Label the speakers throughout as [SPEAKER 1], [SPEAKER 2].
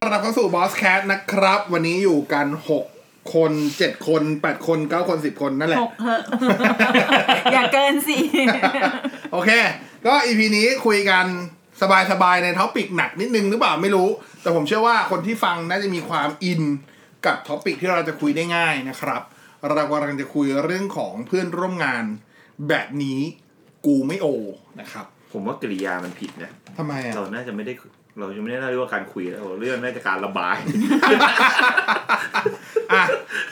[SPEAKER 1] ต้อนรับเข้าสู่บอสแคทนะครับ วันนี้อยู่กันหกคนเจ็ดคนแปดคนเก้าคนสิบคนนั่นแหละ
[SPEAKER 2] หกเห อะ อย่าเกินสิ
[SPEAKER 1] โอเค ก็อีพีนี้คุยกันสบายๆ ในท็อปิกหนักนิดนึงหรือเปล่าไม่รู้ แต่ผมเชื่อว่าคนที่ฟังน่าจะมีความอินกับท็อปิกที่เราจะคุยได้ง่ายนะครับ เรากำลังจะคุยเรื่องของเพื่อนร่วมงานแบบนี้กูไม่โอนะครับ
[SPEAKER 3] ผมว่ากริยามันผิดนะ
[SPEAKER 1] ทำไมอ่ะ
[SPEAKER 3] เราน่าจะไม่ได้เราจะไม่ได้เรียกว่าการคุยแล้วเราเรื่องน่าจะการระบาย
[SPEAKER 1] อ่ะ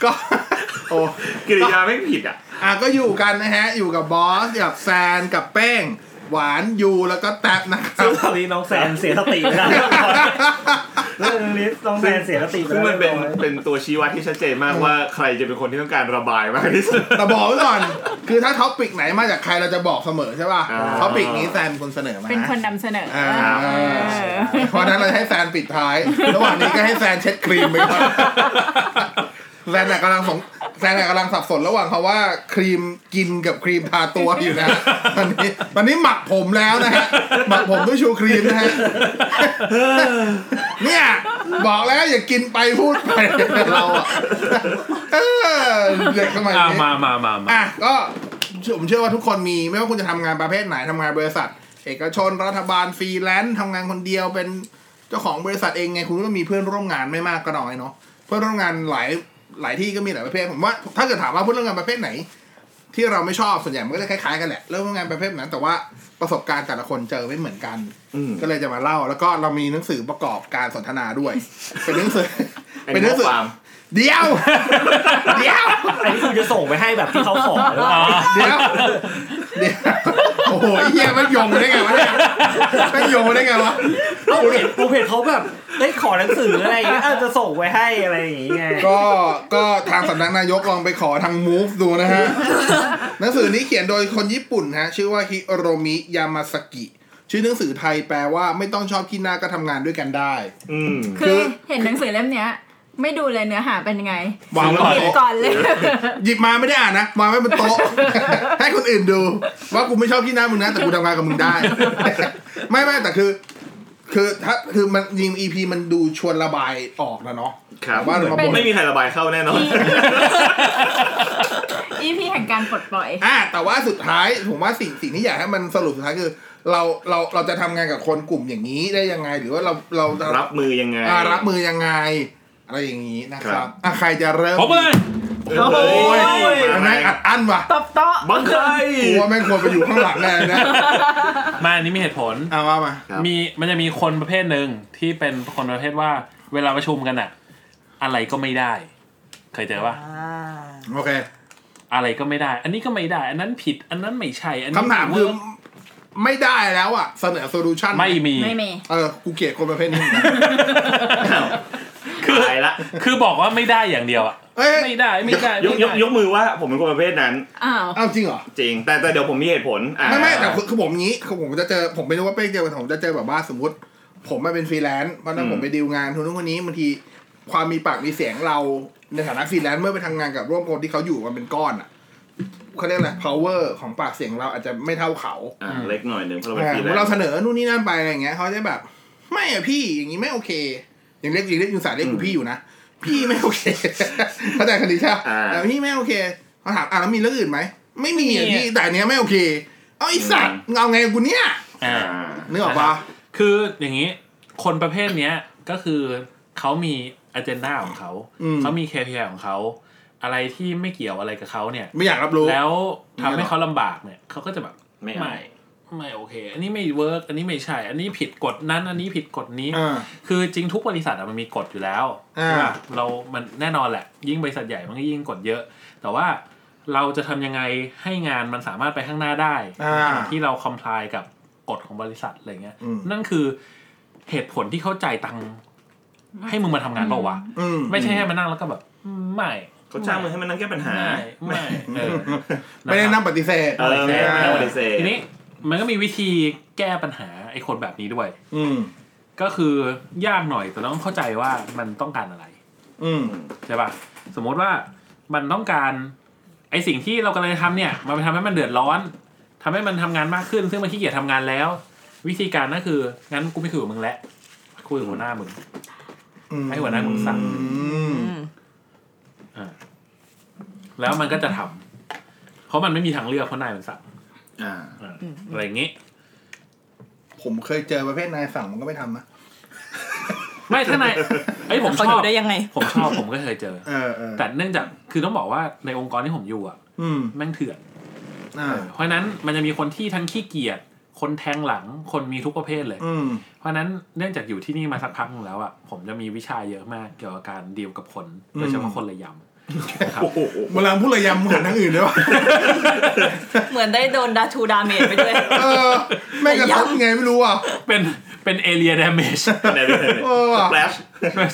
[SPEAKER 1] ก็ โอ้
[SPEAKER 3] กริยาไม่ผิดอ่ะ
[SPEAKER 1] อ่ะก็อยู่กันนะฮะ อยู่กับบอสกับแซนกับแป้ง หวานยูแล้วก็แท็บนะครับ
[SPEAKER 4] ซึ่งตอนนี้น้องแซนเสียสติไปแล้วเรื่องนี้น้องแซนเสียสติไป
[SPEAKER 3] ซึ่ง
[SPEAKER 4] แล้ว
[SPEAKER 3] มัน เป็นเป็นตัวชี้วัดที่ชัดเจนมากว่าใครจะเป็นคนที่ต้องการระบายมากที่สุด
[SPEAKER 1] แต่บอกไว้ก่อน คือถ้าท็อปิกไหนมาจากใครเราจะบอกเสมอใช่ป่ะ
[SPEAKER 3] อ่า
[SPEAKER 1] ท็อปิกนี้แซนเป็นคนเสนอมา
[SPEAKER 2] เป็นคนนำเสนอ
[SPEAKER 1] อ่า
[SPEAKER 2] เออ
[SPEAKER 1] เพราะฉะนั้นเราจะให้แซนปิดท้าย ระหว่างนี้ก็ให้แซนเช็ดครีมไปก่อน แซนน่ะกำลังสงแซนน่ะกำลังสับสนระหว่างคำว่าครีมกินกับครีมทาตัวอยู่นะ ตอนนี้ตอนนี้หมักผมแล้วนะฮ ะหมักผมด้วยชูครีมนะฮะ เนี่ย บอกแล้วอย่ากินไปพูดไป เราอะเออเด็กสมัย
[SPEAKER 5] อ่ะ
[SPEAKER 1] นี้
[SPEAKER 5] มามามามา
[SPEAKER 1] อ่ะก็ผมเชื่อว่าทุกคนมีไม่ว่าคุณจะทำงานประเภทไหนทำงานบริษัท เอกชนรัฐบาลฟรีแลนซ์ทำงานคนเดียวเป็นเจ้าของบริษัทเองไงคุณก็มีเพื่อนร่วมงานไม่มากก็น้อยเนาะเพื่อนร่วมงานหลายหลายที่ก็มีหลายประเภทผมว่าถ้าเกิดถามว่าเพื่อนร่วมงานประเภทไหน ที่เราไม่ชอบส่วนใหญ่มันก็จะคล้ายๆกันแหละเรื่องร่วมงานประเภทนั้น แต่ว่าประสบการณ์แต่ละคนเจอไม่เหมือนกัน
[SPEAKER 3] อืม
[SPEAKER 1] ก็เลยจะมาเล่า แล้วก็เรามีหนังสือประกอบการสนทนาด้วย เป็นหนังสือ
[SPEAKER 3] อัน
[SPEAKER 1] เป็นห
[SPEAKER 3] นี้
[SPEAKER 1] นังสือ
[SPEAKER 3] ความ
[SPEAKER 1] เดียว เดียว
[SPEAKER 4] อันนี้คุณจะส่งไปให้แบบที่เขาขอหรือเปล่า
[SPEAKER 1] เดี๋ยวเดี๋ยวโอ้โหไอ้เฮียมันโยงมาได้ไงวะเนี่ยมันโยงมาได้ไงวะ
[SPEAKER 4] เอาเห็นกูเห็นเขาแบบได้ขอหนังสืออะไรอย่างเงี้ยอาจจะส่งไว้ให้อะไรอย่างเงี้ย
[SPEAKER 1] ก็ก็ทางสำนักนายกลองไปขอทาง Move ดูนะฮะหนังสือนี้เขียนโดยคนญี่ปุ่นฮะ ชื่อว่าฮิโรมิยามาสกิ ชื่อหนังสือไทยแปลว่าไม่ต้องชอบขี้หน้าก็ทำงานด้วยกันได้
[SPEAKER 3] อืม
[SPEAKER 2] คือ
[SPEAKER 1] คือ
[SPEAKER 2] เห็นหนังสือเล่มเนี้ย ไม่ดูเลยเนื้อหาเป็นยังไง
[SPEAKER 1] วางไว้บน
[SPEAKER 2] เก็บ
[SPEAKER 1] โต๊ะ
[SPEAKER 2] ก่อนเลย
[SPEAKER 1] หยิบมาไม่ได้อ่านนะวางไว้บนโต๊ะ ให้คนอื่นดู ว่ากูไม่ชอบขี้หน้ามึงนะแต่กูทำงานกับมึงได้ ไม่ไม่แต่คือ คือถ้าคือมันยิงอีพีมันดูชวนระบายออกแล้วเนาะ
[SPEAKER 3] ครับ
[SPEAKER 1] ว่าเรามาบ่น
[SPEAKER 3] ไม่มีใครระบายเข้าแน่นอน
[SPEAKER 2] อีพีแห่งการปลดปล่อย
[SPEAKER 1] อ่าแต่ว่าสุดท้ายผมว่าสิ่งสิ่งที่อยากให้มันสรุปสุดท้ายคือ เราเราเราจะทำงานกับคนกลุ่มอย่างนี้ได้ยังไง หรือว่าเราเรา
[SPEAKER 3] รับมือยังไง
[SPEAKER 1] อ่ารับมือยังไง อะไรอย่างนี้นะค
[SPEAKER 3] ครั
[SPEAKER 1] รับบ อ่ะใครจะเริ่ม
[SPEAKER 5] ผมเลย
[SPEAKER 3] เอ้
[SPEAKER 2] โอ้ย
[SPEAKER 3] ย
[SPEAKER 1] อัน
[SPEAKER 3] ทำไม
[SPEAKER 1] นั้นอัดอั้นว่ะ
[SPEAKER 2] ตบโต๊ะ
[SPEAKER 3] บังใคร
[SPEAKER 1] กูว่าแม่งควรไปอยู่ข้างหลังแน่นะ
[SPEAKER 5] มาอันนี้มีเหตุผล
[SPEAKER 1] เอาว่ามา
[SPEAKER 3] ครับ
[SPEAKER 5] มีมันจะมีคนประเภทหนึ่งที่เป็นคนประเภทว่าเวลาประชุมกันอะอะไรก็ไม่ได้ เคยเจอปะ
[SPEAKER 1] โอเค
[SPEAKER 5] อะไรก็ไม่ได้ อันนี้ก็ไม่ได้ อันนั้นผิดอันนั้นไม่ใช่อันนี้
[SPEAKER 1] คำถามคือไม่ได้แล้วอ่ะ เสนอโซลูชัน
[SPEAKER 5] ไม่มี
[SPEAKER 2] ไม่มี
[SPEAKER 1] เออกูเกลียดคนประเภท นี้
[SPEAKER 3] คือตายละ
[SPEAKER 5] คือบอกว่าไม่ได้อย่างเดียวอะ
[SPEAKER 1] เอ้ย
[SPEAKER 5] ไม่ได้ไม่ได้
[SPEAKER 3] ยกย
[SPEAKER 5] ไม่ได้
[SPEAKER 3] กยกมือว่าผมเป็นคนประเภทนั้น
[SPEAKER 2] อ้าว
[SPEAKER 1] อ้าวจริงเหรอ
[SPEAKER 3] จริง แต่แต่เดี๋ยวผมมีเหตุผลอ่า
[SPEAKER 1] ไม่ไม่แต่คือคือผมอย่างนี้คือผมจะเจอผมไม่รู้ว่าเป้งเจอกันผมจะเจอแบบว่าสมมติ ผมมาเป็นฟรีแลนซ์เพราะฉะนั้น
[SPEAKER 3] อืม
[SPEAKER 1] ผมไปดีลงานทุนทุกคนนี้บางทีความมีปากมีเสียงเราในฐานะฟรีแลนซ์เมื่อไปทำงานกับร่วมคนที่เขาอยู่มันเป็นก้อนอ่ะเขาเรียกอะไร power ของปากเสียงเราอาจจะไม่เท่าเขา
[SPEAKER 3] อ่าเล็กหน่อยหนึ่งเพราะเราเป็น
[SPEAKER 1] อ่า
[SPEAKER 3] ฟรี
[SPEAKER 1] สม
[SPEAKER 3] แล
[SPEAKER 1] มุติ
[SPEAKER 3] น
[SPEAKER 1] เรา
[SPEAKER 3] ซ์
[SPEAKER 1] เสนอนู่นนี่นั่นไปอะไรอย่างเงี้ยเขาจะแบบ ไม่อะพี่อย่างนี้ไม่โอเคอย่างเรียกอย่างเรียกยุงสายเรียกอยู่พี่อยู่นะพี่ไม่โอเคเข้าใจคดีใช่ปะเออพี่ไม่โอเคเขาถามอ่ะแล้วมีเรื่องอื่นไหมไม่มีอะพี่แต่อันเนี้ยไม่โอเค เอาไอสัตว์เอาไงกับกูเนี่ย
[SPEAKER 5] อ่า
[SPEAKER 3] อ่า
[SPEAKER 1] นึกออกปะ
[SPEAKER 5] คืออย่างนี้คนประเภทเนี้ยก็คือเขามี agenda ของเขาเขามี KPI ของเขาอะไรที่ไม่เกี่ยวอะไรกับเขาเนี่ย
[SPEAKER 1] ไม่อยากรับรู้
[SPEAKER 5] แล้วทำ
[SPEAKER 1] ไม่หรอ
[SPEAKER 5] ให้
[SPEAKER 1] ก
[SPEAKER 5] เขาลำบากเนี่ยเขาก็จะแบบ
[SPEAKER 3] ไม่เอา
[SPEAKER 5] ไม่ไม่โอเค อันนี้ไม่เวิร์กอันนี้ไม่ใช่ อันนี้ผิดกฎนั้น อันนี้ผิดกฎนี้
[SPEAKER 1] อ่า
[SPEAKER 5] คือจริงทุกบริษัทอะมันมีกฎอยู่แล้ว
[SPEAKER 1] อ่า
[SPEAKER 5] ใช่ป่ะเรา มันแน่นอนแหละ ยิ่งบริษัทใหญ่มันก็ยิ่งกฎเยอะ แต่ว่าเราจะทำยังไงให้งานมันสามารถไปข้างหน้าได้
[SPEAKER 1] อ่า
[SPEAKER 5] ที่เราคอมพลายกับกฎของบริษัทอะไรเงี้ย
[SPEAKER 1] อืม
[SPEAKER 5] นั่นคือเหตุผลที่เขาจ่ายตังค์ให้มึงมาทำงานเปล่าวะ
[SPEAKER 1] อืม
[SPEAKER 5] ไม่ใช่ให้มานั่งแล้วก็แบบอืมไม่
[SPEAKER 3] เขาจ้างมือให้มันนั่งแก้ปัญหา
[SPEAKER 5] ไม่ไม่เออ
[SPEAKER 1] ไม่ได้นั่งปฏิเสธ
[SPEAKER 3] เออไม่ได้นั่งปฏิเสธ
[SPEAKER 5] ทีนี้มันก็มีวิธีแก้ปัญหาไอ้คนแบบนี้ด้วย
[SPEAKER 1] อืม
[SPEAKER 5] ก็คือยากหน่อยแต่ต้องเข้าใจว่ามันต้องการอะไร
[SPEAKER 1] อืม
[SPEAKER 5] ใช่ป่ะ สมมติว่ามันต้องการไอสิ่งที่เรากำลังจะทำเนี่ย มันไปทำให้มันเดือดร้อนทำให้มันทำงานมากขึ้น ซึ่งมันขี้เกียจทำงานแล้ว วิธีการก็คืองั้นกูไม่คุยกับมึงแล้วคุยกับหัวหน้ามึง
[SPEAKER 1] อืม
[SPEAKER 5] ให้หัวหน้าคุณสั่ง
[SPEAKER 1] อืม
[SPEAKER 2] อืม
[SPEAKER 5] แล้วมันก็จะทำเพราะมันไม่มีทางเลือกเพราะนายมันสั่ง
[SPEAKER 1] อ่า
[SPEAKER 5] อ่ะอะไรอย่างงี้
[SPEAKER 1] ผมเคยเจอประเภทนายสั่งมันก็ไม่ทำนะ
[SPEAKER 5] ไม่ถ้านายไอ้ยผม
[SPEAKER 6] เขา
[SPEAKER 5] ช
[SPEAKER 6] อ
[SPEAKER 5] อบ
[SPEAKER 6] ยู่ได้ยังไง
[SPEAKER 5] ผมชอบผมก็เคยเจอ
[SPEAKER 1] เออเออ
[SPEAKER 5] แต่เนื่องจากคือต้องบอกว่าในองค์กรที่ผมอยู่อ่ะ
[SPEAKER 1] อืม
[SPEAKER 5] แม่งเถื่อน
[SPEAKER 1] อ่า
[SPEAKER 5] เพราะฉะนั้นมันจะมีคนที่ทั้งขี้เกียจคนแทงหลังคนมีทุกประเภทเลย
[SPEAKER 1] อืม
[SPEAKER 5] เพราะฉะนั้นเนื่องจากอยู่ที่นี่มาสักพักหนึ่งแล้วอ่ะผมจะมีวิชาเยอะมากเกี่ยวกับการดีลกับคนโดยเฉพาะคนระยำนะครับ
[SPEAKER 3] โอ้โห
[SPEAKER 1] เวลาพูดระยำเหมือนทั้งอื่นด้วยวะ
[SPEAKER 6] เหมือนได้โดนดาทูดาเมจไปด้วย
[SPEAKER 1] เออแม่งกระทบไงไม่รู้อ่ะ
[SPEAKER 5] เป็นเป็นเอเรียดเมจ
[SPEAKER 3] ไหนเป็น
[SPEAKER 1] เออว่ะ
[SPEAKER 3] สแปลช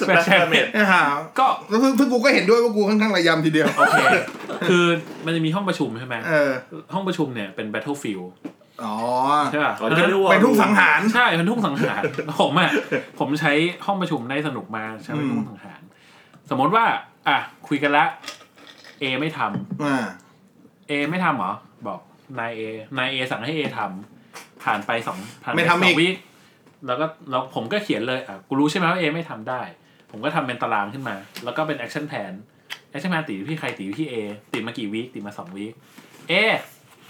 [SPEAKER 3] สแปลช
[SPEAKER 5] Splash
[SPEAKER 3] เมด
[SPEAKER 1] ไอ้ห่า
[SPEAKER 5] ก็
[SPEAKER 1] แล้วซึ่งซึ่งกูก็เห็นด้วยว่ากูค่อนข้างระยำทีเดียว
[SPEAKER 5] โอเค คือมันจะมีห้องประชุมใช่ไหม
[SPEAKER 1] เออ
[SPEAKER 5] ห้องประชุมเนี่ยเป็น Battlefield
[SPEAKER 1] อ๋อ
[SPEAKER 5] ใช่ป่ะ
[SPEAKER 1] เป็นทุ่งสังหาร
[SPEAKER 5] ใช่เป็นทุ่งสังหาร ผมอ่ะผมใช้ห้องประชุมได้สนุกมากใช้เป็นทุ่งสังหาร สมมติว่า อ่ะ คุยกันละ A ไม่ทำ
[SPEAKER 1] อ่า
[SPEAKER 5] A ไม่ทำเหรอ บอกนาย A นาย A สั่งให้ A ทำผ่านไปสองผ่านป
[SPEAKER 1] ไม่ทำ
[SPEAKER 5] ส
[SPEAKER 1] อี
[SPEAKER 5] อง
[SPEAKER 1] ก
[SPEAKER 5] วิแล้วก็แล้วผมก็เขียนเลยอ่ะกูรู้ใช่ไหมว่า A ไม่ทำได้ ผมก็ทำเป็นตารางขึ้นมา แล้วก็เป็นแอคชั่นแผนแอคชั่นแผนตีพี่ใครตีพี่ A ตีมากี่วิตีมาสองวิเอ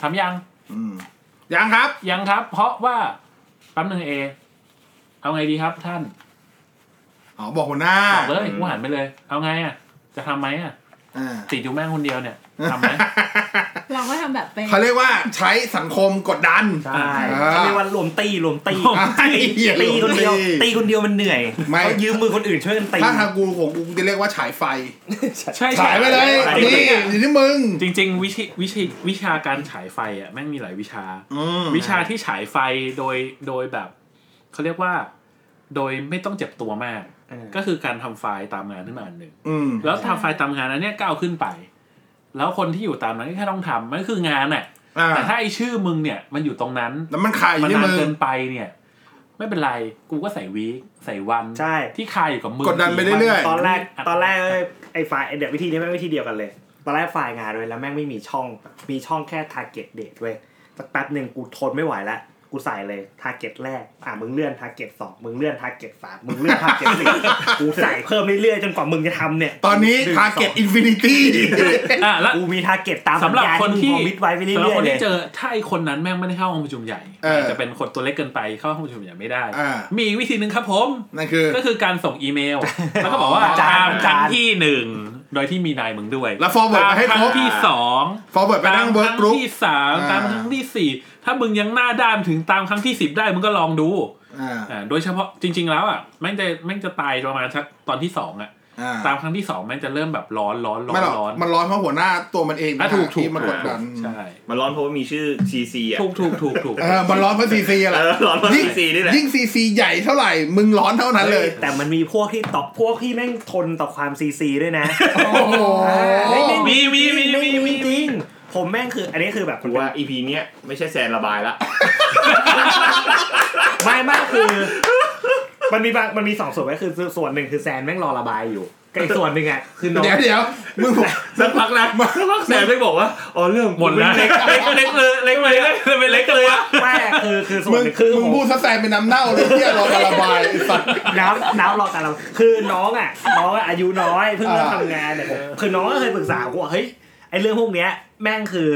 [SPEAKER 5] ทำยัง
[SPEAKER 1] อืมยังครับ
[SPEAKER 5] ยังครับ เพราะว่าแป๊บหนึ่งเอ เอาไงดีครับท่าน
[SPEAKER 1] อ๋อ บอกหัวหน้า
[SPEAKER 5] บอกเลยกูหันไปเลย เอาไงอ่ะ จะทำไหมอ่ะ
[SPEAKER 1] อ่า
[SPEAKER 5] ติดอยู่แม่งคนเดียวเนี่ยทำไหม
[SPEAKER 2] เราก็ทำแบบเป็น
[SPEAKER 1] เขาเรียกว่าใช้สังคมกดดัน
[SPEAKER 5] ใช่
[SPEAKER 4] เขาเรียกว่ารวมตีรวมตี
[SPEAKER 1] ไอ้เหี้ย
[SPEAKER 4] ตีคนเดียว
[SPEAKER 1] รวมตี
[SPEAKER 4] ตีคนเดียวมันเหนื่อย
[SPEAKER 1] ไม่
[SPEAKER 4] เขายืมมือคนอื่นช่วยกันตี
[SPEAKER 1] ถ้าทางกูของกูจะเรียกว่าฉายไฟ
[SPEAKER 5] ใช่
[SPEAKER 1] ฉายไปเลย
[SPEAKER 4] ฉายไปเลย
[SPEAKER 1] นี่อยู่ที่มึง
[SPEAKER 5] จริง ๆ วิชวิชวิชาการฉายไฟอ่ะแม่งมีหลายวิชา
[SPEAKER 1] อืม
[SPEAKER 5] วิชาที่ฉายไฟโดยโดยแบบเขาเรียกว่า โดยไม่ต้องเจ็บตัวมาก ก็คือการทำไฟล์ตามงานขึ้นมาอันหนึ่ง
[SPEAKER 1] อืม
[SPEAKER 5] แล้วทำไฟล์ตามงานอันเนี้ยก้าวขึ้นไป แล้วคนที่อยู่ตามนั้นก็แค่ต้องทำมันก็คืองานอ่ะ
[SPEAKER 1] อ่า
[SPEAKER 5] แต่ถ้าไอชื่อมึงเนี่ยมันอยู่ตรงนั้น
[SPEAKER 1] แล้วมันขายอยู่
[SPEAKER 5] มัน
[SPEAKER 1] ที่
[SPEAKER 5] นาน
[SPEAKER 1] มึง
[SPEAKER 5] เกินไปเนี่ย ไม่เป็นไร กูก็ใส่วีคใส่วัน
[SPEAKER 4] ใช่
[SPEAKER 5] ที่คาอยู่กับมือก
[SPEAKER 1] ดดันไปเรื่อย
[SPEAKER 4] ตอนแรกตอนแรกไอ้ไฟล์ไอ้เดี๋ยววิธีนี้ไม่งวิธีเดียวกันเลย ตอนแรกไฟล์งานเลยแล้วแม่งไม่มีช่อง มีช่องแค่ target date เว้ยสักแป๊บหนึ่งกูทนไม่ไหวละกูใส่เลย target แรก อ่ะมึงเลื่อน target สองมึงเลื่อน target สามมึงเลื่อน target สี่กูใส่เพิ่มเรื่อยๆจนกว่ามึงจะทำเนี่ย
[SPEAKER 1] ตอนนี้
[SPEAKER 4] หง
[SPEAKER 1] Target Infinity
[SPEAKER 5] อ่ะแล้ว
[SPEAKER 4] กูมี target ตาม
[SPEAKER 5] สำหรับ
[SPEAKER 4] สัญญา
[SPEAKER 5] คนที่
[SPEAKER 4] กูมิดไว้ไปเรื่
[SPEAKER 5] สำหรับ
[SPEAKER 4] อย
[SPEAKER 5] ค
[SPEAKER 4] ๆ
[SPEAKER 5] น
[SPEAKER 4] เลย
[SPEAKER 5] ที่เจอถ้าไอคนนั้นแม่งไม่ได้เข้าห้องประชุมใหญ่
[SPEAKER 1] เออ
[SPEAKER 5] จจะเป็นคนตัวเล็กเกินไปเข้าห้องประชุมใหญ่ไม่ได้
[SPEAKER 1] อ่ามี
[SPEAKER 5] มีอีกวิธีหนึ่งครับผม
[SPEAKER 1] นั่นคือ
[SPEAKER 5] ก็คือการส่งอีเมล แล้วก็บอกว่า
[SPEAKER 1] จาน
[SPEAKER 5] ตามครั้งที่หนึ่งโดยที่มีนายมึงด้วย
[SPEAKER 1] แล้วฟอร์เวิร์ด
[SPEAKER 5] ตาม
[SPEAKER 1] ไปให้
[SPEAKER 5] ค
[SPEAKER 1] ค
[SPEAKER 5] รั้
[SPEAKER 1] รง บ
[SPEAKER 5] ที่สอง
[SPEAKER 1] ฟอร์เวิร์ดไป
[SPEAKER 5] ตา
[SPEAKER 1] นั่
[SPEAKER 5] ม
[SPEAKER 1] ง
[SPEAKER 5] ค
[SPEAKER 1] เวิร์ก
[SPEAKER 5] รั้ง
[SPEAKER 1] กรุ๊ป
[SPEAKER 5] ที่สามตามครั้งที่สี่ถ้ามึงยังหน้าด้านถึงตามครั้งที่สิบได้มึงก็ลองดู
[SPEAKER 1] อ่า
[SPEAKER 5] อ่าโดยเฉพาะจริง ๆ แล้วอ่ะแม่งจะแม่งจะตายประมาณสักตอนที่สองอ่ะ
[SPEAKER 1] อ่า
[SPEAKER 5] ตามครั้งที่สองแม่งจะเริ่มแบบร้อนร้อนร้อ
[SPEAKER 1] ไม่
[SPEAKER 5] น
[SPEAKER 1] หรอก
[SPEAKER 5] ร้อน
[SPEAKER 1] มันร้อนเพราะหัวหน้าตัวมันเอง
[SPEAKER 5] อ่ะถูกถูก
[SPEAKER 1] ที่มันกดดัน
[SPEAKER 5] ใช่
[SPEAKER 3] มันร้อนเพราะว่ามีชื่อ CC อ่ะ
[SPEAKER 5] ถูกถูกถูกถูก
[SPEAKER 1] เออมันร้อนเพราะซีซีอะ
[SPEAKER 3] เอ
[SPEAKER 1] ไร
[SPEAKER 3] อร้อนเพราะ
[SPEAKER 1] ยิ่ง
[SPEAKER 3] CC นี่แหละ
[SPEAKER 1] ยิ่งซีซีใหญ่เท่าไหร่ มึงร้อนเท่านั้นเลย
[SPEAKER 4] แต่มันมีพวกที่ตอบพวกที่แม่งทนต่อความซีซีด้วยนะ
[SPEAKER 1] โอ้โห
[SPEAKER 5] มีมีมี
[SPEAKER 4] ไม่
[SPEAKER 5] มี
[SPEAKER 4] มี
[SPEAKER 5] มี
[SPEAKER 4] จริง ผมแม่งคือ อันนี้คือแบบ
[SPEAKER 3] กูว่า EP เนี้ยไม่ใช่แซนระบายละ
[SPEAKER 4] ไม่ไม่คือ มันมีบางมันมีสองส่วนไว้คือส่วนหนึ่งคือแซนแม่งรอระบายอยู่กับอีกส่วนหนึ่งอ่ะคือน้อง
[SPEAKER 1] เดี๋ยวเดี๋ยวมึงบอก
[SPEAKER 3] สักพักนะสักพักแซนไม่บอกว่า อ๋อเรื่อง
[SPEAKER 5] หมดแล้วเล็กเล็กเล็กเลยเล็กเลยเล็กเลย
[SPEAKER 4] แม่คือคือส่ว
[SPEAKER 1] มึ
[SPEAKER 4] น
[SPEAKER 1] ง
[SPEAKER 4] หนึ่งคือ
[SPEAKER 1] มึง
[SPEAKER 4] ผม
[SPEAKER 1] พูดซะแซงเป็นน้ำเน่าเลยที่รอการระบายไอ้สัตว์
[SPEAKER 4] น้ำน้ำรอการระบายคือน้องอ่ะน้องอะอายุน้อยเพิ่งเริ่มทำงานเนี่ยผมคือน้องก็เคยปรึกษากูว่าเฮ้ยไอเรื่องพวกเนี้ย แม่งคือ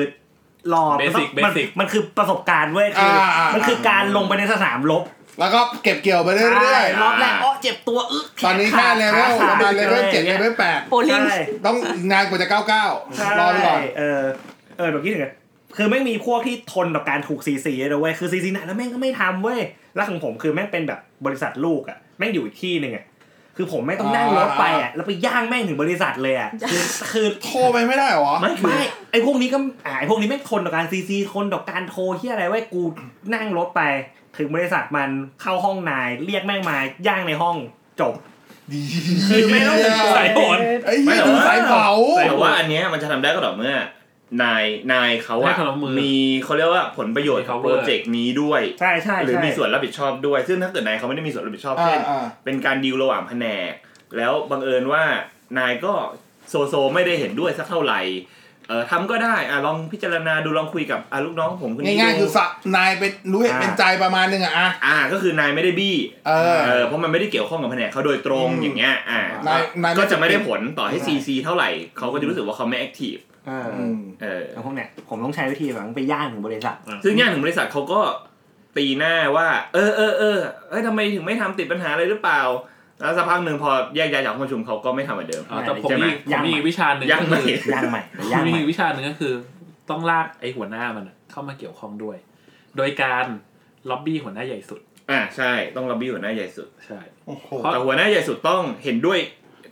[SPEAKER 4] รอมันต้อง
[SPEAKER 5] Basic
[SPEAKER 4] มัน
[SPEAKER 5] Basic
[SPEAKER 4] มันคือประสบการณ์เว้ยคืออา มันคือการลงไปในสนามรบ
[SPEAKER 1] แล้วก็เก็บเกี่ยวไปเรื่อย
[SPEAKER 4] รอบแรกอ้อเจ็บตัวอึ๊ะ
[SPEAKER 1] ๆ ตอนนี้แค่เลเวลประมาณเลเวลเจ็ดเลเวลแปด
[SPEAKER 6] โอลิง
[SPEAKER 4] ใช่
[SPEAKER 1] ต้องงานกว่าจะเก้าเก้า
[SPEAKER 4] ใช่
[SPEAKER 1] รอไปก่อน
[SPEAKER 4] เออ เออแบบคิดถึงไงคือไม่มีพวกที่ทนต่อการถูกซีซีเลยเว้ย คือซีซีหนักแล้วแม่งก็ไม่ทำเว้ย แล้วของผมคือแม่งเป็นแบบบริษัทลูกอ่ะ แม่งอยู่อีกที่หนึ่งอ่ะ คือผมไม่งต้องนั่งรถไปอ่ะ แล้วไปย่างแม่งถึงบริษัทเลยอ่ะ คือคือ
[SPEAKER 1] โทรไปไม่ได้เหรอ
[SPEAKER 4] ไม่ไม่ไอพวกนี้ก็อ่าไอพวกนี้ไม่งทนต่อการซีซีทนต่อการโทรที่อะไรไว้ยกูนั่งรถไป ถึงบริษัทมันเข้าห้องนาย เรียกแม่งมาย่างในห้องจบ คือไม่ต้องเป็นตัว
[SPEAKER 5] สายโหด
[SPEAKER 1] ไอ้เหี้ย
[SPEAKER 3] ไม่
[SPEAKER 1] ดู
[SPEAKER 3] หรอก
[SPEAKER 1] สายเผา
[SPEAKER 3] แต่ว่าอันเนี้ยมันจะทำได้ก็ต่อเมื่อ นายนายเขา
[SPEAKER 5] ให้
[SPEAKER 3] อะ
[SPEAKER 5] ความร่วมมือ
[SPEAKER 3] มีเขาเรียกว่าผลประโยชน์ของ
[SPEAKER 5] ให้
[SPEAKER 3] โป
[SPEAKER 5] cover
[SPEAKER 3] รเจกต์นี้ด้วย
[SPEAKER 4] ใช่ใช่
[SPEAKER 3] หรือ
[SPEAKER 4] ใช่
[SPEAKER 3] มีส่วนรับผิดชอบด้วย ซึ่งถ้าเกิดนายเขาไม่ได้มีส่วนรับผิดชอบ
[SPEAKER 1] อ่า
[SPEAKER 3] เช่น
[SPEAKER 1] อ่า
[SPEAKER 3] เป็นการดีลระหว่างแผนก แล้วบังเอิญว่านายก็โซโซไม่ได้เห็นด้วยสักเท่าไหร่
[SPEAKER 7] เออทำก็ได้อ่ะลองพิจารณาดูลองคุยกับอ่ะลูกน้องผมคนนี้
[SPEAKER 1] ง่ายๆ
[SPEAKER 7] ดู
[SPEAKER 1] คือสะนายเป็นรู้เห็นเป็นใจประมาณนึงอ่ะอ่ะ
[SPEAKER 7] อ่าก็คือนายไม่ได้บี้
[SPEAKER 1] เออ
[SPEAKER 7] เออเพราะมันไม่ได้เกี่ยวข้องกับแผนกเขาโดยตรง
[SPEAKER 1] อืม
[SPEAKER 7] อย่างเงี้ยอ่าน
[SPEAKER 1] ายนายไม่
[SPEAKER 7] ก็จะไม่ได้ผลต่อให้ซีซีเท่าไหร่เขาก็จะรู้สึกว่าเขาไม่แอคทีฟ
[SPEAKER 4] เออ
[SPEAKER 1] อืม
[SPEAKER 7] เออ
[SPEAKER 4] แต่พวกเนี้ยผมต้องใช้วิธีแบบต้องไปย่างถึงบริษัท
[SPEAKER 7] ซึ่งงานของบริษัทเขาก็ตีหน้าว่า เออเออเออเอ้ยทำไมถึงไม่ทำติดปัญหาอะไรหรือเปล่า แล้วสักพักหนึ่งพอแยกย้ายจากห้องประชุมเขาก็ไม่ทำเหมือนเดิม
[SPEAKER 5] อ๋อแต่ผม
[SPEAKER 7] ใช่ไหม
[SPEAKER 5] มีผมมีอีกวิชาหนึ่ง
[SPEAKER 7] ยังไม่
[SPEAKER 5] ก็คือ
[SPEAKER 4] ย่างใหม่ไป
[SPEAKER 5] ผม
[SPEAKER 4] ย่าง
[SPEAKER 5] มี
[SPEAKER 4] ใหม่
[SPEAKER 5] อีกวิชาหนึ่งก็คือ ต้องลากไอ้หัวหน้ามันอะเข้ามาเกี่ยวข้องด้วย โดยการล็อบบี้หัวหน้าใหญ่สุด
[SPEAKER 7] อ่าใช่ต้องรับบี้หัวหน้าใหญ่สุด
[SPEAKER 5] ใช่
[SPEAKER 1] โอ้โห
[SPEAKER 5] เพราะ
[SPEAKER 7] แต่หัวหน้าใหญ่สุดต้องเห็นด้วย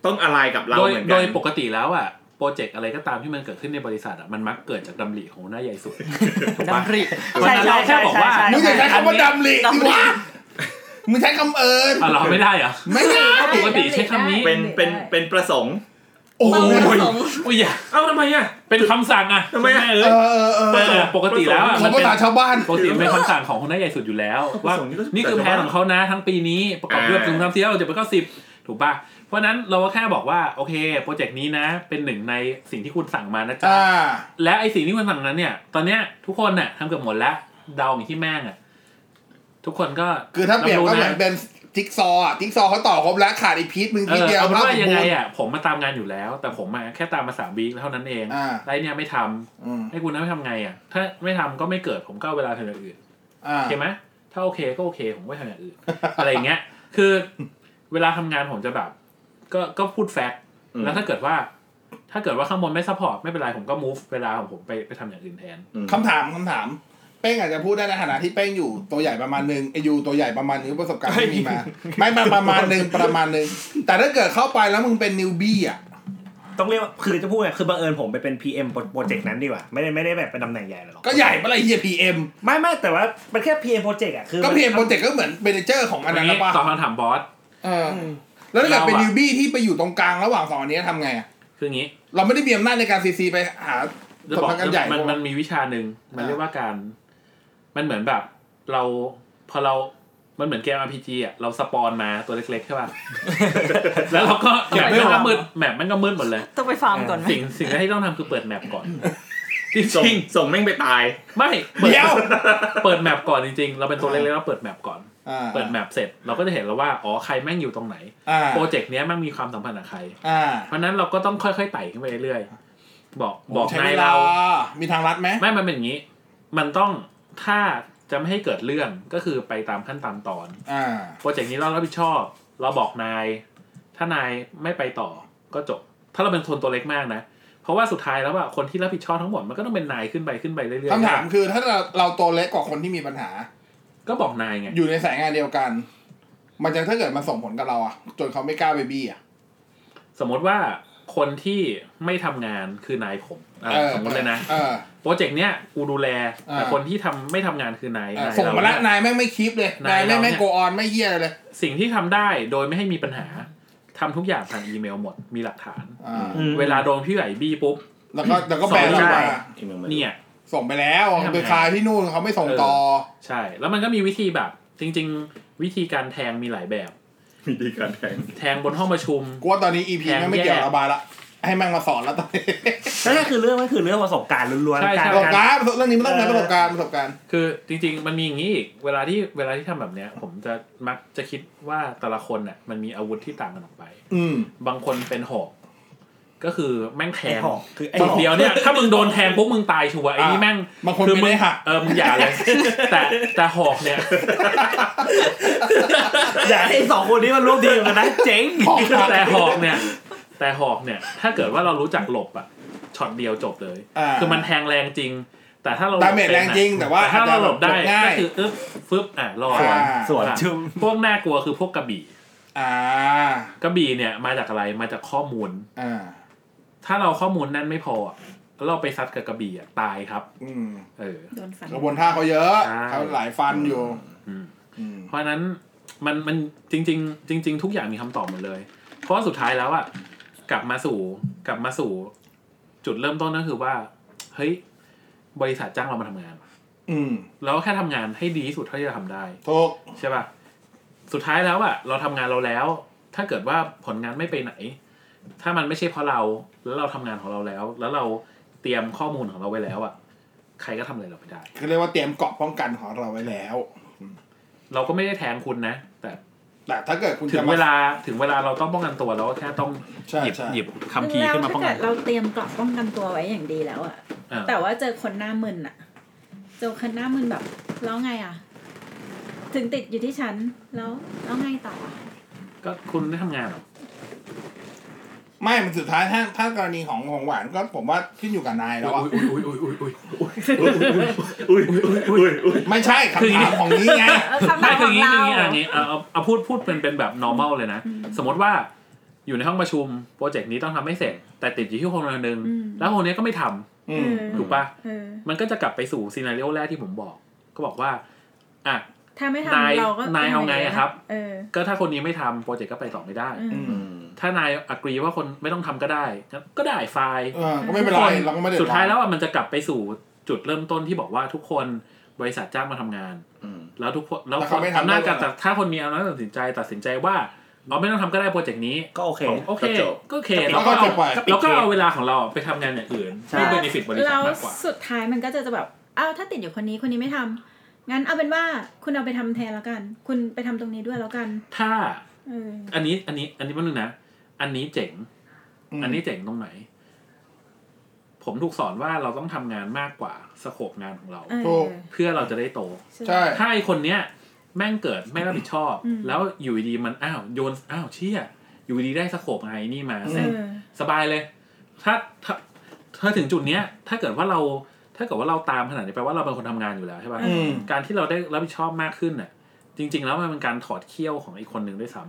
[SPEAKER 7] ต้องอะไรกับเรา
[SPEAKER 5] โดย
[SPEAKER 7] เหมือน
[SPEAKER 5] โด
[SPEAKER 7] กัน
[SPEAKER 5] ยปกติแล้วอ่ะโปรเจกต์อะไรก็ตามที่มันเกิดขึ้นในบริษัทอ่ะมันมักเกิดจากดำริของหัวหน้าใหญ่สุดถูกปะวันนั้นเราแค่บอกว่า
[SPEAKER 4] ใช่
[SPEAKER 1] มึงอย่าใช้คำว่าดำหลีกดิวะมึงใช้คำเอิญ
[SPEAKER 5] อ่ะเราไม่ได้เหรอ่ะ
[SPEAKER 1] ไม่ได้
[SPEAKER 5] ปกติใช้คำนี้
[SPEAKER 7] เป็นเป็นเป็นประสงค์
[SPEAKER 1] โอ้
[SPEAKER 6] เรา
[SPEAKER 1] ย
[SPEAKER 6] ผสม
[SPEAKER 5] อุ้ยอย่า
[SPEAKER 7] เอ้าทำไมอ่ะ
[SPEAKER 5] เป็นคำสั่งอ่ะ
[SPEAKER 7] ทำไมอะ
[SPEAKER 5] คุณแเอ้
[SPEAKER 1] เอยอเออเออ
[SPEAKER 5] เออปกติแล้วอะ
[SPEAKER 1] ขอ
[SPEAKER 5] มั
[SPEAKER 1] ง
[SPEAKER 5] น
[SPEAKER 1] ภา
[SPEAKER 5] เป็น
[SPEAKER 1] ษาชาวบ้าน
[SPEAKER 5] ปกติมันเป็นคำสั่งของหัวหน้าใหญ่สุดอยู่แล้ว ว่า
[SPEAKER 7] ประสงค์นี่ก็
[SPEAKER 5] นี่คือแผนของเขานะทั้งปีนี้ประกอบด้วย
[SPEAKER 7] อ่า
[SPEAKER 5] จุงทำซีแล้วเราจะไปเก้าสิบถูกป่ะ เพราะฉะนั้นเราก็แค่บอกว่าโอเคโปรเจกต์นี้นะ เป็นหนึ่งในสิ่งที่คุณสั่งมานะจ๊ะ
[SPEAKER 1] อ่า
[SPEAKER 5] และไอสิ่งที่คุณสั่งนั้นเนี่ย ตอนเนี้ยทุกคนน่ะทำเกือบหมดแล้วเดาอย่างที่แม่งอ่ะทุกคนก็
[SPEAKER 1] คือถ้าเปรียบก็
[SPEAKER 5] รับ
[SPEAKER 1] เห
[SPEAKER 5] รู้
[SPEAKER 1] มือนเป็นจิ๊กซอว์อะจิ๊กซอว์เขาต่อครบแล้วขาดอีกพีซมึง
[SPEAKER 5] เอ
[SPEAKER 1] พีซ
[SPEAKER 5] อ
[SPEAKER 1] เดียว
[SPEAKER 5] เอาเป็นว่า
[SPEAKER 1] ภพส
[SPEAKER 5] ยัง
[SPEAKER 1] ม
[SPEAKER 5] ไง
[SPEAKER 1] บูรณ์
[SPEAKER 5] อ่ะผมมาตามงานอยู่แล้ว แต่ผมมาแค่ตามมาสามวีคเท่านั้นเอง
[SPEAKER 1] อ่า
[SPEAKER 5] ไรเนี่ยไม่ทำ
[SPEAKER 1] อืม
[SPEAKER 5] ไอ้คุณนั้นไม่ทำไงอ่ะ ถ้าไม่ทำก็ไม่เกิดผมก็เอาเวลาทำอย่างอื่น
[SPEAKER 1] อ่า
[SPEAKER 5] โอเคไหมถ้าโอเคก็โอเค ผมก็ทำอย่างอื่น อะไรอย่างเงี้ย คือเวลาทำงานผมจะแบบ ก็ก็พูดแฟกต์
[SPEAKER 7] อืม
[SPEAKER 5] แล้วถ้าเกิดว่า ถ้าเกิดว่าข้างบนไม่ซัพพอร์ตไม่เป็นไรผมก็ move เวลาของผมไปไปทำอย่างอื่นแทน
[SPEAKER 7] อืม
[SPEAKER 1] คำถามคำถาม เป้งอาจจะพูดได้ในฐานะที่เป้งอยู่ตัวใหญ่ประมาณหนึ่งไอยูตัวใหญ่ประมาณหนึงประสบการณ์ที่มีมา ไม่มาประมาณหนึ่งประมาณหนึ่งแต่ถ้าเกิดเข้าไปแล้วมึงเป็นนิวบี้อ่ะ
[SPEAKER 4] ต้องเรียกว่าคือจะพูดไงคือบังเอิญผมไปเป็น PM โปรเจกต์นั้นดีกว่า ไม่ได้ไม่ได้แบบเป็นตำแหน่งใหญ่เลยหรอก
[SPEAKER 1] ก็ใหญ่ปะไรเฮียพีเอ็ม
[SPEAKER 4] ไม่ไม่แต่ว่ามันแค่ PM โปรเจกต์อ่ะคือ
[SPEAKER 1] ก็
[SPEAKER 4] มัน
[SPEAKER 1] พีเอ็มโปรเจกต์ก็เหมือนเมนเจอร์ของอันนั้น
[SPEAKER 5] นี้
[SPEAKER 1] แล้วปะ
[SPEAKER 5] ตอบคำถามบอส
[SPEAKER 1] เออแล้วถ้าเกิดเป็น
[SPEAKER 5] เราอะ
[SPEAKER 1] นิวบี้ที่ไปอยู่ตรงกลางระหว่างสองอันเนี้ยทำไงอะ
[SPEAKER 5] คืองี้
[SPEAKER 1] เราไม่ได้มีอำนาจในการซีซีไปหา
[SPEAKER 5] จะ
[SPEAKER 1] ส
[SPEAKER 5] บอก
[SPEAKER 1] มัครงานใหญ่
[SPEAKER 5] มัน
[SPEAKER 1] เพราะ
[SPEAKER 5] มั
[SPEAKER 1] ว่า
[SPEAKER 5] นมีวิชาหนึ่งมัน
[SPEAKER 1] อ่า
[SPEAKER 5] เรียกว่าการ มันเหมือนแบบ เราพอเรา มันเหมือนเกม RPG อ่ะเราสปอนมาตัวเล็กๆใช่ป่ะ แล้วเราก็แมปมันก็มืดแมปมันก็มืดหมดเลย
[SPEAKER 6] ต้องไปฟาร์มก่อนไหม
[SPEAKER 5] สิ่งสิ่งแรกที่ต้องทำคือเปิดแมปก่อน จ
[SPEAKER 7] ส่ง
[SPEAKER 5] ริง
[SPEAKER 7] ส่งแม่งไปตาย
[SPEAKER 5] ๆไม่เปิด
[SPEAKER 1] เดี๋ยว
[SPEAKER 5] เปิดแมปก่อนจริงๆ เราเป็นตัวเล็กๆเราเปิดแมปก่อน
[SPEAKER 1] อ่า
[SPEAKER 5] เปิดแมปเสร็จเราก็จะเห็นแล้วว่าอ๋อใครแม่งอยู่ตรงไหน
[SPEAKER 1] อ่า
[SPEAKER 5] โปรเจกต์เนี้ยแม่งมีความสัมพันธ์กับใคร
[SPEAKER 1] อ่า
[SPEAKER 5] เพราะฉะนั้นเราก็ต้องค่อยๆไต่ขึ้นไปเรื่อยๆบอกบอก
[SPEAKER 1] ใช้ว
[SPEAKER 5] นา
[SPEAKER 1] ย ล
[SPEAKER 5] เรา
[SPEAKER 1] มีทางลัดไหม
[SPEAKER 5] ไม่มันเป็นอย่างนี้ มันต้องถ้าจะไม่ให้เกิดเรื่องก็คือไปตามขั้นตามตอน
[SPEAKER 1] อ่า
[SPEAKER 5] โปรเจกต์นี้เรารับผิดชอบ เราบอกนาย ถ้านายไม่ไปต่อก็จบ ถ้าเราเป็นคนตัวเล็กมากนะ เพราะว่าสุดท้ายแล้วอะคนที่รับผิดชอบทั้งหมดมันก็ต้องเป็นนายขึ้นไปขึ้นไปเรื่อยๆ
[SPEAKER 1] คำถามคือถ้าเราเราตัวเล็กกว่าคนที่มีปัญหา
[SPEAKER 5] ก็บอกนายไง
[SPEAKER 1] อยู่ในสายงานเดียวกัน มันจะถ้าเกิดมันส่งผลกับเราอะจนเขาไม่กล้าไปบี้อะ
[SPEAKER 5] สมมติว่าคนที่ไม่ทำงานคือนายผมอ่ะ
[SPEAKER 1] เออ
[SPEAKER 5] สมมติเลยนะ
[SPEAKER 1] เออ
[SPEAKER 5] โปรเจกต์เนี้ยกูดูแล แต่
[SPEAKER 1] อ่า
[SPEAKER 5] คนที่ทำไม่ทำงานคือนาย
[SPEAKER 1] เออน
[SPEAKER 5] าย
[SPEAKER 1] ส่ง
[SPEAKER 5] เรา
[SPEAKER 1] มาละ
[SPEAKER 5] เนี่ย
[SPEAKER 1] นายแม่งไม่คลิปเลย นาน
[SPEAKER 5] าย ย
[SPEAKER 1] แม่ง
[SPEAKER 5] เรา
[SPEAKER 1] ไม่
[SPEAKER 5] เนี่ย
[SPEAKER 1] โกออนไม่เฮียอะไรเลย
[SPEAKER 5] สิ่งที่ทำได้โดยไม่ให้มีปัญหาทำทุกอย่างผ่านอีเมลหมดมีหลักฐาน
[SPEAKER 1] อ่า
[SPEAKER 4] อืม
[SPEAKER 5] เวลาโดนพี่ใหญ่บี้ปุ๊บ
[SPEAKER 1] แล้วก็แล้วก็แปล
[SPEAKER 5] ส่งไม่
[SPEAKER 1] รูป
[SPEAKER 5] ได้
[SPEAKER 1] มา
[SPEAKER 5] เนี่ย
[SPEAKER 1] ส่งไปแล้ว
[SPEAKER 5] ทำไง
[SPEAKER 1] ไปคาที่นู่นเขาไม่ส่งต่อ
[SPEAKER 5] ใช่ แล้วมันก็มีวิธีแบบ จริง ๆ วิธีการแทงมีหลายแบบ
[SPEAKER 7] มีดีการแทง
[SPEAKER 5] แทงบนห้องประชุม
[SPEAKER 1] กูว่าตอนนี้อีพี
[SPEAKER 5] แย่
[SPEAKER 1] แม่งไม่เกี่ยวกับระบายละ ให้แม่งมาสอนแล้วตอนนี้
[SPEAKER 4] แล้วก็คือเรื่องก็คือเรื่องประสบการณ์ล้วน
[SPEAKER 5] ใช่
[SPEAKER 4] ๆ
[SPEAKER 5] ใช่
[SPEAKER 1] ป
[SPEAKER 4] การ
[SPEAKER 1] ระสบ
[SPEAKER 4] การ
[SPEAKER 1] การณ์เรื่องนี้มันต้องใช้ประสบการณ์ประสบการณ์
[SPEAKER 5] คือจริง ๆ มันมีอย่างนี้อีกเวลาที่เวลาที่ทำแบบเนี้ย ผมจะมักจะคิดว่าแต่ละคนน่ะมันมีอาวุธที่ต่างกันออกไป
[SPEAKER 1] อืม
[SPEAKER 5] บางคนเป็นหอกก็คือแม่งแทง
[SPEAKER 4] ไอ้หอกคือไอ้
[SPEAKER 5] จุด
[SPEAKER 4] หอก
[SPEAKER 5] เดียวเนี่ยถ้ามึงโดนแทงปุ๊บมึงตายชัวร์ไอ้นี่แม่ง
[SPEAKER 1] บางคน
[SPEAKER 5] คือ
[SPEAKER 1] ไม่
[SPEAKER 5] มึง
[SPEAKER 1] ได้หัก
[SPEAKER 5] เออมึงอย่าเลย แต่แต่หอกเนี่ย
[SPEAKER 4] อย่าให้สองคนนี้มันร่วมทีมกัน นะเจ๋ง
[SPEAKER 5] แต่หอกเนี่ย แต่หอกเนี่ย ถ้าเกิดว่าเรารู้จักหลบอะช็อตเดียวจบเลย
[SPEAKER 1] อ่า
[SPEAKER 5] คือมันแทงแรงจริง แต่ถ้าเราหลบ
[SPEAKER 1] ดาเมจแรงจริงแต่ว่า
[SPEAKER 5] ถ้าเราหลบได้
[SPEAKER 1] อาจจะหลบง่าย
[SPEAKER 5] ก็คืออึ๊บฟึบอ่ะรอด
[SPEAKER 1] อ่า
[SPEAKER 4] ส่วน
[SPEAKER 5] อ่ะ
[SPEAKER 4] ชุ่ม
[SPEAKER 5] พวกน่ากลัวคือพวกกระบี่
[SPEAKER 1] อ่าก
[SPEAKER 5] ระบี่เนี่ยมาจากอะไรมาจากข้อมูล
[SPEAKER 1] อ่า
[SPEAKER 5] ถ้าเราข้อมูลนั่นไม่พออะแล้วเราไปซัดกับกระบี่อ่ะตายครับ
[SPEAKER 1] อืม
[SPEAKER 5] เออ
[SPEAKER 2] โดนฟัน
[SPEAKER 1] กระบวนท่าเขาเยอะ
[SPEAKER 5] ใช่
[SPEAKER 1] เขาหลายฟันอยู่
[SPEAKER 5] อืม
[SPEAKER 1] อืม
[SPEAKER 5] เพราะฉะนั้นมันมันจริง ๆ จริง ๆ ทุกอย่างมีคำตอบหมดเลย เพราะว่าสุดท้ายแล้วอะกลับมาสู่กลับมาสู่ จุดเริ่มต้นก็คือว่า เฮ้ย บริษัทจ้างเรามาทำงาน
[SPEAKER 1] อืม
[SPEAKER 5] เราก็แค่ทำงานให้ดีที่สุดเท่าที่จะทำได้
[SPEAKER 1] ถูก
[SPEAKER 5] ใช่ป่ะสุดท้ายแล้วอะเราทำงานเราแล้ว ถ้าเกิดว่าผลงานไม่ไปไหน ถ้ามันไม่ใช่เพราะเราแล้วเราทำงานของเราแล้ว แล้วเรา เตรียมข้อมูลของเราไว้แล้วอะใครก็ทำอะไรเราไม่ได้
[SPEAKER 1] คือเรียกว่าเตรียมเกราะป้องกันของเราไว้แล้ว
[SPEAKER 5] เราก็ไม่ได้แทงคุณนะ แต่
[SPEAKER 1] แต่ถ้าเกิดคุณ
[SPEAKER 5] ถึ
[SPEAKER 1] จะ
[SPEAKER 5] ง
[SPEAKER 1] มา
[SPEAKER 5] เวลาถึงเวลาเราต้องป้องกันตัวเราก็แค่ต้อง
[SPEAKER 1] ใช่
[SPEAKER 5] หยิบ
[SPEAKER 1] ใช่
[SPEAKER 5] หยิบคำพีร์ขึ้นมาป้อง
[SPEAKER 2] แล้
[SPEAKER 5] กั
[SPEAKER 2] วน ถ้เดเราเตรียมเกราะป้องกันตัวไว้อย่างดีแล้วอะ
[SPEAKER 5] อ่า
[SPEAKER 2] แต่ว่าเจอคนหน้ามึนอะเจอคนหน้ามึนแบบแล้วไงอะถึงติดอยู่ที่ฉันแล้วแล้วไงต่ออะ
[SPEAKER 5] ก็คุณได้ทำงานเหรอ
[SPEAKER 1] ไม่มันสุดท้ายถ้าถ้ากรณีของของหวานก็ผมว่าขึ้นอยู่กับนายแล้วอะ
[SPEAKER 7] อุ้ยอุ้ยอุ้ยอุ้ย
[SPEAKER 1] ไม่ใช่
[SPEAKER 5] คือ
[SPEAKER 1] คำ
[SPEAKER 5] อย่างนี้
[SPEAKER 1] ถามของนี้ไง
[SPEAKER 6] เออคำถา
[SPEAKER 5] ไม่
[SPEAKER 6] ม
[SPEAKER 5] คื
[SPEAKER 6] ข
[SPEAKER 5] ออ
[SPEAKER 6] อย่าง
[SPEAKER 5] งนี้
[SPEAKER 6] เรา
[SPEAKER 5] คืออย่างนี้อย่างนี้เอาเอาเอาพูดพูดเป็นเป็นแบบ normal เลยนะ สมมติว่าอยู่ในห้องประชุมโปรเจกต์นี้ต้องทำให้เสร็จ แต่ติดอยู่ที่คนคนหนึ่งแล้วคนนี้ก็ไม่ทำ
[SPEAKER 1] อื
[SPEAKER 2] เอ
[SPEAKER 1] ม
[SPEAKER 2] อ
[SPEAKER 5] ถูกปะ
[SPEAKER 2] เออ
[SPEAKER 5] มันก็จะกลับไปสู่ซีนารีโอแรกที่ผมบอก ก็บอกว่าอ่ะ
[SPEAKER 2] ถ้าไม่
[SPEAKER 5] นาย
[SPEAKER 2] ทำเราก็
[SPEAKER 5] นายเอาไงอะครับ
[SPEAKER 2] เออ
[SPEAKER 5] ก็ถ้าคนนี้ไม่ทำโปรเจกต์ก็ไปต่อไม่ได้
[SPEAKER 2] เออ
[SPEAKER 1] อืม
[SPEAKER 5] ถ้านายอกรีว่าคนไม่ต้องทำก็ได้ ก็ได้ไฟล์
[SPEAKER 1] เออก็ไม่เป็นไรเราก็ไม่เดือดร้อน
[SPEAKER 5] สุดท้ายแล้วอ่ะมันจะกลับไปสู่จุดเริ่มต้นที่บอกว่าทุกคนบริษัทจ้างมาทำงาน
[SPEAKER 7] อืม
[SPEAKER 5] แล้วทุกคนแล้ว
[SPEAKER 1] แล้ว
[SPEAKER 5] ค
[SPEAKER 1] เขา
[SPEAKER 5] น
[SPEAKER 1] ไม่ทำ
[SPEAKER 5] อำนาจการ
[SPEAKER 1] ด้วยเหรอ
[SPEAKER 5] ตัดถ้าคนมีอำนาจตัดสินใจตัดสินใจว่าเราไม่ต้องทำก็ได้โปรเจกต์นี้
[SPEAKER 4] ก็โอเค
[SPEAKER 5] ผมโอเค
[SPEAKER 7] ก็จบ
[SPEAKER 5] ก็โอเค
[SPEAKER 1] แล้วก็จบไป
[SPEAKER 5] แล้วก็เอาเวลาของเราไปทำงานอย่างอื่น
[SPEAKER 4] ใช่
[SPEAKER 5] ที่เบนฟิตบริษัทมากกว่า
[SPEAKER 2] แล้วสุดท้ายมันก็จะจะแบบอ้าวถ้าติดอยู่คนนี้คนนี้ไม่ทำงั้นเอาเป็นว่าคุณเอาไปทำแทนแล้วกัน คุณไปทำตรงนี้ด้วยแล้วกัน
[SPEAKER 5] ถ้า
[SPEAKER 2] เออ
[SPEAKER 5] อันนี้อันนี้อันนี้มันนึงนะ อันนี้เจ๋ง
[SPEAKER 1] อืม
[SPEAKER 5] อันนี้เจ๋งตรงไหน ผมถูกสอนว่าเราต้องทำงานมากกว่าสโคปงานของเรา
[SPEAKER 2] เออ
[SPEAKER 1] ถูก
[SPEAKER 5] เพื่อเราจะได้โต
[SPEAKER 1] ใช่
[SPEAKER 5] ถ้าไอคนเนี้ยแม่งเกิดไม่รับผิดชอบ
[SPEAKER 2] อืม
[SPEAKER 5] แล้วอยู่ดีๆมันอ้าวโยนอ้าวเชี่ยอยู่ดีๆได้สโคปไงนี่มา
[SPEAKER 1] อืม
[SPEAKER 5] เส
[SPEAKER 2] เอ
[SPEAKER 5] ร็จ
[SPEAKER 2] อ
[SPEAKER 5] สบายเลย ถ้าถ้าถ้าถึงจุดเนี้ย ถ้าเกิดว่าเราถ้าเกิดว่าเราตามขนาดนี้แปลว่าเราเป็นคนทำงานอยู่แล้วใช่ป่ะ
[SPEAKER 1] อืม
[SPEAKER 5] การที่เราได้รับผิดชอบมากขึ้นน่ะ จริง ๆ แล้วมันเป็นการถอดเขี้ยวของไอคนหนึ่งด้วยซ้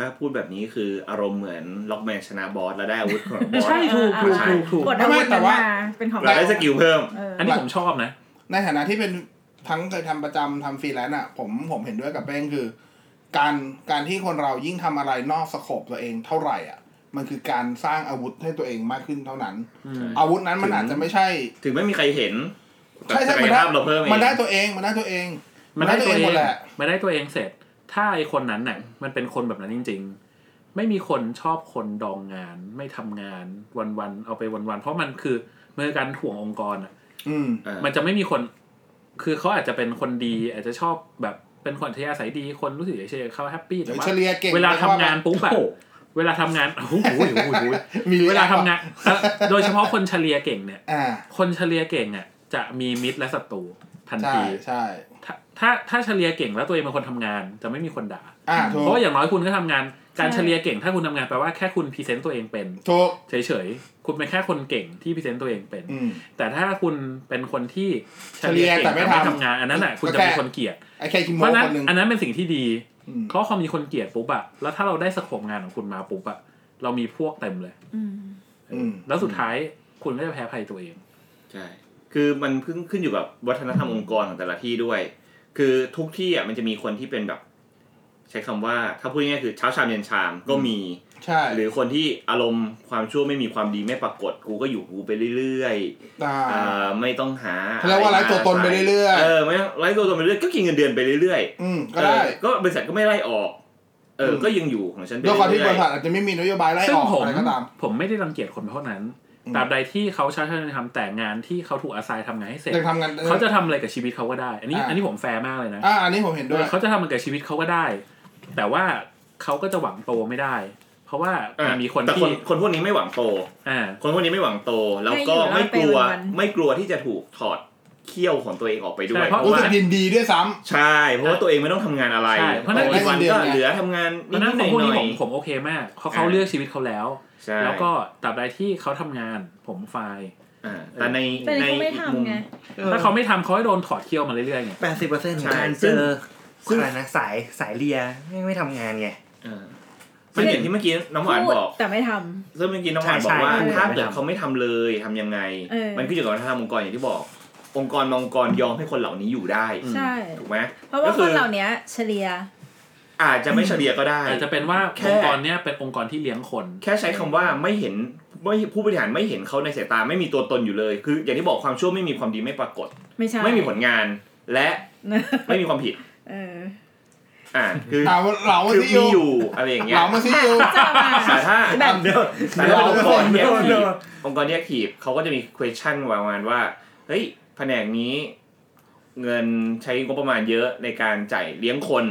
[SPEAKER 7] ถ้าพูดแบบนี้คืออารมณ์เหมือนล็อกแมนชนะบอสแล้วได้อาวุธของบ
[SPEAKER 5] ำ
[SPEAKER 7] อส
[SPEAKER 5] ใช่ถูกถูกถูกถูก
[SPEAKER 2] กด
[SPEAKER 1] ไม่
[SPEAKER 2] อา
[SPEAKER 1] ไม่
[SPEAKER 2] วุธ
[SPEAKER 1] แต่
[SPEAKER 2] นั้น
[SPEAKER 1] ว่า
[SPEAKER 2] มาเป็นของ
[SPEAKER 7] เราได้สกิลเพิ่ม
[SPEAKER 2] เออ
[SPEAKER 5] อันนี้ผมชอบนะ
[SPEAKER 1] ในฐานะที่เป็นทั้งเคยทำประจำทำฟรีแลนซ์อ่ะ ผมผมเห็นด้วยกับแป้งคือ การการที่คนเรายิ่งทำอะไรนอกสโคปตัวเองเท่าไหร่อ่ะ มันคือการสร้างอาวุธให้ตัวเองมากขึ้นเท่านั้น
[SPEAKER 5] อืม
[SPEAKER 1] อาวุธนั้นมัน
[SPEAKER 7] ถึง
[SPEAKER 1] อาจจะไม่ใช่
[SPEAKER 7] ถึงไม่มีใครเห็นแต่
[SPEAKER 1] ใช่
[SPEAKER 7] ศั
[SPEAKER 1] ใช่
[SPEAKER 7] ก
[SPEAKER 1] มั
[SPEAKER 7] ย
[SPEAKER 1] นได้
[SPEAKER 7] ภาพเราเพิ่มเอง
[SPEAKER 1] มันได้ตัวเองมันได้ตัวเอง
[SPEAKER 5] มันได้ตัวเอ
[SPEAKER 1] มันได้ตัวเองหมด
[SPEAKER 5] ง
[SPEAKER 1] แหละ
[SPEAKER 5] มันได้ตัวเองเสร็จ ถ้าไอคนนั้นน่ะ มันเป็นคนแบบนั้นจริง ๆ ไม่มีคนชอบคนดองงาน ไม่ทำงานวันๆเอาไปวันๆเพราะมันคือมันคือการถ่วงองค์กรอ่ะ
[SPEAKER 1] อืม
[SPEAKER 7] เออ
[SPEAKER 5] มันจะไม่มีคน คือเขาอาจจะเป็นคนดี อาจจะชอบแบบเป็นคนอัธยาศัยดีคนรู้สึกเฉยๆเขาแฮปปี้แต่ว่า
[SPEAKER 1] เฉลี่ยเก่ง
[SPEAKER 5] เวลาทำงานปุ๊บอะเวลาทำงานโอ้โหโอ้โหโอ้โห
[SPEAKER 1] มี
[SPEAKER 5] เวลาทำ
[SPEAKER 1] ปะ
[SPEAKER 5] งานเอ่อโดยเฉพาะคนเฉลียเก่งเนี่ย
[SPEAKER 1] อ่า
[SPEAKER 5] คนเฉลียเก่งอ่ะจะมีมิตรและศัตรูทัน
[SPEAKER 1] ใช่
[SPEAKER 5] ที
[SPEAKER 1] ใช่
[SPEAKER 5] ถ้าถ้าถ้าเฉลียเก่งแล้วตัวเองเป็นคนทำงานจะไม่มีคนด่า
[SPEAKER 1] อ่าถูก
[SPEAKER 5] เพราะว่าอย่างน้อยคุณก็ทำงานการเฉลียเก่ง ถ้าคุณทำงานแปลว่าแค่คุณพรีเซนต์ตัวเองเป็น
[SPEAKER 1] ถูก
[SPEAKER 5] เฉยๆคุณเป็นแค่คนเก่งที่พรีเซนต์ตัวเองเป็น
[SPEAKER 1] อืม
[SPEAKER 5] แต่ถ้าคุณเป็นคนที่เฉ
[SPEAKER 1] เฉ
[SPEAKER 5] ลีย
[SPEAKER 1] ลี่ย
[SPEAKER 5] เก่ง
[SPEAKER 1] แต่
[SPEAKER 5] แต่
[SPEAKER 1] ไม่
[SPEAKER 5] ไม่
[SPEAKER 1] ทำ
[SPEAKER 5] ทำงานอันนั้นแหละคุณ
[SPEAKER 1] ก็
[SPEAKER 5] จะ
[SPEAKER 1] แค่
[SPEAKER 5] เป็นคนเกลียด
[SPEAKER 1] ไอ้แค่คิม
[SPEAKER 5] เพ
[SPEAKER 1] โม
[SPEAKER 5] ราะฉะนั้น
[SPEAKER 1] คนหนึ่ง
[SPEAKER 5] อันนั้นเป็นสิ่งที่ดี
[SPEAKER 1] อืม
[SPEAKER 5] เพราะพอมีคนเกลียดปุ๊บอะแล้วถ้าเราได้สโคปงานของคุณมาปุ๊บอะเรามีพวกเต็มเลย
[SPEAKER 2] อืม
[SPEAKER 1] อืม
[SPEAKER 5] แล้วสุดท้ายคุณก็จะแพ้ภัยตัวเอง
[SPEAKER 7] ใช่คือมันขึ้นขึ้นอยู่กับวัฒนธรรมองค์กรของแต่ละที่ด้วย คือทุกที่อ่ะมันจะมีคนที่เป็นแบบ ใช้คำว่าถ้าพูดง่ายๆคือเช้าชามเย็นชามก็มี
[SPEAKER 1] ใช่
[SPEAKER 7] หรือคนที่อารมณ์ความชั่วไม่มีความดีไม่ปรากฏกูก็อยู่กูไปเรื่อย
[SPEAKER 1] อ่า
[SPEAKER 7] ๆเอ่อไม่ต้องหา
[SPEAKER 1] เขาเรียกว่าไร้ตัวตนไปเรื่อยๆ
[SPEAKER 7] เออไม่ต้องไร้ตัวตนไปเรื่อยก็กินเงินเดือนไปเรื่อย
[SPEAKER 1] อืม
[SPEAKER 7] ๆ
[SPEAKER 1] ก็ได้
[SPEAKER 7] เออก็บริษัทก็ไม่ไล่ออก เออ
[SPEAKER 1] อืม
[SPEAKER 7] ก็ยังอยู่ของฉันไป
[SPEAKER 1] ด้วยความที่บ
[SPEAKER 7] เรื่อ
[SPEAKER 1] ริ
[SPEAKER 7] ย
[SPEAKER 1] ษัทอาจจะไม่มีนโยบายไล่
[SPEAKER 5] ซึ่
[SPEAKER 1] อง อก
[SPEAKER 5] ผม
[SPEAKER 1] อะไรก็ตาม
[SPEAKER 5] ผมไม่ได้รังเกียจคนเพราะนั้น
[SPEAKER 1] อืม
[SPEAKER 5] ตราบใดที่เขาใช้เท่านั้นทำแต่งานที่เขาถูกอาศัยทำงานให้เสร็จ
[SPEAKER 1] ยังทำงาน
[SPEAKER 5] เขาจะทำอะไรกับชีวิตเขาก็ได้ อันนี้
[SPEAKER 1] อ่า
[SPEAKER 5] อันนี้ผมแฟร์มากเลยนะ
[SPEAKER 1] อ่าอันนี้ผมเห็นด้วย
[SPEAKER 5] เขาจะทำอะไรกับชีวิตเขาก็ได้ แต่ว่าเขาก็จะหวังโตไม่ได้ เพราะว่า
[SPEAKER 7] ๆอ่ะ
[SPEAKER 5] มันมีคน
[SPEAKER 7] แต่ค
[SPEAKER 5] ที่
[SPEAKER 7] นคนพวกนี้ไม่หวังโต
[SPEAKER 5] อ่า
[SPEAKER 7] คนพวกนี้ไม่หวังโต แล้วก็ไม่กลัวไม่กลัวที่จะถูกถอดเขี้ยวของตัวเองออกไปด้วย เพราะ
[SPEAKER 1] รู้
[SPEAKER 7] ว่า
[SPEAKER 1] สึกยินดีด้วยซ้ำ
[SPEAKER 7] ใช่ เพราะว่าตัวเองไม่ต้องทำงานอะไรอีกวันก็เหลือทำงาน
[SPEAKER 5] ดังนั้น
[SPEAKER 7] นิดหน่อย
[SPEAKER 5] ผมพวก
[SPEAKER 7] ห
[SPEAKER 5] นี้
[SPEAKER 7] น่อ
[SPEAKER 5] ผ
[SPEAKER 7] ย
[SPEAKER 5] มผมโอเคมากเขาะเขา
[SPEAKER 7] อ่า
[SPEAKER 5] เลือกชีวิตเขาแล้ว
[SPEAKER 7] ใช่
[SPEAKER 5] แล้วก็ตราบใดที่เขาทำงานผมไฟล์
[SPEAKER 7] แต่ใน
[SPEAKER 2] แต่
[SPEAKER 7] ใน
[SPEAKER 2] นี่เขาไม่
[SPEAKER 7] อีกมุม
[SPEAKER 2] ทำไง
[SPEAKER 5] ถ้าเขาไม่ทำเขาให้โดนถอดเขี้ยวมาเรื่อยๆไง
[SPEAKER 4] แปดสิบเปอร์เซ็นต์
[SPEAKER 7] ใช่
[SPEAKER 4] การ
[SPEAKER 7] ซึ่
[SPEAKER 4] เจ
[SPEAKER 7] ง
[SPEAKER 4] ออะไรนะสายสายเลียไม่ไม่ทำงานไง
[SPEAKER 7] ซึ่งอย่างที่เมื่อกี้น้องหวาน
[SPEAKER 2] พูด
[SPEAKER 7] บอก
[SPEAKER 2] แต่ไม่ทำ
[SPEAKER 7] ซึ่งเมื่อกี้น้องหวานบอกว่าถ้าเกิดเขาไม่ทำเลยทำยังไง
[SPEAKER 2] เออ
[SPEAKER 7] มันขึ้นอยู่กับวัฒนธรรมองค์กรอย่างที่บอก องค์กรมองค์กรยอมให้คนเหล่านี้อยู่ได้
[SPEAKER 2] ใช่
[SPEAKER 7] ถูกไหม
[SPEAKER 2] เพราะว่า
[SPEAKER 7] ก็
[SPEAKER 2] ค
[SPEAKER 7] คื
[SPEAKER 2] น
[SPEAKER 7] อ
[SPEAKER 2] เหล่านี้เฉลีย
[SPEAKER 7] อาจจะไม่เฉลี่ยก็ได้
[SPEAKER 5] อาจจะเป็นว่า
[SPEAKER 7] แค่
[SPEAKER 5] องค์กรเนี้ยเป็นองค์กรที่เลี้ยงคน
[SPEAKER 7] แค่ใช้คำว่าไม่เห็นไม่ผู้บริหารไม่เห็นเขาในสายตาไม่มีตัวตนอยู่เลย คือ อย่างที่บอกความชั่วไม่มีความดีไม่ปรากฏ
[SPEAKER 2] ไม่ใช่
[SPEAKER 7] ไม่มีผลงานและ
[SPEAKER 2] นะ
[SPEAKER 7] ไม่มีความผิด
[SPEAKER 2] เออ
[SPEAKER 7] อ่าคือ
[SPEAKER 1] เหลา เหลามา
[SPEAKER 7] คือ
[SPEAKER 1] ซิ
[SPEAKER 7] มี
[SPEAKER 1] ยู
[SPEAKER 7] อยู่อะไรอย่างเงี้
[SPEAKER 1] เห
[SPEAKER 7] ย
[SPEAKER 1] ลามาซิยู
[SPEAKER 2] จะมา
[SPEAKER 7] แต่ถ้า
[SPEAKER 6] แบบ
[SPEAKER 4] เดี๋ยว
[SPEAKER 7] แต่ว่าองค์กร
[SPEAKER 4] เดี๋
[SPEAKER 7] เนี่ยยว
[SPEAKER 4] เดี๋ยว
[SPEAKER 7] องค์กรเนี่ยขีบเขาก็จะมี question ประมาณว่า เฮ้ย แผนกนี้ เงินใช้งบประมาณเยอะในการจ่ายเลี้ยงคน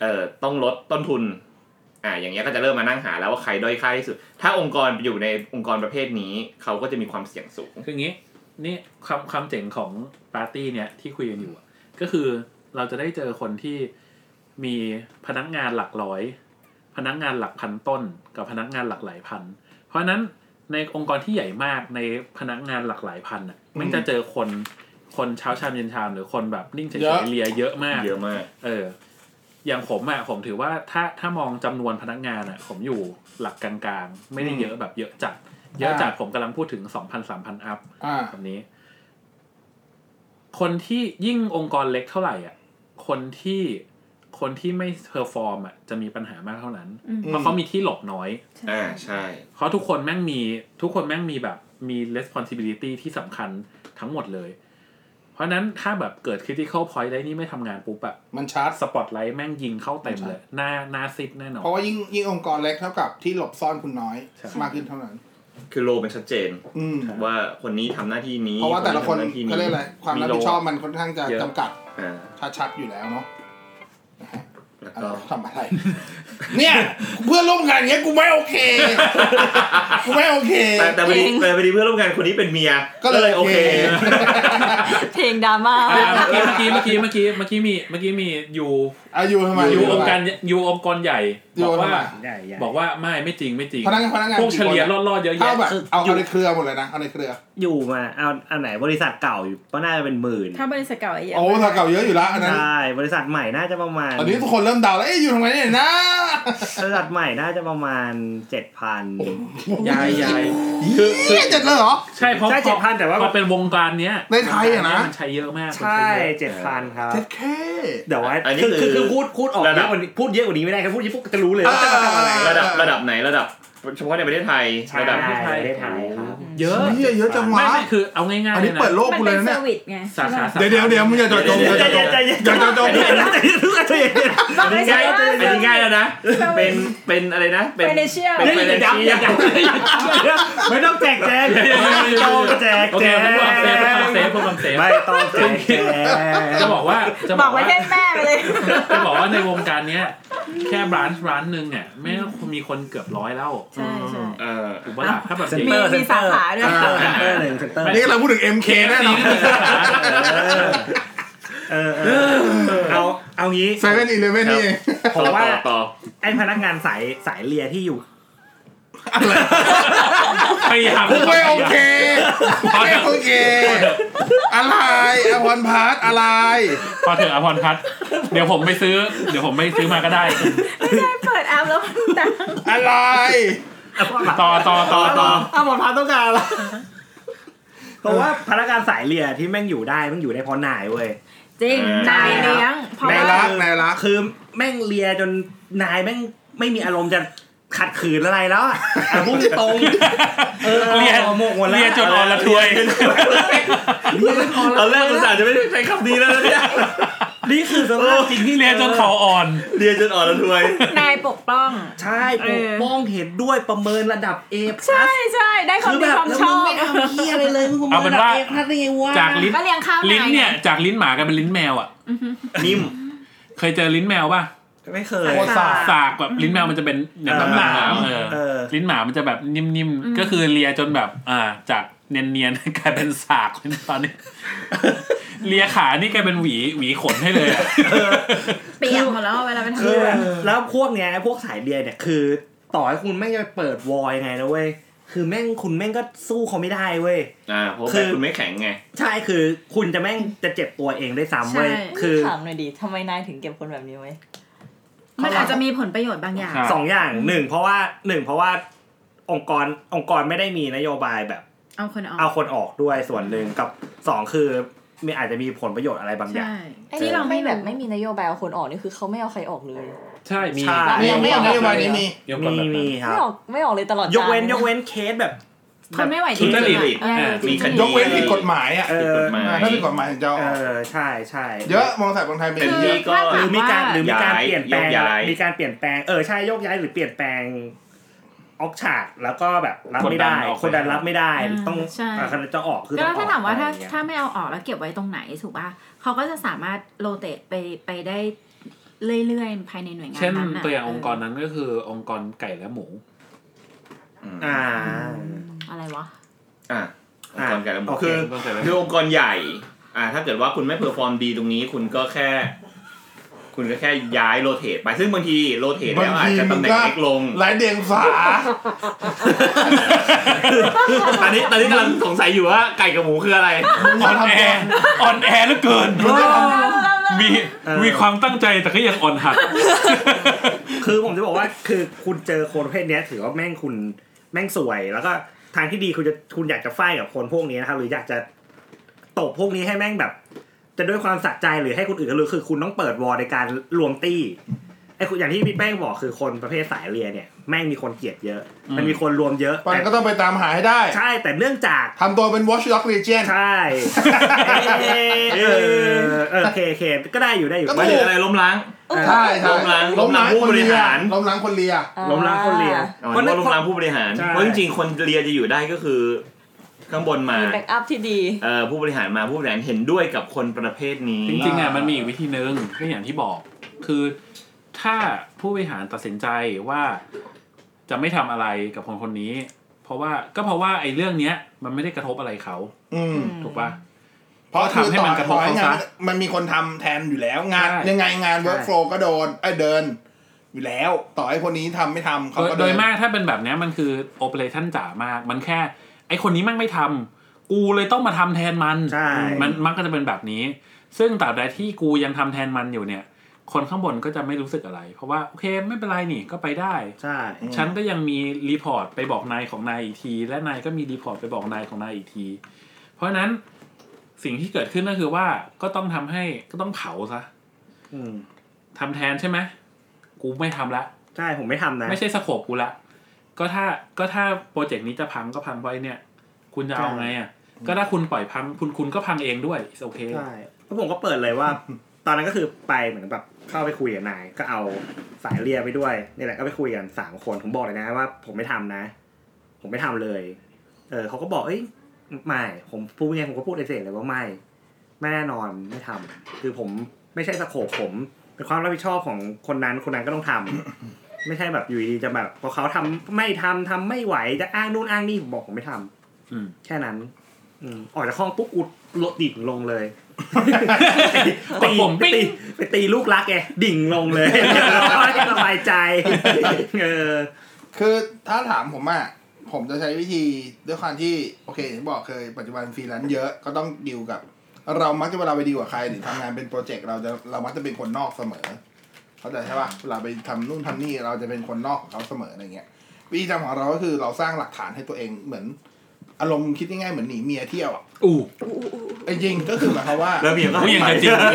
[SPEAKER 7] เอ่อ ต้องลดต้นทุน อ่า อย่างเงี้ยก็จะเริ่มมานั่งหาแล้วว่าใครด้อยค่าที่สุด ถ้าองค์กรอยู่ในองค์กรประเภทนี้ เขาก็จะมีความเสี่ยงสูง
[SPEAKER 5] คืออย่างงี้นี่คำคำเจ๋งของปาร์ตี้เนี่ยที่คุยกันอยู่อะก็คือเราจะได้เจอคนที่มีพนักงานหลักร้อย พนักงานหลักพันต้น กับพนักงานหลักหลายพัน เพราะฉะนั้นในองค์กรที่ใหญ่มากในพนักงานหลักหลายพันอ่ะมันจะเจอคนคนเช้าชามเย็นชาม หรือคนแบบนิ่งเฉย
[SPEAKER 1] เยอะ
[SPEAKER 5] ๆเลียเยอะมาก
[SPEAKER 7] เยอะมาก
[SPEAKER 5] เออ อย่างผมอะผมถือว่าถ้าถ้ามองจำนวนพนักงานอะผมอยู่หลักกลางๆ ไม่ได้เยอะแบบเยอะจัด เยอะจัดผมกำลังพูดถึงสองพันสามพันอัพ
[SPEAKER 1] อ่า
[SPEAKER 5] แบบนี้ คนที่ยิ่งองค์กรเล็กเท่าไหร่อ่ะ คนที่คนที่ไม่เพอร์ฟอร์มอ่ะจะมีปัญหามากเท่านั้น
[SPEAKER 2] อืม
[SPEAKER 5] เพราะเขามีที่หลบน้อย
[SPEAKER 7] อ่า ใช่
[SPEAKER 5] เพราะทุกคนแม่งมีทุกคนแม่งมีแบบมี responsibility ที่สำคัญทั้งหมดเลย เพราะฉะนั้นถ้าแบบเกิด critical point ได้นี่ไม่ทำงานปุ๊บอะ
[SPEAKER 1] มันชาร์จ
[SPEAKER 5] สปอตไลท์แม่งยิงเข้าเต็มเลย หน้าหน้าซิดแน่นอน
[SPEAKER 1] เพราะว่ายิ่งยิ่งองค์กรเล็กเท่ากับที่หลบซ่อนคุณน้อย
[SPEAKER 5] ใช่
[SPEAKER 1] มากขึ้นเท่านั้น
[SPEAKER 7] คือโลมันชัดเจน
[SPEAKER 1] อืม
[SPEAKER 7] ว่าคนนี้ทำหน้าที่นี้
[SPEAKER 1] เพราะว่าแต่ละคน
[SPEAKER 7] ทำหที่
[SPEAKER 1] เขาเรียกอะไร ความรับผิดชอบมันค่อนข้างจะ
[SPEAKER 5] เยอะ
[SPEAKER 1] จำกัด
[SPEAKER 7] อ่า
[SPEAKER 1] ชัดๆอยู่แล้วเนาะ
[SPEAKER 7] แล้ว
[SPEAKER 1] อ่ะ
[SPEAKER 7] ก็
[SPEAKER 1] ทำอะไร เนี่ยเพื่อนร่วมงานอย่างเงี้ยกูไม่โอเคกูไม่โอเค
[SPEAKER 7] แต่แต่พอดี
[SPEAKER 6] จริง
[SPEAKER 7] แต่พอดีเพื่อนร่วมงานคนนี้เป็นเมีย
[SPEAKER 1] ก็เลยโอเค
[SPEAKER 6] เพลงดราม่า
[SPEAKER 5] อ่ะเมื่อกี้เมื่อกี้เมื่อกี้เมื่อกี้เมื่อกี้มีเมื่อกี้มียู
[SPEAKER 1] อายุทำไม
[SPEAKER 5] ยู
[SPEAKER 1] ทำ
[SPEAKER 5] อง
[SPEAKER 1] ไม
[SPEAKER 5] ค์การยูองค์กรใหญ่บ
[SPEAKER 1] ยู
[SPEAKER 5] อก
[SPEAKER 1] ทำ
[SPEAKER 5] ว่า
[SPEAKER 1] ไม
[SPEAKER 4] ใหญ่ใหญ่
[SPEAKER 5] บอกว่าไม่ไม่จริงไม่จริง
[SPEAKER 1] พนักงานพนักงาน
[SPEAKER 5] พวกเฉลี่ยรอดๆเยอะ
[SPEAKER 1] เท่า
[SPEAKER 5] แยะ
[SPEAKER 1] แบบเอาเอาในเครือหมดเลยนะเอาในเครือ
[SPEAKER 4] อยู่มาเอาอันไหนบริษัทเก่าอยู่ก็น่าจะเป็นหมื่น
[SPEAKER 2] ถ้าบริษัทเก่าะเยอะ
[SPEAKER 1] โอ้ถ้าเก่าเยอะอยู่แล้วอันนั้น
[SPEAKER 4] ใช่บริษัทใหม่น่าจะประมาณ
[SPEAKER 1] ตอนนี้ทุกคนเริ่มเดาแล้วเอ๊ะอยู่ทำไมเนี่ยนะ
[SPEAKER 4] บริษัทใหม่น่าจะประมาณเจ็ดพัน
[SPEAKER 5] ยายยาย
[SPEAKER 1] คือเจ็ดเลยเหรอ
[SPEAKER 5] ใช่เพราะ
[SPEAKER 4] ใช่
[SPEAKER 5] พอ
[SPEAKER 4] 7,000แต่ว่า
[SPEAKER 5] พอเป็นวงการเนี้ย
[SPEAKER 1] ในไทยอะนะ
[SPEAKER 5] วงการเมันใช้เยอะมาก
[SPEAKER 4] ใช่
[SPEAKER 5] มันใช้เยอะ
[SPEAKER 4] เจ็ดพันครับ
[SPEAKER 1] เจ็ดแค่
[SPEAKER 4] เดี๋ยวว่า
[SPEAKER 7] อันนี้
[SPEAKER 4] คือคือ
[SPEAKER 7] คือ
[SPEAKER 4] คือพูดพูดออก
[SPEAKER 7] ระ
[SPEAKER 4] เย
[SPEAKER 7] ดับ
[SPEAKER 4] อะกว่านี้พูดเยอะกว่านี้ไม่ได้ครับพูดเยอะพวกจะรู้เลยว่าจะมาทำอะไร
[SPEAKER 1] อ่า
[SPEAKER 7] ระดับระดับไหนระดับ เฉพาะในประเทศไทย
[SPEAKER 4] ใช่
[SPEAKER 7] ระดับ
[SPEAKER 4] ประเทศไทยครับ
[SPEAKER 5] เยอะ
[SPEAKER 1] เหี้ยเยอะจังวะ
[SPEAKER 5] ไม่ไม่คือเอาง่าย
[SPEAKER 1] อัน
[SPEAKER 5] ๆเล
[SPEAKER 1] นี้
[SPEAKER 5] ยนะ
[SPEAKER 1] เปิดโลก
[SPEAKER 2] มัน
[SPEAKER 1] กูเลย
[SPEAKER 2] เป็น
[SPEAKER 1] นะ
[SPEAKER 2] เซ
[SPEAKER 1] เนี่
[SPEAKER 2] อย ร์วิสไง
[SPEAKER 5] สาขาสาขา
[SPEAKER 1] เดี๋ยวเดี๋ยวเดี๋ยวมึงอย่าจอดจง
[SPEAKER 7] เดี๋
[SPEAKER 1] อ
[SPEAKER 7] ยว
[SPEAKER 1] ย่าจอดจงอย่าจอดจง
[SPEAKER 7] อันนี้ง่ายอันนี้ง่ายแล้วนะ เป็นเป็นอะไรนะ เป็น
[SPEAKER 2] Financial
[SPEAKER 7] เป็น financial
[SPEAKER 4] ไม่ต้องแจกแจงต้องแจก
[SPEAKER 5] โอ
[SPEAKER 4] แจง
[SPEAKER 5] เคพวกความเซฟพวกความเซฟพวกความเซ
[SPEAKER 4] ไม่
[SPEAKER 5] ฟ
[SPEAKER 4] ต้องแจกแจง
[SPEAKER 5] จะบอกว่าจะ
[SPEAKER 6] บบ อ
[SPEAKER 5] อก ก
[SPEAKER 6] ไว้
[SPEAKER 5] ว่า
[SPEAKER 6] ให้แม่ไปเลย
[SPEAKER 5] จะบอกว่าในวงการเนี้ยแค่ร้านร้านหนึ่งเนี่ยไม่งมีคนเกือบร้อยแล้ว
[SPEAKER 2] ใช่ใช่
[SPEAKER 7] เออ
[SPEAKER 5] ถูกปะล่ะถ้าแบบ
[SPEAKER 4] เซ็น
[SPEAKER 5] นี้
[SPEAKER 4] เตอร์
[SPEAKER 6] มี
[SPEAKER 4] เซ็นเตอร์
[SPEAKER 6] สาขาด้วย
[SPEAKER 4] เซ็นเตอร์หนึ่งเซ็นเตอร์
[SPEAKER 1] นี่กำลังพูดถึง MK แน่นอน
[SPEAKER 4] เออเออเออเอาเอางี้
[SPEAKER 1] เซเว่นอีเลเว่นนี่เอง
[SPEAKER 4] ผมว่า
[SPEAKER 7] ต่อต่อ
[SPEAKER 4] ไอ้พนักงานสายสายเลียที่อยู่
[SPEAKER 5] พยายาม
[SPEAKER 1] กูไม่โอเคไม่โอเค อะไรอภรพาร์ทอะไร
[SPEAKER 5] พอเถอะอภรพัฒน์เดี๋ยวผมไปซื้อ เดี๋ยวผมไปซื้อมาก็ได้
[SPEAKER 2] ไม่ใช่เปิดแอปแล้วมันดัง
[SPEAKER 1] อะไร
[SPEAKER 5] ต่อต่อต่อต่อ
[SPEAKER 4] เอาหมอพันต้องการอะไรเพราะว่าพนักงานสายเลียที่แม่งอยู่ได้แม่งอยู่ได้เพราะนายเว้ย
[SPEAKER 2] จริง
[SPEAKER 7] เออ
[SPEAKER 2] นายเลี้ยง เพราะ
[SPEAKER 1] นาย
[SPEAKER 2] ว่า
[SPEAKER 1] รักนายรัก
[SPEAKER 4] คือแม่งเลียจนนายแม่งไม่มีอารมณ์จะขัดขืนอะไรแล้วอะอ่ะพุ่งตรงเออ
[SPEAKER 5] เลีย
[SPEAKER 4] หมกหมดแล้ว
[SPEAKER 5] เรียจนออนละทวย
[SPEAKER 4] เลียจนอ่อน
[SPEAKER 7] ตอนแร
[SPEAKER 4] ละ
[SPEAKER 7] กอุตส่าห์จะไม่ได้ใช้คำนี้แล้วนะเนี่ย
[SPEAKER 4] นี่คือสภาพจริงที่
[SPEAKER 5] เรียจนเขาอ่อน
[SPEAKER 7] เรียนจนอ่อนละทวย
[SPEAKER 2] นายปกป้อง
[SPEAKER 4] ใช่
[SPEAKER 2] เอ
[SPEAKER 4] ปก
[SPEAKER 2] อ
[SPEAKER 4] ป้องเห็นด้วยประเมินระดับ A
[SPEAKER 2] ใช่ใช่ได้ความ
[SPEAKER 4] คือ
[SPEAKER 2] ดี
[SPEAKER 4] แบบ
[SPEAKER 2] ความ
[SPEAKER 4] แล้ว
[SPEAKER 2] ช
[SPEAKER 4] มึ
[SPEAKER 2] อง บ
[SPEAKER 4] ไม่เอาเฮียอะไรเลยมึงประ
[SPEAKER 5] เอาเป็
[SPEAKER 4] เมิน
[SPEAKER 5] น
[SPEAKER 4] ระดับ
[SPEAKER 5] ว่า
[SPEAKER 4] A พลาดได้ไงวะ
[SPEAKER 5] จากลิ้น
[SPEAKER 2] ก็เลี้ยงข้าว
[SPEAKER 5] ลิ้น
[SPEAKER 2] าย
[SPEAKER 5] เนี่ย จากลิ้นหมากันเป็นลิ้นแมวอ่ะ
[SPEAKER 7] นิ่ม
[SPEAKER 5] เคยเจอลิ้นแมวป่ะ
[SPEAKER 4] ไม่เคย
[SPEAKER 1] โอ้สา
[SPEAKER 5] สากแบบลิ้นแมวมันจะเป็นอย่างน้ำหนามเออ
[SPEAKER 4] เออ
[SPEAKER 5] ลิ้นหมามันจะแบบนิ่มๆ ก็คือเลียจนแบบ อ่า จากเนียนๆ กลายเป็นสากต อนนี้ เลียขานี่กลายเป็นหวีหวีขนให้เลยอะ
[SPEAKER 2] เปียกหมดแล้วเวลาไปทำ
[SPEAKER 4] คือง
[SPEAKER 2] าน
[SPEAKER 4] แล้วพวกเนี้ยไอ้พวกสายเดียเนี่ยคือ ต่อให้คุณแม่งจะไปเปิดวอยไงนะเว้ยคือแม่งคุณแม่งก็สู้เขาไม่ได้เว้ย
[SPEAKER 7] อ่า เพราะ
[SPEAKER 4] คือ
[SPEAKER 7] แบบคุณไม่แข็งไง
[SPEAKER 4] ใช่คือคุณจะแม่งจะเจ็บตัวเองได้วยซ้ำเว้ยคือ
[SPEAKER 6] ถามหน่อยดิทำไมนายถึงเก็บคนแบบนี้ไว้
[SPEAKER 2] มันอาจจะมีผลประโยชน์บางอย่าง
[SPEAKER 5] ครับ
[SPEAKER 4] สองอย่างหนึ่งเพราะว่าหนึ่งเพราะว่าองค์กรองค์กรไม่ได้มีนโยบายแบบ
[SPEAKER 2] เอาคนออก
[SPEAKER 4] เอาคนออกด้วยส่วนหนึ่งกับสองคือมีอาจจะมีผลประโยชน์อะไรบางอย่าง
[SPEAKER 2] ใช่
[SPEAKER 6] ที่
[SPEAKER 2] ที่
[SPEAKER 6] เรา
[SPEAKER 2] เรา
[SPEAKER 6] ไม่
[SPEAKER 2] ไม่
[SPEAKER 6] แบ
[SPEAKER 2] แบบ บ
[SPEAKER 6] ไม่มีนโยบายเอาคนออกนี่คือเขาไม่เอาใครออกเลย
[SPEAKER 5] ใช่มี
[SPEAKER 4] ใช่
[SPEAKER 1] นี่ยังไม่ออกนโยบายนี้มี
[SPEAKER 5] ยกกฎ
[SPEAKER 4] มี
[SPEAKER 5] แบบนั้น
[SPEAKER 4] มีครั
[SPEAKER 6] ไม่
[SPEAKER 4] บ
[SPEAKER 6] ออกไม่ออกเลยตลอด
[SPEAKER 4] ยกเว้น
[SPEAKER 6] าร
[SPEAKER 4] ยกเว้นเคสแบบ
[SPEAKER 2] คนไม่ไหวจ
[SPEAKER 7] ทุ
[SPEAKER 2] ริง
[SPEAKER 7] จ
[SPEAKER 2] ๆ
[SPEAKER 7] ริต
[SPEAKER 2] อะเออ
[SPEAKER 5] มี
[SPEAKER 2] ทุจริต
[SPEAKER 1] ยกเว้นผิดกฎหมายอ่ะ
[SPEAKER 4] เอ
[SPEAKER 7] ผิด
[SPEAKER 4] อ
[SPEAKER 7] ฎห
[SPEAKER 4] ก
[SPEAKER 7] มาย
[SPEAKER 1] ถ้าผิดกฎหมายถึงจะเอา
[SPEAKER 4] เออใช่ใช่
[SPEAKER 1] เยอะมองสายบางไทยเป็น
[SPEAKER 7] แต่
[SPEAKER 1] อย่าง
[SPEAKER 7] ที่
[SPEAKER 1] นี้
[SPEAKER 7] ก็
[SPEAKER 2] คือ
[SPEAKER 4] หรือมีการ
[SPEAKER 2] ว่า
[SPEAKER 4] หรือมีการ
[SPEAKER 7] ย้าย
[SPEAKER 4] เปลี่ยนแปล
[SPEAKER 7] โยก
[SPEAKER 4] ง
[SPEAKER 7] ย้าย
[SPEAKER 4] มีการเปลี่ยนแปลงเออใช่โยกย้ายหรือเปลี่ยนแปลงออกฉากแล้วก็แบบรับไม่ได้
[SPEAKER 5] กดดันออกไป
[SPEAKER 4] คนดันรับไม่ได้
[SPEAKER 2] อ่า
[SPEAKER 4] ต้อง
[SPEAKER 2] ใช่
[SPEAKER 4] อ่าคนจะออกคือ
[SPEAKER 2] ก็
[SPEAKER 4] ต้องอ
[SPEAKER 2] ถ้า
[SPEAKER 4] อก
[SPEAKER 2] ถามว่าถ้า
[SPEAKER 4] อะไรอย่งเงี้ย
[SPEAKER 2] ถ้าไม่เอาออกแล้วเก็บไว้ตรงไหนถูกป่ะเขาก็จะสามารถโรเตทไปไปได้เรื่อยๆภายในหน่วยงาน
[SPEAKER 5] เช่น
[SPEAKER 2] นั้นะ
[SPEAKER 5] ตัวอย่างองค์กรนั้นก็คือองค์กรไก่และหมู
[SPEAKER 4] อ่า
[SPEAKER 2] เอออะไรวะ
[SPEAKER 7] อ่ะองค์กรการ
[SPEAKER 4] โอเค
[SPEAKER 7] คือ
[SPEAKER 5] องค์กรไก่และห
[SPEAKER 7] คื
[SPEAKER 5] มู
[SPEAKER 7] อองค์กรใหญ่ อ่า ถ้าเกิดว่าคุณไม่เพอร์ฟอร์มดีตรงนี้ คุณก็แค่ คุณก็แค่ย้ายโรเตทไป ซึ่งบางทีโรเตทแล้วอาจจะตำแหน่งเล็กลง
[SPEAKER 1] หลายเดียงสา
[SPEAKER 7] ตอนนี้ตอนนี้กำลังสงสัยอยู่ว่าไก่กับหมูคืออะไร
[SPEAKER 5] อ่อนแออ่อนแอเหลือเกิน มี
[SPEAKER 4] เออ
[SPEAKER 5] มีความตั้งใจแต่ก็ยังอ่อนหัด
[SPEAKER 4] คือผมจะบอกว่าคือคุณเจอคนประเภทเนี้ยถือว่าแม่งคุณแม่งสวย แล้วก็ทางที่ดีคุณจะคุณอยากจะไฟกับคนพวกนี้นะครับหรืออยากจะตบพวกนี้ให้แม่งแบบ จะด้วยความสะใจหรือให้คนอื่นก็รู้คือคุณต้องเปิดวอร์ในการรวมตี้ไอ้คุณอย่างที่พี่แป้งบอกคือคนประเภทสายเรียนเนี่ยแม่งมีคนเกลียดเยอะ มันมีคนรวมเยอะ
[SPEAKER 1] ปันก็ต้องไปตามหาให้ได้
[SPEAKER 4] ใช่แต่เนื่องจาก
[SPEAKER 1] ทำตัวเป็น Watch Dog Legion
[SPEAKER 4] ใช่เออเออโอเคโอเคก็ได้อยู่ได้อยู่
[SPEAKER 1] ก็ถู
[SPEAKER 7] ไม่
[SPEAKER 1] ก
[SPEAKER 7] เหลืออะไรล้มล้าง
[SPEAKER 1] ใช่ใช่
[SPEAKER 7] ล้มล้าง
[SPEAKER 1] ล้มล้าง
[SPEAKER 7] ล้มล้างผู้
[SPEAKER 1] คน
[SPEAKER 7] บริ
[SPEAKER 1] เลีย
[SPEAKER 7] หาร
[SPEAKER 1] ล้มล้างคนเลีย
[SPEAKER 4] ล้มล้างคนเรียน
[SPEAKER 7] เอาเป็นว่าล้มล้างผู้บริหาร
[SPEAKER 4] ใช่
[SPEAKER 7] เพราะจริงๆ คนเรียนจะอยู่ได้ก็คือข้างบนมา
[SPEAKER 6] มีแบ็กอัพที่ดี
[SPEAKER 7] เอ่อ ผู้บริหารมา ผู้บริหารเห็นด้วยกับคนประเภทนี้
[SPEAKER 5] จริงๆอ่ะมันมีอีกวิธีนึงก็อย่างที่บอก คือถ้าผู้บริหารตัดสินใจว่าจะไม่ทำอะไรกับคนคนนี้ เพราะว่าก็เพราะว่าไอ้เรื่องเนี้ยมันไม่ได้กระทบอะไรเขา
[SPEAKER 1] อืม
[SPEAKER 5] ถูกปะ
[SPEAKER 1] เพราะคือ
[SPEAKER 5] ทำให้
[SPEAKER 1] ต่อ
[SPEAKER 5] มันกระทบ
[SPEAKER 1] ต่อให้งาน
[SPEAKER 5] เขาซะ
[SPEAKER 1] มันมีคนทำแทนอยู่แล้วงาน
[SPEAKER 5] ใช่
[SPEAKER 1] ยังไงงาน workflow ก็โดนไอ้ยเดิน อยู่แล้ว ต่อให้คนนี้ทำไม่ทำเขา
[SPEAKER 5] โดย
[SPEAKER 1] ก็
[SPEAKER 5] โด
[SPEAKER 1] เดิ
[SPEAKER 5] ย
[SPEAKER 1] น
[SPEAKER 5] มากถ้าเป็นแบบเนี้ยมันคือโอเปอเรชั่นจ๋ามาก มันแค่ ไอ้คนนี้แมั่งไม่ทำกูเลยต้องมาทำแทนมัน
[SPEAKER 4] ใช่
[SPEAKER 5] มันมันก็จะเป็นแบบนี้ ซึ่งตราบใดที่กูยังทำแทนมันอยู่เนี่ย คนข้างบนก็จะไม่รู้สึกอะไร เพราะว่าโอเคไม่เป็นไรนี่ก็ไปได้
[SPEAKER 4] ใช่
[SPEAKER 5] ฉันก็ยังมีรีพอร์ตไปบอกนายของนายอีกที และนายก็มีรีพอร์ตไปบอกนายของนายอีกที เพราะฉะนั้นสิ่งที่เกิดขึ้นก็คือว่าก็ต้องทำให้ก็ต้องเผาซะ
[SPEAKER 4] อืม
[SPEAKER 5] ทำแทนใช่ไหมกูไม่ทำละ
[SPEAKER 4] ใช่ผมไม่ทำนะ
[SPEAKER 5] ไม่ใช่สโคปกูละ ก็ถ้าก็ถ้าโปรเจกต์นี้จะพังก็พังไว้เนี่ย คุณจะเอาไงอ่ะ ก็ถ้าคุณปล่อยพัง คุณคุณก็พังเองด้วยโอเค
[SPEAKER 4] ใช่แล้วผมก็เปิดเลยว่า ตอนนั้นก็คือไปเหมือนแบบเข้าไปคุยกับนาย ก็เอาสายเรียไปด้วยนี่แหละก็ไปคุยกันสามคนผมบอกเลยนะว่า ผมไม่ทำนะ ผมไม่ทำเลย เออเขาก็บอกเอ้ยไม่ผมพูดไงผมก็พูดเสร็จเลยว่าไม่ไม่แน่นอนไม่ทำคือผมไม่ใช่สโคปผมเป็นความรับผิดชอบของคนนั้นคนนั้นก็ต้องทำ ไม่ใช่แบบอยู่ดีๆจะแบบพอเขาทำไม่ทำทำไม่ไหวจะอ้างนู่นอ้างนี่ผมบอกผมไม่ทำ
[SPEAKER 5] อืม
[SPEAKER 4] แค่นั้น อืมออกจากห้องปุ๊บกูลดดิ่งลง เลย
[SPEAKER 5] กดปุ่ม
[SPEAKER 4] ไป
[SPEAKER 5] ปิ๊ง
[SPEAKER 4] ตีไปตีลูกรักแกดิ่งลงเลยสบายใจเออ
[SPEAKER 1] คือถ้าถามผมอ่ะผมจะใช้วิธีด้วยความที่โอเคอย่างที่บอกเคยปัจจุบันฟรีแลนซ์เยอะก็ต้องดิวกับ เรามักจะเวลาไปดีลกับใครหรือทำงานเป็นโปรเจกต์เราจะเรามักจะเป็นคนนอกเสมอ เข้าใจใช่ป่ะเวลาไปทำนู่นทำนี่เราจะเป็นคนนอกของเขาเสมออะไรเงี้ยวิธีทำของเราก็คือเราสร้างหลักฐานให้ตัวเองเหมือนอารมณ์คิดง่ายๆเหมือนหนีเมียเที่ยวอ่ะ
[SPEAKER 5] อู้
[SPEAKER 1] ไอ้จริงก็คือหมายความว่า
[SPEAKER 7] แล้วเมียก็
[SPEAKER 5] ผู้ยัง จะจริง
[SPEAKER 7] ให้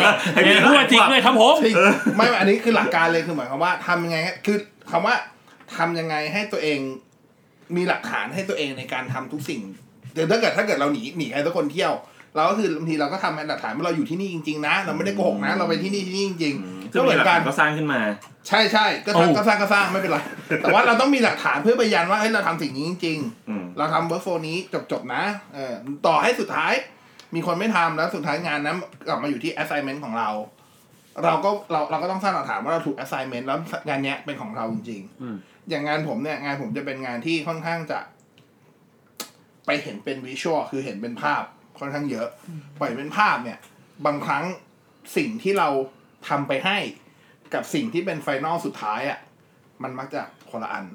[SPEAKER 7] เมี
[SPEAKER 5] เนี่
[SPEAKER 7] ย
[SPEAKER 5] ยพูดว่าจริงเลยครับผม
[SPEAKER 1] ไม่ไม่อันนี้คือหลักการเลยคือหมายความว่าทำยังไงให้คือคำว่าทำยังไงให้ตัวเองมีหลักฐานให้ตัวเองในการทำทุกสิ่งแต่ถ้าเกิดถ้าเกิดเราหนีหนีใครสักคนเที่ยว เราก็คือบางทีเราก็ทำให้หลักฐานว่าเราอยู่ที่นี่จริงๆนะ เราไม่ได้โกหกนะเราไปที่นี่ที่นี่จริงๆ
[SPEAKER 7] ซึ่
[SPEAKER 1] ก็
[SPEAKER 7] ง
[SPEAKER 1] เห
[SPEAKER 7] มี
[SPEAKER 1] มือ
[SPEAKER 7] หลั
[SPEAKER 1] นกั
[SPEAKER 7] กฐาน นก็สร้างขึ้นมา
[SPEAKER 1] ใช่ใช่ก็สร้าง
[SPEAKER 5] โอ้
[SPEAKER 1] ก็สร้างก็สร้างไม่เป็นไรแต่ว่าเราต้องมีหลักฐานเพื่อไปยันว่าเฮ้ยเราทำสิ่งนี้จริง
[SPEAKER 7] อืม
[SPEAKER 1] ๆ เราทำเวิร์กโฟนี้จบจบๆนะเออต่อให้สุดท้าย มีคนไม่ทำแล้วสุดท้ายงานนั้นกลับมาอยู่ที่ assignment ของเรา เราก็เราเราก็ต้องสร้างหลักฐานว่าเราถูก assignment แล้วงานเนี้ยเป็นของเราจริง
[SPEAKER 5] อืม
[SPEAKER 1] ๆอย่างงานผมเนี่ยงานผมจะเป็นงานที่ค่อนข้างจะ ไปเห็นเป็นวิชวลคือเห็นเป็นภาพค่อนข้างเยอะปล่อยเป็นภาพเนี่ย บางครั้งสิ่งที่เราทำไปให้ กับสิ่งที่เป็นไฟนอลสุดท้ายอะ่ะมันมักจะคนละอัน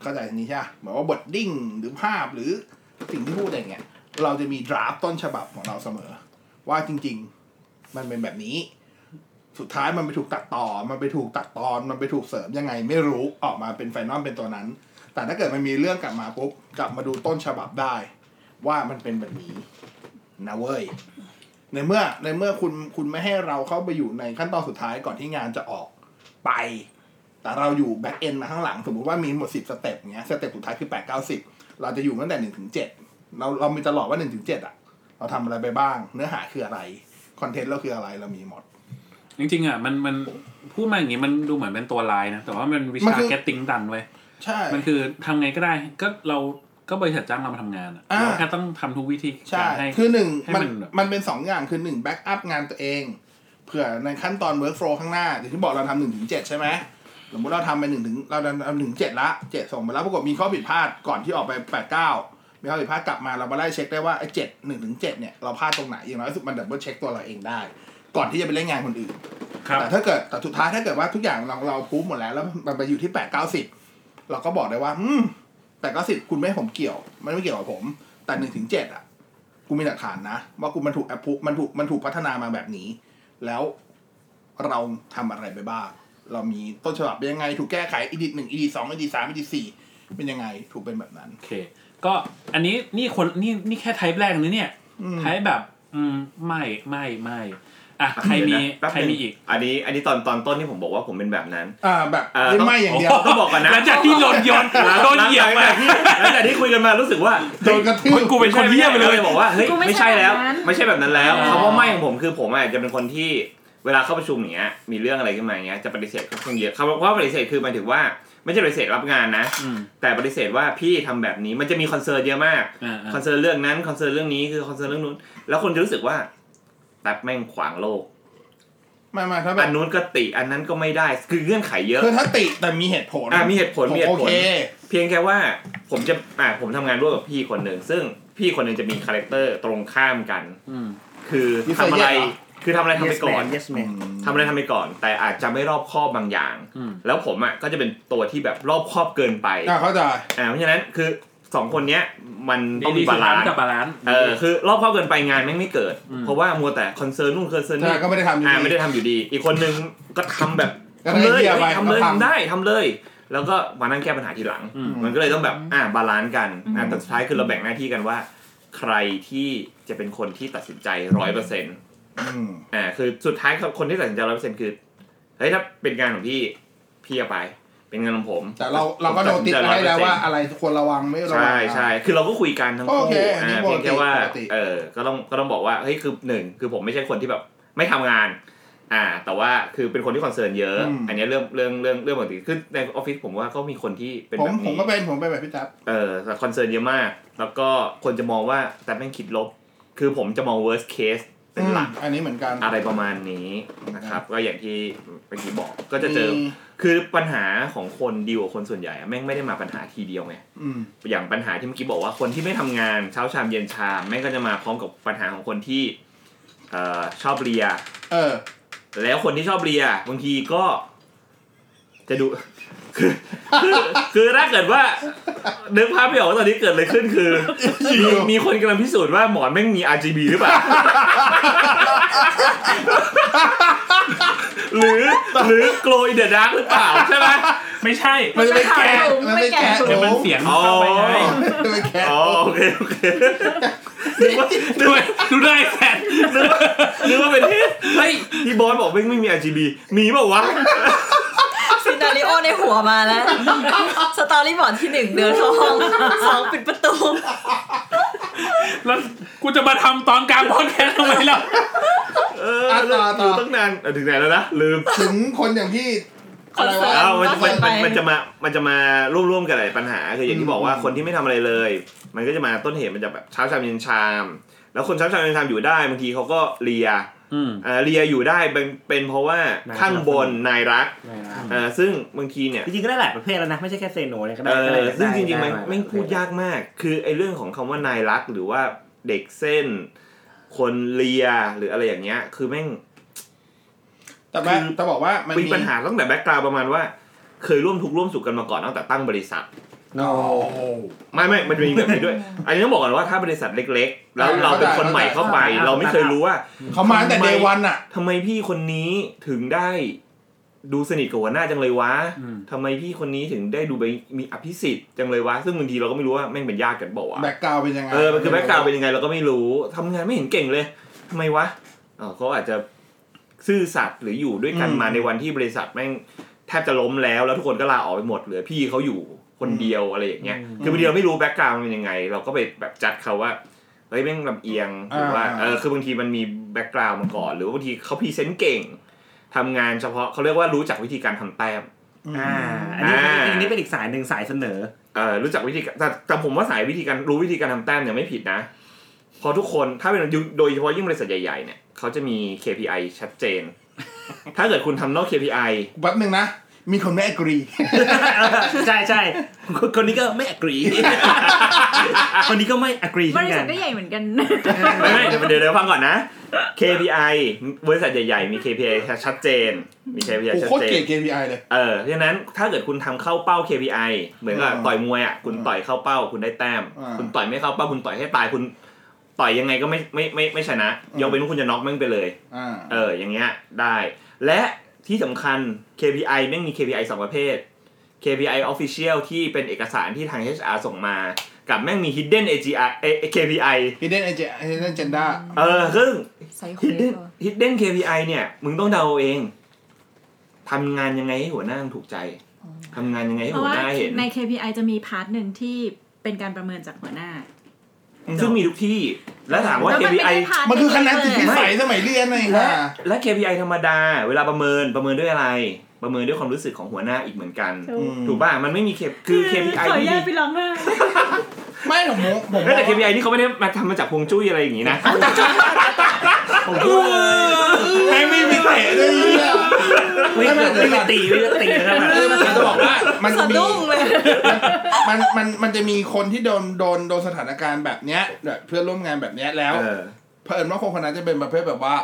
[SPEAKER 1] เข้าใจนี้ใช่ไหมเหมือนว่าบทดิ้งหรือภาพหรือสิ่งที่พูดอะไรเงี้ยเราจะมีดราฟต้นฉบับของเราเสมอ ว่าจริง ๆ มันเป็นแบบนี้ สุดท้ายมันไปถูกตัดต่อ มันไปถูกตัดตอน มันไปถูกเสริมยังไง ไม่รู้ออกมาเป็นไฟนอลเป็นตัวนั้น แต่ถ้าเกิดมันมีเรื่องกลับมาปุ๊บกลับมาดูต้นฉบับได้ ว่ามันเป็นแบบนี้นะเว้ย ในเมื่อในเมื่อคุณคุณไม่ให้เราเข้าไปอยู่ในขั้นตอนสุดท้ายก่อนที่งานจะออกไป แต่เราอยู่แบ็กเอนมาข้างหลัง สมมติว่ามีหมดสิบสเต็ปเงี้ยสเต็ปสุดท้ายคือแปดเก้าสิบเราจะอยู่ตั้งแต่หนึ่งถึงเจ็ดเราเรามีตลอดว่าหนึ่งถึงเจ็ดอ่ะ เราทำอะไรไปบ้าง เนื้อหาคืออะไรคอนเทนต์เราคืออะไรเรามีหมด
[SPEAKER 5] จริงๆอ่ะมันมันพูดมาอย่างนี้มันดูเหมือนเป็นตัวลายนะ แต่ว่ามันวิ
[SPEAKER 1] มัน
[SPEAKER 5] ชา
[SPEAKER 1] คือ
[SPEAKER 5] แกตติ้งดันเว้ย
[SPEAKER 1] ใช่
[SPEAKER 5] มันคือทำไงก็ได้ ก็เราก็บริษัทจ้างเรามาทำงานอะ
[SPEAKER 1] อ่า
[SPEAKER 5] เราแค่ต้องทำทุกวิธี
[SPEAKER 1] ใช่
[SPEAKER 5] การให้
[SPEAKER 1] คือหนึ่ง
[SPEAKER 5] ให้
[SPEAKER 1] มัน
[SPEAKER 5] มันแบบ
[SPEAKER 1] มันเป็นสองอย่างคือหนึ่งแบ็กอัพงานตัวเอง เผื่อในขั้นตอน workflow ข้างหน้าอย่างที่บอกเราทำหนึ่งถึงเจ็ดใช่ไหมสมมติเราทำไปหนึ่งถึงเราทำหนึ่งเจ็ดละเจ็ดส่งไปแล้วปรากฏมีข้อผิดพลาดก่อนที่ออกไปแปดเก้ามีข้อผิดพลาดกลับมาเรามาไล่เช็คได้ว่าไอ้เจ็ดหนึ่งถึงเจ็ดเนี่ยเราพลาดตรงไหนอย่างน้อยที่สุดมันดับเบิลเช็คตัวเราเองได้ ก่อนที่จะไปเล่นงานคนอื่น
[SPEAKER 5] ครับ
[SPEAKER 1] แต่ถ้าเกิดแต่สุดท้ายถ้าเกิดว่าทุกอย่างเราเราพูดหมดแล้วแล้วมันไปอยู่ที่แปดเก้าสิบเราก็บอกได้ว่า อืมแปดเก้าสิบคุณไม่ให้ผมเกี่ยว มันไม่เกี่ยวกับผม แต่หนึ่งถึงเจ็ดอ่ะ กูมีหลักฐานนะ ว่ากูมันถูกแอปมันถูกมันถูกพัฒนามาแบบนี้ แล้วเราทำอะไรไปบ้าง เรามีต้นฉบับเป็นยังไง ถูกแก้ไขอีดิทหนึ่งอีดิทสองอีดิทสามอีดิทสี่เป็นยังไง ถูกเป็นแบบนั้น
[SPEAKER 5] โอเค ก็อันนี้นี่คนนี่นี่แค่ไทป์แรกนะเนี่ย
[SPEAKER 1] อืม
[SPEAKER 5] ไทป์แบบ อืม ไม่ไม่ไม่อ่ะใครมี
[SPEAKER 7] เดี๋ยวนะแป๊บ
[SPEAKER 5] ใคร
[SPEAKER 7] นึง
[SPEAKER 5] มีอีก
[SPEAKER 7] อันนี้อันนี้ตอนตอนต้นที่ผมบอกว่าผมเป็นแบบนั้น
[SPEAKER 1] อ่าแบบ
[SPEAKER 7] อ่า
[SPEAKER 1] ไม่ไหม่อย่างเดียว
[SPEAKER 7] ต้องต้องบอกก่อนนะ
[SPEAKER 5] หลังจากที่โดนโยนโดนเหยียบ
[SPEAKER 7] ห
[SPEAKER 5] ไป
[SPEAKER 7] ลังจากที่หลังจากที่คุยกันมารู้สึกว่า
[SPEAKER 1] โดนกระทืบ
[SPEAKER 5] กูเป็นคนเยี่ยมไปเลย
[SPEAKER 7] บอกว่าเฮ้ย
[SPEAKER 2] กูไม่
[SPEAKER 7] ไม่
[SPEAKER 2] ใช่
[SPEAKER 7] ใช่แล้ว
[SPEAKER 2] แบบนั้น
[SPEAKER 7] ไม่ใช่แบบนั้นแล้ว
[SPEAKER 5] อ่า
[SPEAKER 7] คำว่าไม่ของผมคือผมอาจจะเป็นคนที่เวลาเข้าประชุมอย่างเงี้ยมีเรื่องอะไรขึ้นมาอย่างเงี้ยจะปฏิเสธค่อนข้างเยอะคำว่าปฏิเสธคือหมายถึงว่าไม่ใช่ปฏิเสธรับงานนะ
[SPEAKER 5] อืม
[SPEAKER 7] แต่ปฏิเสธว่าพี่ทำแบบนี้มันจะมีคอนเซิร์นเยอะมาก
[SPEAKER 5] อ่าอ่า
[SPEAKER 7] คอนเซิร์นเรื่องนั้นคอนเซิร์นเรื่องนี้คือคอนเซิร์นเรื่องนู้นแล้วคนจะรู้สึกว่าแป๊บแม่งขวางโลก
[SPEAKER 1] ไม่ไม่ถ้าแบ
[SPEAKER 7] อั
[SPEAKER 1] บ
[SPEAKER 7] นนู้นก็ติอันนั้นก็ไม่ได้คือเงื่อนไขเยอะ
[SPEAKER 1] คือถ้าติแต่มีเหตุผล
[SPEAKER 7] อ่ะมีเหตุผล
[SPEAKER 1] ผม
[SPEAKER 7] มีเหตุผ
[SPEAKER 1] โอ
[SPEAKER 7] ล
[SPEAKER 1] เค
[SPEAKER 7] เพียงแค่ว่าผมจะอ่ะผมทำงานร่วมกับพี่คนหนึ่งซึ่งพี่คนหนึ่งจะมีคาแรคเตอร์ตรงข้ามกัน
[SPEAKER 5] อืม
[SPEAKER 7] คือ
[SPEAKER 1] มีไฟ
[SPEAKER 7] ทำอะไร
[SPEAKER 1] แยกเหรอ
[SPEAKER 7] คือทำอะไรทำไป
[SPEAKER 4] yes
[SPEAKER 7] ก่อน
[SPEAKER 4] man yes man
[SPEAKER 7] ทำอะไรทำไปก่อน แต่อาจจะไม่รอบคอบบางอย่าง
[SPEAKER 5] อืม
[SPEAKER 7] แล้วผมอ่ะก็จะเป็นตัวที่แบบรอบคอบเกินไป
[SPEAKER 1] อ่าเข้าใจ
[SPEAKER 7] อ่าเพราะฉะนั้นคือสองคนเนี้ยมัน
[SPEAKER 5] นี่
[SPEAKER 7] ต้องมี
[SPEAKER 5] นี่คื
[SPEAKER 7] บา
[SPEAKER 5] อ
[SPEAKER 7] ลา
[SPEAKER 5] ร้าน น
[SPEAKER 7] ซ์
[SPEAKER 5] กับบาลานซ์
[SPEAKER 7] เออคือรอบคอบเกินไปงานแม่งไม่เกิด
[SPEAKER 5] อืม
[SPEAKER 7] เพราะว่ามัวแต่คอนเซิร์นนู่นคอนเซิร์น
[SPEAKER 1] ใช่
[SPEAKER 7] นี่
[SPEAKER 1] ก็ไม่ได้ทำอยู่
[SPEAKER 7] อ่า
[SPEAKER 1] ดี
[SPEAKER 7] ไม่ได้ทำอยู่ดี อีกคนนึงก็ทำแบบ
[SPEAKER 1] ก็ได้
[SPEAKER 7] ทำเลย
[SPEAKER 1] เหี้ยไป
[SPEAKER 7] ทำเลย
[SPEAKER 1] ก็ทำ
[SPEAKER 7] ทำได้ทำเลย แล้วก็มานั่งแก้ปัญหาทีหลัง
[SPEAKER 5] อืม
[SPEAKER 7] มันก็เลยต้องแบบอ่าบาลานซ์กันอ่าแต่สุดท้ายคือเราแบ่งหน้าที่กันว่า ใครที่จะเป็นคนที่ตัดสินใจร้อยเปอร์เซ็นต์
[SPEAKER 1] อืม
[SPEAKER 7] อ่าคือสุดท้ายครับคนที่ตัดสินใจร้อยเปอร์เซ็นต์คือเฮ้ยถ้าเป็นงานของพี่พี่เอาไป เป็นงานของผม
[SPEAKER 1] แต่เราเราก็โนติสไว้แล้วว่าอะไรควรระวังไม่ระวัง
[SPEAKER 7] ใช่ใช่คือเราก็คุยกันทั้ง
[SPEAKER 1] โอ
[SPEAKER 7] คู่
[SPEAKER 1] เคอันนี้
[SPEAKER 7] อ่า
[SPEAKER 1] ปกติ
[SPEAKER 7] เพียงแค่ว่า
[SPEAKER 1] ปกติ
[SPEAKER 7] เออก็ต้องก็ต้องบอกว่าเฮ้ยคือหนึ่งคือผมไม่ใช่คนที่แบบไม่ทำงาน อ่า แต่ว่าคือเป็นคนที่คอนเซิร์นเยอะ อันเนี้ยเรื่องเรื่องเรื่องเรื่องปกติคือในออฟฟิศผมว่าก็มีคนที่เป็น
[SPEAKER 1] ผม
[SPEAKER 7] แบบ
[SPEAKER 1] ผม
[SPEAKER 7] นี้
[SPEAKER 1] ก็เป็นผมเป็นแบบพี่ตั๊บ
[SPEAKER 7] เออแต่คอนเซิร์นเยอะมาก แล้วก็คนจะมองว่าแต่แม่งคิดลบ คือผมจะมอง worst case เป็นหลัก
[SPEAKER 1] อันนี้เหมือนกัน
[SPEAKER 7] อะไรประมาณนี้นะครับ ก็อย่างที่เมื่อกี้บอกก็จะเจอ
[SPEAKER 1] มี
[SPEAKER 7] คือปัญหาของคนดีลกับคนส่วนใหญ่อะแม่งไม่ได้มาปัญหาทีเดียวไง
[SPEAKER 1] อืม
[SPEAKER 7] อย่างปัญหาที่เมื่อกี้บอกว่าคนที่ไม่ทำงานเช้าชามเย็นชามแม่งก็จะมาพร้อมกับปัญหาของคนที่เอ่อชอบเรีย
[SPEAKER 1] เออ
[SPEAKER 7] แล้วคนที่ชอบเรียบางทีก็ จะดู คือคือคือถ้าเกิดว่านึกภาพไม่ออกว่าตอนนี้เกิดอะไรขึ้นคือมีมีคนกำลังพิสูจน์ว่าหมอนแม่งมี RGB หรือเปล่า หรือหรือ glow in the dark หรือเปล่าใช่ไหม
[SPEAKER 5] ไม่ใช่
[SPEAKER 1] มันจะไปแกะมันไปแกะ
[SPEAKER 5] เดี๋ยวมันเสียง
[SPEAKER 7] อ๋อ
[SPEAKER 5] เข้าไปให้
[SPEAKER 1] มันไปแกะ
[SPEAKER 7] อ๋อโอเคโอเค นึกว่านึก
[SPEAKER 5] ด้วย
[SPEAKER 7] ว่า
[SPEAKER 5] ดูได้แฟน
[SPEAKER 7] นึกว่านึกว่าเป็นเฮ้ยเฮ้ยพี่บอสบอกแม่งไม่มี RGB มีเปล่าวะ
[SPEAKER 6] ซีนาริโอในหัวมาแล้ว สตอรี่บอร์ดที่หนึ่งเดินเข้าห้องสองปิดประตู
[SPEAKER 5] แล้วกูจะมาทำตอนกลางพอดแคสต์ทำไมล่ะ
[SPEAKER 7] เออเราอยู่ตั้งนานเออถึงไหนแล้วนะลืม
[SPEAKER 1] ถึงคนอย่างที่อะไรวะ
[SPEAKER 7] เอามัน
[SPEAKER 6] มั
[SPEAKER 7] มัน
[SPEAKER 6] น
[SPEAKER 7] มัน
[SPEAKER 6] ไป
[SPEAKER 7] มันจะมามันจะมาร่วมร่วมๆกันหลายปัญหาคืออย่างที่บอกว่าคนที่ไม่ทำอะไรเลย มันก็จะมาต้นเหตุมันจะแบบเช้าชามเย็นชาม แล้วคนเช้าชามเย็นชามอยู่ได้บางทีเขาก็เลีย
[SPEAKER 5] อืม
[SPEAKER 7] เอ่อเลียอยู่ได้เป็นเป็นเพราะว่าข้างบนนายรัก
[SPEAKER 4] ได้นะ
[SPEAKER 7] เอ่อซึ่งบางทีเนี่ย
[SPEAKER 4] จริงๆก็ได้หลายประเภทแล้วนะ ไม่ใช่แค่เซโนเนี่ยก็ได้
[SPEAKER 7] เอ่
[SPEAKER 4] ก็ได้
[SPEAKER 7] อซึ่งจริงๆ
[SPEAKER 4] ได้
[SPEAKER 7] มัน
[SPEAKER 4] หลายประเภท
[SPEAKER 7] ไม่งพูดยากมาก คือไอ้เรื่องของคำว่านายรักหรือว่าเด็กเส้น คนเลียหรืออะไรอย่างเงี้ย คือแม่ง
[SPEAKER 1] แต่ว่าจะบอกว่ามัน
[SPEAKER 7] มีปัญหาตั้งแต่แบ็กกราวประมาณว่า เคยร่วมทุกข์ร่วมสุขกันมาก่อนตั้งแต่ตั้งบริษัท
[SPEAKER 1] โอ้โห
[SPEAKER 7] ไม่ไม่มันจะมีแบบนี้ด้วย อันนี้ต้องบอกก่อนว่าถ้าบริษัทเล็ก ๆ แล้ว
[SPEAKER 1] อ่า
[SPEAKER 7] เราเป็นคน
[SPEAKER 1] เข้าใจ
[SPEAKER 7] ใหม่เข้าไป
[SPEAKER 4] เข้าใจ
[SPEAKER 7] เราไม่เคยรู้ว่า
[SPEAKER 1] เขามาตั้งแต่เดวันอ่ะ
[SPEAKER 7] ทำไมพี่คนนี้ถึงได้ดูสนิทกับหัวหน้าจังเลยวะ
[SPEAKER 5] อืม
[SPEAKER 7] ทำไมพี่คนนี้ถึงได้ดูไปมีอภิสิทธิ์จังเลยวะ ซึ่งบางทีเราก็ไม่รู้ว่าแม่งเป็นญาติกันบอกว่าวะ
[SPEAKER 1] แบ็กกราวเป็นยังไง
[SPEAKER 7] เออมันคือแบ็กกราวเป็นยังไงเราก็ไม่รู้ทำงานไม่เห็นเก่งเลยทำไมวะอ๋อเขาอาจจะซื่อสัตย์หรืออยู่ด้วยกันมาในวันที่บริษัทแม่งแท บจะล้มแล้วแล้วทุกคนก็ลาออกไปหมดเหลือพี่เขาอยู่คนเดียวอะไรอย่างเงี้ย
[SPEAKER 4] อืม
[SPEAKER 7] คือบางทีเราไม่รู้แบ็กกราวด์เป็นยังไง เราก็ไปแบบจัดเขาว่าเฮ้ยแม่งลำเอียงหรือว่า
[SPEAKER 1] อ่า
[SPEAKER 7] เออคือบางทีมันมีแบ็กกราวด์มาก่อน หรือว่าบางทีเขาพรีเซนต์เก่งทำงานเฉพาะเขาเรียกว่ารู้จักวิธีการทำแต้ม
[SPEAKER 4] อ่าอันนี้
[SPEAKER 7] อ่า
[SPEAKER 4] อันนี้เป็นอีกสายหนึ่งสายเสนอ
[SPEAKER 7] เอ่อรู้จักวิธีการแต่แต่ผมว่าสายวิธีการรู้วิธีการทำแต้มเนี่ยไม่ผิดนะเพอทุกคนถ้าเป็นโดยเฉพาะยิ่งบริษัทใหญ่ๆเนี่ยเขาจะมี KPI ชัดเจน ถ้าเกิดคุณทำนอก KPI
[SPEAKER 1] แป๊บหนึ่งนะ มีคนไม่ agree
[SPEAKER 4] ใช่ใช่คนคนนี้ก็ไม่ agree คนนี้ก็ไม่ agree
[SPEAKER 2] บ
[SPEAKER 4] เช่น
[SPEAKER 2] ริ
[SPEAKER 4] กั
[SPEAKER 2] ษั
[SPEAKER 4] น
[SPEAKER 2] ทก็ใหญ่เหมือนกัน
[SPEAKER 7] ไม่ไม่เดี๋ยวเดี๋ยวเดี๋ยวฟังก่อนนะ KPI บริษัทใหญ่ๆ มี KPI ชัดเจน มี KPI
[SPEAKER 1] กู
[SPEAKER 7] ชัด
[SPEAKER 1] โคตร
[SPEAKER 7] เจ
[SPEAKER 1] เกลีย
[SPEAKER 7] น
[SPEAKER 1] ด KPI เลย
[SPEAKER 7] เออเพราะฉะนั้นถ้าเกิดคุณทำเข้าเป้า KPI เหมือนกับ
[SPEAKER 1] อ่า
[SPEAKER 7] ต่อยมวยอ่ะคุณต่อยเข้าเป้าคุณได้แต้ม
[SPEAKER 1] อ่า
[SPEAKER 7] คุณต่อยไม่เข้าเป้าคุณต่อยให้ตายคุณต่อยยังไงก็ไม่ไม่ไม่ไม่ชนะยกเว้นว่าคุณจะน็อกแม่งไปเลย
[SPEAKER 1] อ่า
[SPEAKER 7] เออ อย่างเงี้ย ได้ และที่สำคัญ KPI แม่งมี KPI สองประเภท KPI official ที่เป็นเอกสารที่ทาง HR ส่งมา กับแม่งมี hidden AGI เอ่อ KPI
[SPEAKER 1] hidden agenda hidden agenda
[SPEAKER 7] เออ ซึ่ง
[SPEAKER 6] ใส่หัว
[SPEAKER 7] hidden hidden KPI เนี่ย มึงต้องเดาเอาเอง ทำงานยังไงให้หัวหน้ามึงถูกใจ ทำงานยังไงให้
[SPEAKER 2] เพราะ
[SPEAKER 7] หัว
[SPEAKER 2] ว่า
[SPEAKER 7] หน้าเห็น
[SPEAKER 2] ใน KPI จะมีพาร์ทหนึ่งที่เป็นการประเมินจากหัวหน้า
[SPEAKER 7] ซึ่งมีทุกที่ และถามว่า
[SPEAKER 2] แล้วมันไม่
[SPEAKER 7] KPI
[SPEAKER 2] ได้พาร์ท
[SPEAKER 1] มันคือคะแนนจิตวิ
[SPEAKER 2] เดียวเลยอะ
[SPEAKER 1] สัยสมัยเรียนไง
[SPEAKER 7] และ
[SPEAKER 1] ค่ะ
[SPEAKER 7] และ KPI ธรรมดา เวลาประเมินประเมินด้วยอะไร ประเมินด้วยความรู้สึกของหัวหน้าอีกเหมือนกัน ถูกป่ะ มันไม่มี K- คือ KPI
[SPEAKER 2] ขออนุ
[SPEAKER 7] ที่
[SPEAKER 2] ญา
[SPEAKER 7] ดี
[SPEAKER 2] ตไปร้องไห้
[SPEAKER 1] ไม่ผมมองผมม
[SPEAKER 7] เฮ้
[SPEAKER 1] อ
[SPEAKER 7] ย
[SPEAKER 1] ง
[SPEAKER 7] แต่ KPI นี่เขาไม่ได้มาทำมาจากพวงจุ้ยอะไรอย่างงี้นะ
[SPEAKER 4] ผมคิดว่า
[SPEAKER 1] ให้ไม่มีเตะด้วยเนี่ย
[SPEAKER 4] ไม่ไม่ไม่ไม่ตีไม่ตีนะครับ
[SPEAKER 1] เออมันจะบอกว่ามันจะ
[SPEAKER 6] สะ
[SPEAKER 1] มี
[SPEAKER 6] ดุ้งเลย
[SPEAKER 1] มันมันมันจะมีคนที่โดนโดนโดนสถานการณ์แบบเนี้ยแบบเพื่อนร่วมงานแบบเนี้ยแล้ว
[SPEAKER 7] เออ
[SPEAKER 1] เผอิญว่าคนคนนั้นจะเป็นประเภทแบบว่า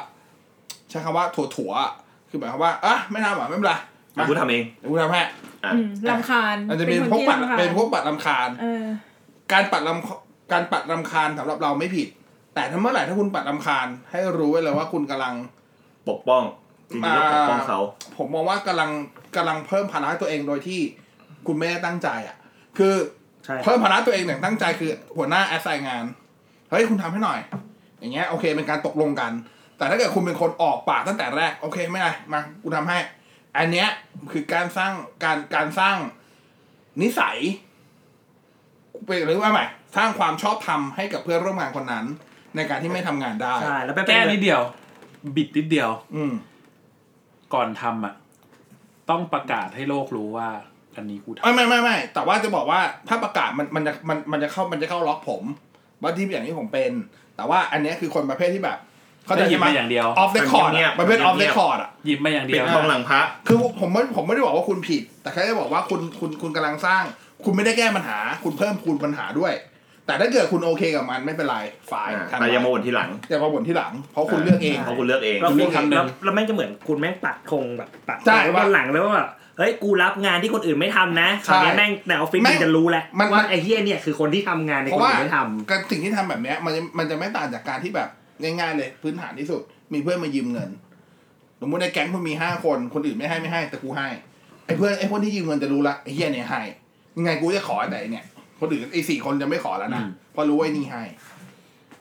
[SPEAKER 1] ใช้คำว่าถั่วถั่วๆอะคือหมายความว่าอ่ะไม่น่าหวาไม่เป็นไร
[SPEAKER 7] อ่ะกูทำเอง
[SPEAKER 1] เดี๋ยวกูทำให้
[SPEAKER 7] อ่ะ
[SPEAKER 2] อืมรำคาญ
[SPEAKER 1] มันจะเป็นพวกปัด
[SPEAKER 2] รำคาญ
[SPEAKER 1] เป็นพวกปัดลำคาญ
[SPEAKER 2] เออ
[SPEAKER 1] การปัดลำการปัดลำคาญสำหรับเราไม่ผิด แต่ถ้าเมื่อไหร่ถ้าคุณปัดลำคาญ ให้รู้ไว้เลยว่าคุณกำลัง
[SPEAKER 7] ปกป้อง จริงๆแล้วปกป้องเขา
[SPEAKER 1] ผมมองว่ากำลังกำลังเพิ่มภาระให้ตัวเองโดยที่คุณไม่ได้ตั้งใจอ่ะ คือ
[SPEAKER 4] ใช่
[SPEAKER 1] เพิ่มภาระตัวเองอย่างตั้งใจคือหัวหน้าแอสไซน์งาน เฮ้ยคุณทำให้หน่อย อย่างเงี้ยโอเคเป็นการตกลงกัน แต่ถ้าเกิดคุณเป็นคนออกปากตั้งแต่แรก โอเคไม่เป็นไรมากูทำให้ อันเนี้ยคือการสร้างการการสร้างนิสัยเป็นหรือว่าใหม่สร้างความชอบธรรมให้กับเพื่อนร่วมงานคนนั้น ในการที่ไม่ทำงานได้
[SPEAKER 4] ใช่แล้วไปเป็
[SPEAKER 5] แก้
[SPEAKER 4] น
[SPEAKER 5] นิดเดียว บิดนิดเดียว
[SPEAKER 1] อืม
[SPEAKER 5] ก่อนทำอ่ะ ต้องประกาศให้โลกรู้ว่า อันนี้กูท
[SPEAKER 1] ไม่ไม่ไม่ไม่แต่ว่าจะบอกว่าถ้าประกาศมันมันจะมันมันจะเข้ามันจะเข้าล็อกผมว่าที่อย่างนี้ผมเป็น แต่ว่าอันเนี้ยคือคนประเภทที่แบบ
[SPEAKER 5] ำ
[SPEAKER 1] เขาใจ
[SPEAKER 5] ได้หยิบ
[SPEAKER 1] ใช่ไหม
[SPEAKER 5] มาอย่างเดียว
[SPEAKER 1] ออฟเดคคอร์ด
[SPEAKER 7] เงียบๆ
[SPEAKER 1] ประเภทออฟ
[SPEAKER 7] เงี
[SPEAKER 1] เด
[SPEAKER 7] ย
[SPEAKER 1] ค
[SPEAKER 7] บๆ
[SPEAKER 1] คอร์ดอ่ะ
[SPEAKER 5] หยิบมาอย่าง
[SPEAKER 7] ปิ
[SPEAKER 5] เดี
[SPEAKER 7] ด
[SPEAKER 5] ยว
[SPEAKER 7] ทองหลังพระ
[SPEAKER 1] คือผมไม่ผมไม่ได้บอกว่าคุณผิด แต่แค่จะบอกว่าคุณคุณคุณกำลังสร้าง คุณไม่ได้แก้ปัญหา คุณเพิ่มคูณปัญหาด้วย แต่ถ้าเกิดคุณโอเคกับมันไม่เป็นไรฝ่าย
[SPEAKER 7] อ่ะ
[SPEAKER 1] ทำ
[SPEAKER 7] แต่อยามาบ่นทีหลัง
[SPEAKER 1] อย่ามาบ่นที่หลัง เพราะคุณเลือกเอง
[SPEAKER 7] เพราะคุณเลือกเอง
[SPEAKER 4] แล้ว
[SPEAKER 1] เรื่องคำหนึ่ง
[SPEAKER 4] แล้วแล้วแม่งจะเหมือนคุณแม่งปัดธงแบบปัด
[SPEAKER 1] ใช่
[SPEAKER 4] ตอนหลังแล้วว่าแบบเฮ้ยกูรับงานที่คนอื่นไม่ทำนะ
[SPEAKER 1] ใช่
[SPEAKER 4] คราวนี้แม่งในออฟฟิศ
[SPEAKER 1] แม่ง
[SPEAKER 4] มันจะรู้แหละ
[SPEAKER 1] มันมั
[SPEAKER 4] ว่าน ไอ้เฮียเนี่ยคือคนที่ทำงานใน
[SPEAKER 1] เพ
[SPEAKER 4] คน
[SPEAKER 1] ราะว่า
[SPEAKER 4] อื่นไม่ทำ
[SPEAKER 1] การสิ่งที่ทำแบบเนี้ยมันจะมันจะไม่ต่างจากการที่แบบง่ายๆเลยพื้นฐานที่สุด มีเพื่อนมายืมเงิน สมมติในแก๊งคุณมีห้าคนคนอื่นไม่ให้ไม่ให้แต่กูให้ไอ้เพื่อนไอ้คนที่ยืมเงินจะรู้ละไอ้เฮียเนี่ยให้ยังไงกูจะขอแต่ไอ้เนี่ย คนอื่นไอ้สี่คนจะไม่ขอแล้วนะ
[SPEAKER 5] อืม
[SPEAKER 1] เพราะรู้ว่าไอ้นี่ให้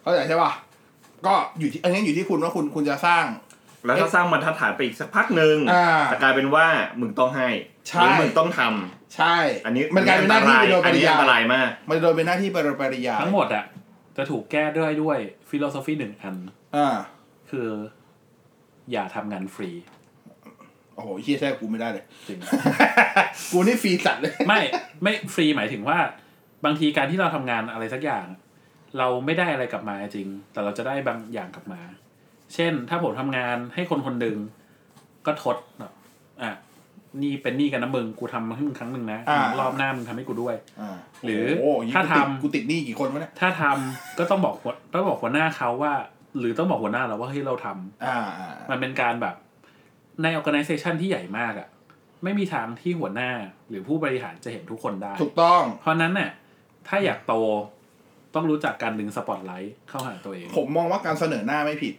[SPEAKER 1] เข้าใจใช่ป่ะก็อยู่ที่อันนี้อยู่ที่คุณว่าคุณคุณจะสร้าง
[SPEAKER 7] แล้วถ้าสร้างบรรทัดฐานไปอีกสักพักหนึ่ง
[SPEAKER 1] อ่า
[SPEAKER 7] จะกลายเป็นว่ามึงต้องให้
[SPEAKER 1] ใช่
[SPEAKER 7] หรือมึงต้องทำ
[SPEAKER 1] ใช่
[SPEAKER 7] อันนี้
[SPEAKER 1] มันกลายเป็นหน้าที่ไปโดยป
[SPEAKER 7] อัน
[SPEAKER 1] ริ
[SPEAKER 7] นี้
[SPEAKER 1] ยา
[SPEAKER 7] อันตราย
[SPEAKER 1] ย
[SPEAKER 7] มาก
[SPEAKER 1] มันโดยเป็นหน้าที่ไปโดยปริยาย
[SPEAKER 5] ทั้งหมดอ่ะ จะถูกแก้ด้วยด้วยฟิโลโซฟีหนึ่งอัน
[SPEAKER 1] อ่า
[SPEAKER 5] คือ อย่าทำงานฟรี
[SPEAKER 1] โอ้โหเฮียแท้กูไม่ได้เลย
[SPEAKER 5] จริง
[SPEAKER 1] กูนี่ฟรีสัตว์เลย
[SPEAKER 5] ไม่ไม่ฟรีหมายถึงว่า บางทีการที่เราทำงานอะไรสักอย่าง เราไม่ได้อะไรกลับมาจริง แต่เราจะได้บางอย่างกลับมา เช่น ถ้าผมทำงานให้คนคนหนึ่งก็ทดแบบอ่ะนี่เป็นหนี่กันนะมึงกูทำให้มึงครั้งหนึ่งนะ
[SPEAKER 1] อ่าร
[SPEAKER 5] อบหน้ามึงทำให้กูด้วย
[SPEAKER 1] า
[SPEAKER 5] หรือ
[SPEAKER 1] โโย่งกูติ
[SPEAKER 5] ถ้า
[SPEAKER 1] ด
[SPEAKER 5] ทำ
[SPEAKER 1] กูติดหนี้กี่คนวะเนี่ย
[SPEAKER 5] ถ้าทำก็ต้องบอกหัวต้องบอกหัวหน้าเขาว่า หรือต้องบอกหัวหน้าเราว่าเฮ้ยเราทำ
[SPEAKER 1] อ่าอ่า
[SPEAKER 5] มันเป็นการแบบใน organization ที่ใหญ่มากอะไม่มีทางที่หัวหน้าหรือผู้บริหารจะเห็นทุกคนได้
[SPEAKER 1] ถูกต้อง
[SPEAKER 5] เพราะนั้นน่ะถ้าอยากโตต้องรู้จักการดึงสปอตไลท์เข้าหาตัวเอง
[SPEAKER 1] ผมมองว่าการเสนอหน้าไม่ผิด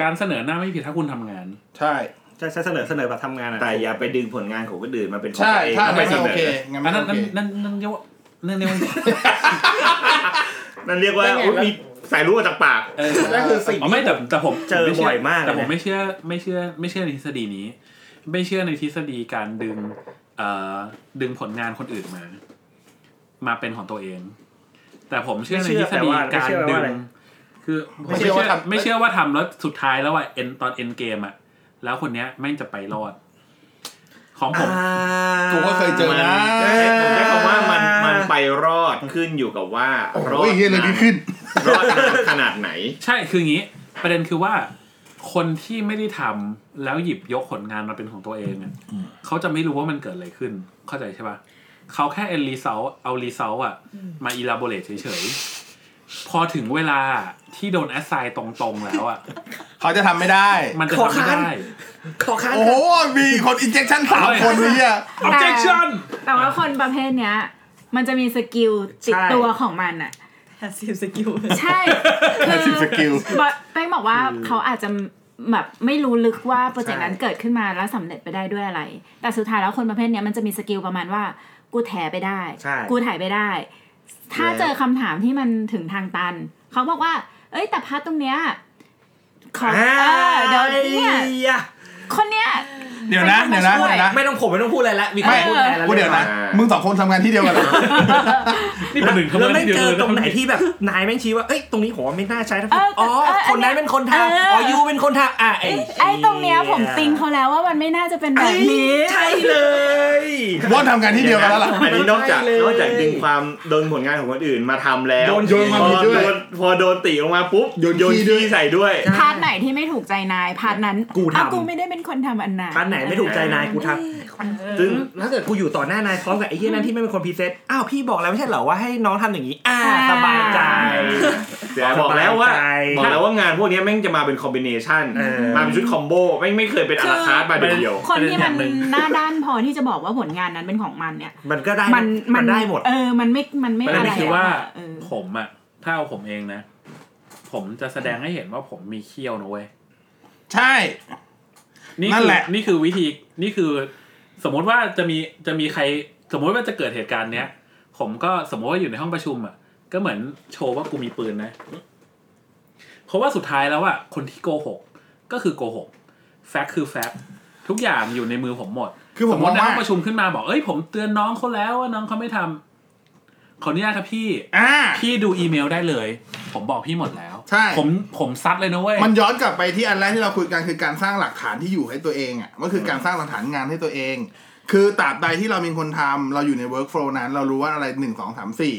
[SPEAKER 5] การเสนอหน้าไม่ผิดถ้าคุณทำงาน
[SPEAKER 1] ใช่
[SPEAKER 4] ใช่ใช่เสนอเสนอแบบทำงานอะ
[SPEAKER 7] แต่อย่าไปดึงผลงานของคนอื่นมาเป็นของ
[SPEAKER 1] ใช่
[SPEAKER 7] ตัวเอง
[SPEAKER 1] ถ้า
[SPEAKER 7] แล้ว
[SPEAKER 1] ไม่
[SPEAKER 7] ไปเส
[SPEAKER 1] โอน
[SPEAKER 7] อ
[SPEAKER 1] เคงั้น
[SPEAKER 5] อั
[SPEAKER 1] ไม่
[SPEAKER 5] นนั้น
[SPEAKER 1] โอเค
[SPEAKER 5] นั่นนั่นนั่นเรียกว่านั่นเรียกว่า
[SPEAKER 7] นั่นเรียกว่าอุ๊ยมีสายรู้มาจากปาก
[SPEAKER 5] เออ
[SPEAKER 4] นั่นคือสิ่งที่
[SPEAKER 5] อ๋อไม่แต่แต่ผม
[SPEAKER 4] เจอ
[SPEAKER 5] ผไชื่
[SPEAKER 4] บ่อยมากเลยนะ
[SPEAKER 5] แต่ผมไม่เชื่อไม่เชื่อไม่เชื่อในทฤษฎีนี้ ไม่เชื่อในทฤษฎีการดึงเอ่อดึงผลงานคนอื่นมา มาเป็นของตัวเอง แต่ผมเชื่อในทฤษฎีการดึง คือผมไม่เชื่อว่าไม่เชื่อว่าทำแล้วสุดท้ายแล้วอ่ะเอ็นตอนเอ็นเกมอ่ะ แล้วคนเนี้ยแม่งจะไปรอด ของผม
[SPEAKER 1] กูก็เคยเจอนะ
[SPEAKER 7] ผมใช้คำว่ามันมันไปรอดขึ้นอยู่กับว่า
[SPEAKER 1] โอ้โห
[SPEAKER 7] รอด
[SPEAKER 1] เฮียเลย
[SPEAKER 7] นาน
[SPEAKER 1] ดีขึ้น
[SPEAKER 7] รอดนานขนาดไหน
[SPEAKER 5] ใช่คืออย่างนี้ ประเด็นคือว่า คนที่ไม่ได้ทำแล้วหยิบยกผลงานมาเป็นของตัวเองอะเขาจะไม่รู้ว่ามันเกิดอะไรขึ้น เข้าใจใช่ปะเขาแค่เอ็นรีเซลเอารีเซลอะมาอิลาโบเลตเฉยๆ พอถึงเวลาที่โดนแอสไซน์ตรงๆแล้วอะ
[SPEAKER 1] เขาจะทำไม่ได้
[SPEAKER 5] มันจะทำไม่ได้
[SPEAKER 4] ขอค้าน
[SPEAKER 1] โอ้โห มีคนอินเจคชั่นสามคนเลยอ่ะ
[SPEAKER 5] objection
[SPEAKER 2] แต่ว่าคนประเภทเนี้ย มันจะมีสกิลติดตัวของมันอ่ะ
[SPEAKER 6] แฮสซิลสกิล
[SPEAKER 2] ใช่
[SPEAKER 1] ไอ
[SPEAKER 2] คื
[SPEAKER 1] สิ
[SPEAKER 2] อ
[SPEAKER 1] สกิล
[SPEAKER 2] บอยแป้งบอกว่าเขาอาจจะแบบไม่รู้ลึกว่าโปรเจกต์นั้นเกิดขึ้นมาแล้วสำเร็จไปได้ด้วยอะไร แต่สุดท้ายแล้วคนประเภทเนี้ยมันจะมีสกิลประมาณว่า กูแถไปได้
[SPEAKER 4] ใช่
[SPEAKER 2] กูถ่ายไปได้ ถ้าเจอคำถามที่มันถึงทางตัน เขาบอกว่า เอ้ยแต่พาร์ทตรงเนี้ยขอเออเดี๋ยวเนี่ยคนเนี้ย
[SPEAKER 1] เดี๋ยวนะ เดี๋ยวนะเดี๋ยวนะ
[SPEAKER 4] ไม่ต้องผมไม่ต้องพูดอะไรละมีใคร
[SPEAKER 1] ไม่
[SPEAKER 4] พูดแทนแล้ว
[SPEAKER 1] กูเดี๋ยวนะ
[SPEAKER 7] อ่ามึ
[SPEAKER 1] มึงสองคนทำงานที่เดียวกันเหรอ
[SPEAKER 5] นี่ประหนึ่งเขา
[SPEAKER 4] แล้วไม่เจอตรงไหน
[SPEAKER 5] ที่
[SPEAKER 4] ที่แบบนายแม่งชี้ว่าเอ้ยตรงนี้ผมว่าไม่น่าใช้ทั้ง
[SPEAKER 2] เออ
[SPEAKER 4] อ๋อ
[SPEAKER 2] เออ
[SPEAKER 4] คนนั้นเป็นคนทำ
[SPEAKER 2] เอออ๋
[SPEAKER 4] อ๋อยูเป็นคนทำอ่ะไอ้
[SPEAKER 2] ไอ้ตรงเนี้ยผมติงเขาแล้วว่ามันไม่น่าจะเป็นแบ
[SPEAKER 4] ไอ้
[SPEAKER 2] บนี้
[SPEAKER 4] ใช่เลย
[SPEAKER 1] ว่าทำงานที่เดียวกันแล้วล่ะ
[SPEAKER 7] อันนี้นอกจาก
[SPEAKER 4] ไม่เลย
[SPEAKER 7] นอกจากดึงความโดนผลงานของคนอื่นมาทำแล้ว
[SPEAKER 4] โดน
[SPEAKER 1] โยนความผิดด้วย
[SPEAKER 7] พอโนพอโดนตีลงมาปุ๊บ
[SPEAKER 1] โยนขี้ด้วย
[SPEAKER 7] ขี้ใส่ด้วย
[SPEAKER 2] พาร์ทไหนที่ไม่ถูกใจนาย พาร์ทนั้น
[SPEAKER 4] กูทำ
[SPEAKER 2] อ้าวกูไม่ได้เป็นคนทำอันนั้น
[SPEAKER 4] อันไหนไม่ถูกใจนายกูทำซึ่งถ้าเกิดกูอยู่ต่อหน้านายพร้อมกับไอ้เหี้ยนั่นที่ไม่เป็นคนพรีเซนต์อ้าวพี่บอกแล้วไม่ใช่เหรอว่าให้น้องทำอย่างนี้ อ่าสบายใจ
[SPEAKER 7] เสียบอกแล้วว่า
[SPEAKER 4] สบายใจ
[SPEAKER 7] บอกแล้วว่างานพวกเนี้ยแม่งจะมาเป็นคอมบิเนชัน
[SPEAKER 4] เออ
[SPEAKER 7] มาเป็นชุดคอมโบแม่งไม่เคยเป็นอลาคาร์ดมาเดียว
[SPEAKER 2] คนที่มันหน้าด้านพอที่จะบอกว่าผลงานนั้นเป็นของมันเนี่ย
[SPEAKER 4] มันก็ได้
[SPEAKER 2] มัน
[SPEAKER 4] มันได้หมด
[SPEAKER 2] เออ มันไม่ มันไม่
[SPEAKER 5] ประ
[SPEAKER 2] อะไร
[SPEAKER 5] เด็นคือว่า
[SPEAKER 2] เออ
[SPEAKER 5] ผมอะถ้าเอาผมเองนะ ผมจะแสดงให้เห็นว่าผมมีเขี้ยวนะเว้ย
[SPEAKER 1] ใช่
[SPEAKER 5] นี่
[SPEAKER 1] นั่
[SPEAKER 5] คื
[SPEAKER 1] น
[SPEAKER 5] อ
[SPEAKER 1] แหละ
[SPEAKER 5] นี่คือวิธีนี่คือ สมมติว่าจะมีจะมีใคร สมมติว่าจะเกิดเหตุการณ์เนี้ย ผมก็สมมติว่าอยู่ในห้องประชุมอ่ะ ก็เหมือนโชว์ว่ากูมีปืนนะ เพราะว่าสุดท้ายแล้วอ่ะคนที่โกหก ก็คือโกหก แฟกต์คือแฟกต์ทุกอย่างอยู่ในมือผมหมด
[SPEAKER 1] คือผ
[SPEAKER 5] ส
[SPEAKER 1] ม
[SPEAKER 5] มม
[SPEAKER 1] มอง
[SPEAKER 5] ติใน
[SPEAKER 1] ว่า
[SPEAKER 5] ห้องประชุมขึ้นมาบอกเอ้ยผมเตือนน้องเขาแล้วว่าน้องเขาไม่ทำขออนุญาตครับพี่
[SPEAKER 1] อ่า
[SPEAKER 5] พี่ดูอีเมลได้เลย ผมบอกพี่หมดแล้ว
[SPEAKER 1] ใช่
[SPEAKER 5] ผมผมซัดเลยนะเว้ย
[SPEAKER 1] มันย้อนกลับไปที่อันแรกที่เราคุยกันคือการสร้างหลักฐานที่อยู่ให้ตัวเองอ่ะก็คือการสร้างหลักฐานงานให้ตัวเอง คือตราบใดที่เรามีคนทำเราอยู่ใน workflow นั้น เรารู้ว่าอะไรหนึ่งสองสามสี่